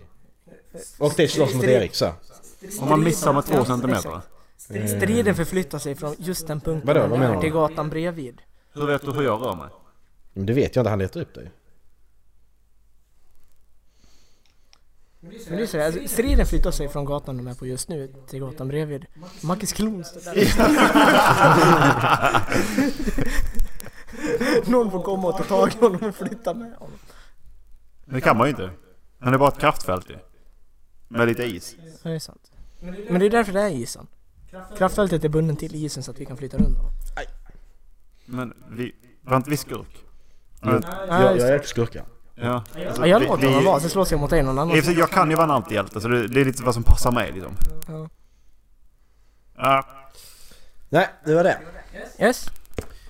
Och det slåss mot Erik så.
Om man missar med två centimeter då?
Striden förflyttar sig från just den punkten
Vadå, vad
den
menar
är
du?
till gatan bredvid.
Hur vet du hur jag rör mig?
Men det vet jag inte, han letar upp dig.
Men det är så det är, alltså, striden flyttar sig från gatan de är på just nu till gatan bredvid. Marcus Klon står där. Någon får komma och ta tag i honom och flytta med honom.
Det kan man ju inte. Han är bara ett kraftfält ju. Med lite is.
Ja, det är sant. Men det är därför det är isen. Kraftfältet är bunden till isen så att vi kan flytta runt honom.
Men vi... Var inte vi skurk?
Jag, jag
just-
är skurka.
Ja. Alltså,
Ja, jag
vi-
låter honom
vi-
vara, så slåss jag mot dig någon
i
annan.
och för sig, Jag kan ju vara en antihjälte så det, det är lite vad som passar mig liksom.
Ja.
Ja.
Nej, det var det.
Yes,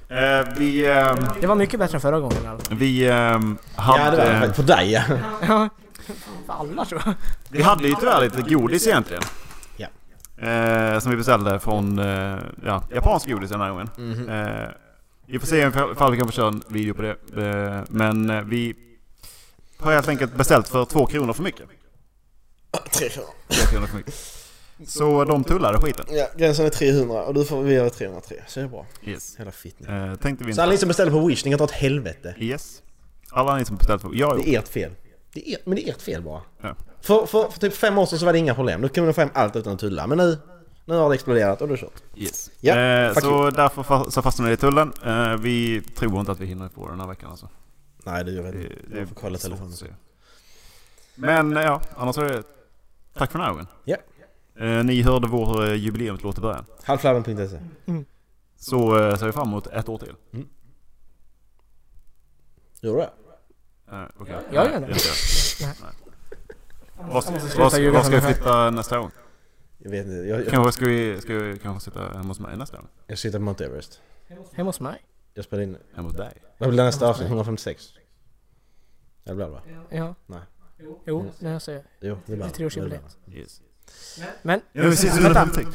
Eh, vi... ehm,
det var mycket bättre än förra gången i alla fall.
Vi ehm,
Ja det var
hade...
det. För dig ja.
Ja, för alla tror jag.
vi hade ju tyvärr lite godis egentligen.
Ja.
Eh, som vi beställde från eh, ja, japansk godis den här gången.
Mhm.
Eh, vi får se om- ifall vi kan få köra en video på det. Eh, men eh, vi har helt enkelt beställt för två kronor för mycket.
Tre kronor.
Två kronor för mycket. Så de tullade skiten.
Ja, gränsen är 300 och du får, vi har 303. Så det är bra.
Yes.
Hela fitness.
Eh, tänkte vi
Så
inte.
alla ni som beställer på Wish, ni kan dra åt helvete.
Yes. Alla ni som beställt på... Ja, jo.
Det är ert fel. Det är, men det är ert fel bara.
Ja.
För, för, för typ fem år sedan så var det inga problem. Då kunde man få hem allt utan att tulla. Men nu, nu har det exploderat och då är det kört.
Yes.
Ja,
eh,
fuck
så därför fa- så fastnade vi i tullen. Eh, vi tror inte att vi hinner få den här veckan alltså.
Nej, det gör jag inte.
Det, det
Jag får kolla
svårt
telefonen.
att se. Men eh, ja, annars är det... Tack för den här gången.
Ja.
Eh, ni hörde vår eh, jubileumslåt i början.
Halflabben.se.
Så eh, ser vi fram emot ett år till.
Gör du det?
Eh, okej.
Jag gör det.
Nej, inte jag. Nej. Var,
sluta
var,
ljuga
var
för
ska vi
mig själv.
flytta nästa gång?
Jag vet inte. Jag, jag,
Kanske ska vi, ska vi kanske sitta hemma hos mig nästa gång?
jag sitter på Mount Everest.
Hemma hos mig.
Jag spelar in...
Hemma hos dig?
Vad blir nästa avsnitt? 156? Det blir det va?
Ja.
Nej.
Jo,
Mm.
det jag säger.
Jo, det blir
Det är treårsjubileet.
Det blir det.
Yes.
Men,
Ja, vi ses under
Vänta.
någonting.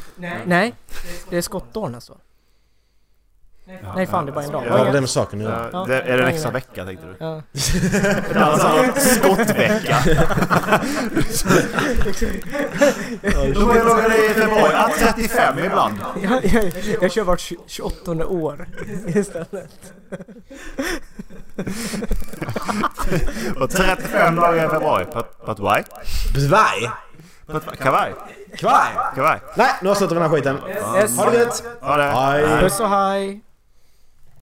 nej. Det är alltså. skottår nästa år. Nej fan, det är bara en dag.
Vad har
Ja,
det med saken att göra?
Ja, det, är det en extra vecka tänkte du?
ja.
Alltså, skottvecka! Då börjar det i februari. Ja, 35 ibland.
jag, jag, jag kör vart 28 år istället.
Och 35 dagar i februari. Pat- Patwai?
Bvaj!
Pat- Kavaj?
Kvaj!
Kavaj?
Nej, nu avslutar vi den här skiten.
Yes.
Ha det gött!
Ha det!
Hej.
Puss och hej!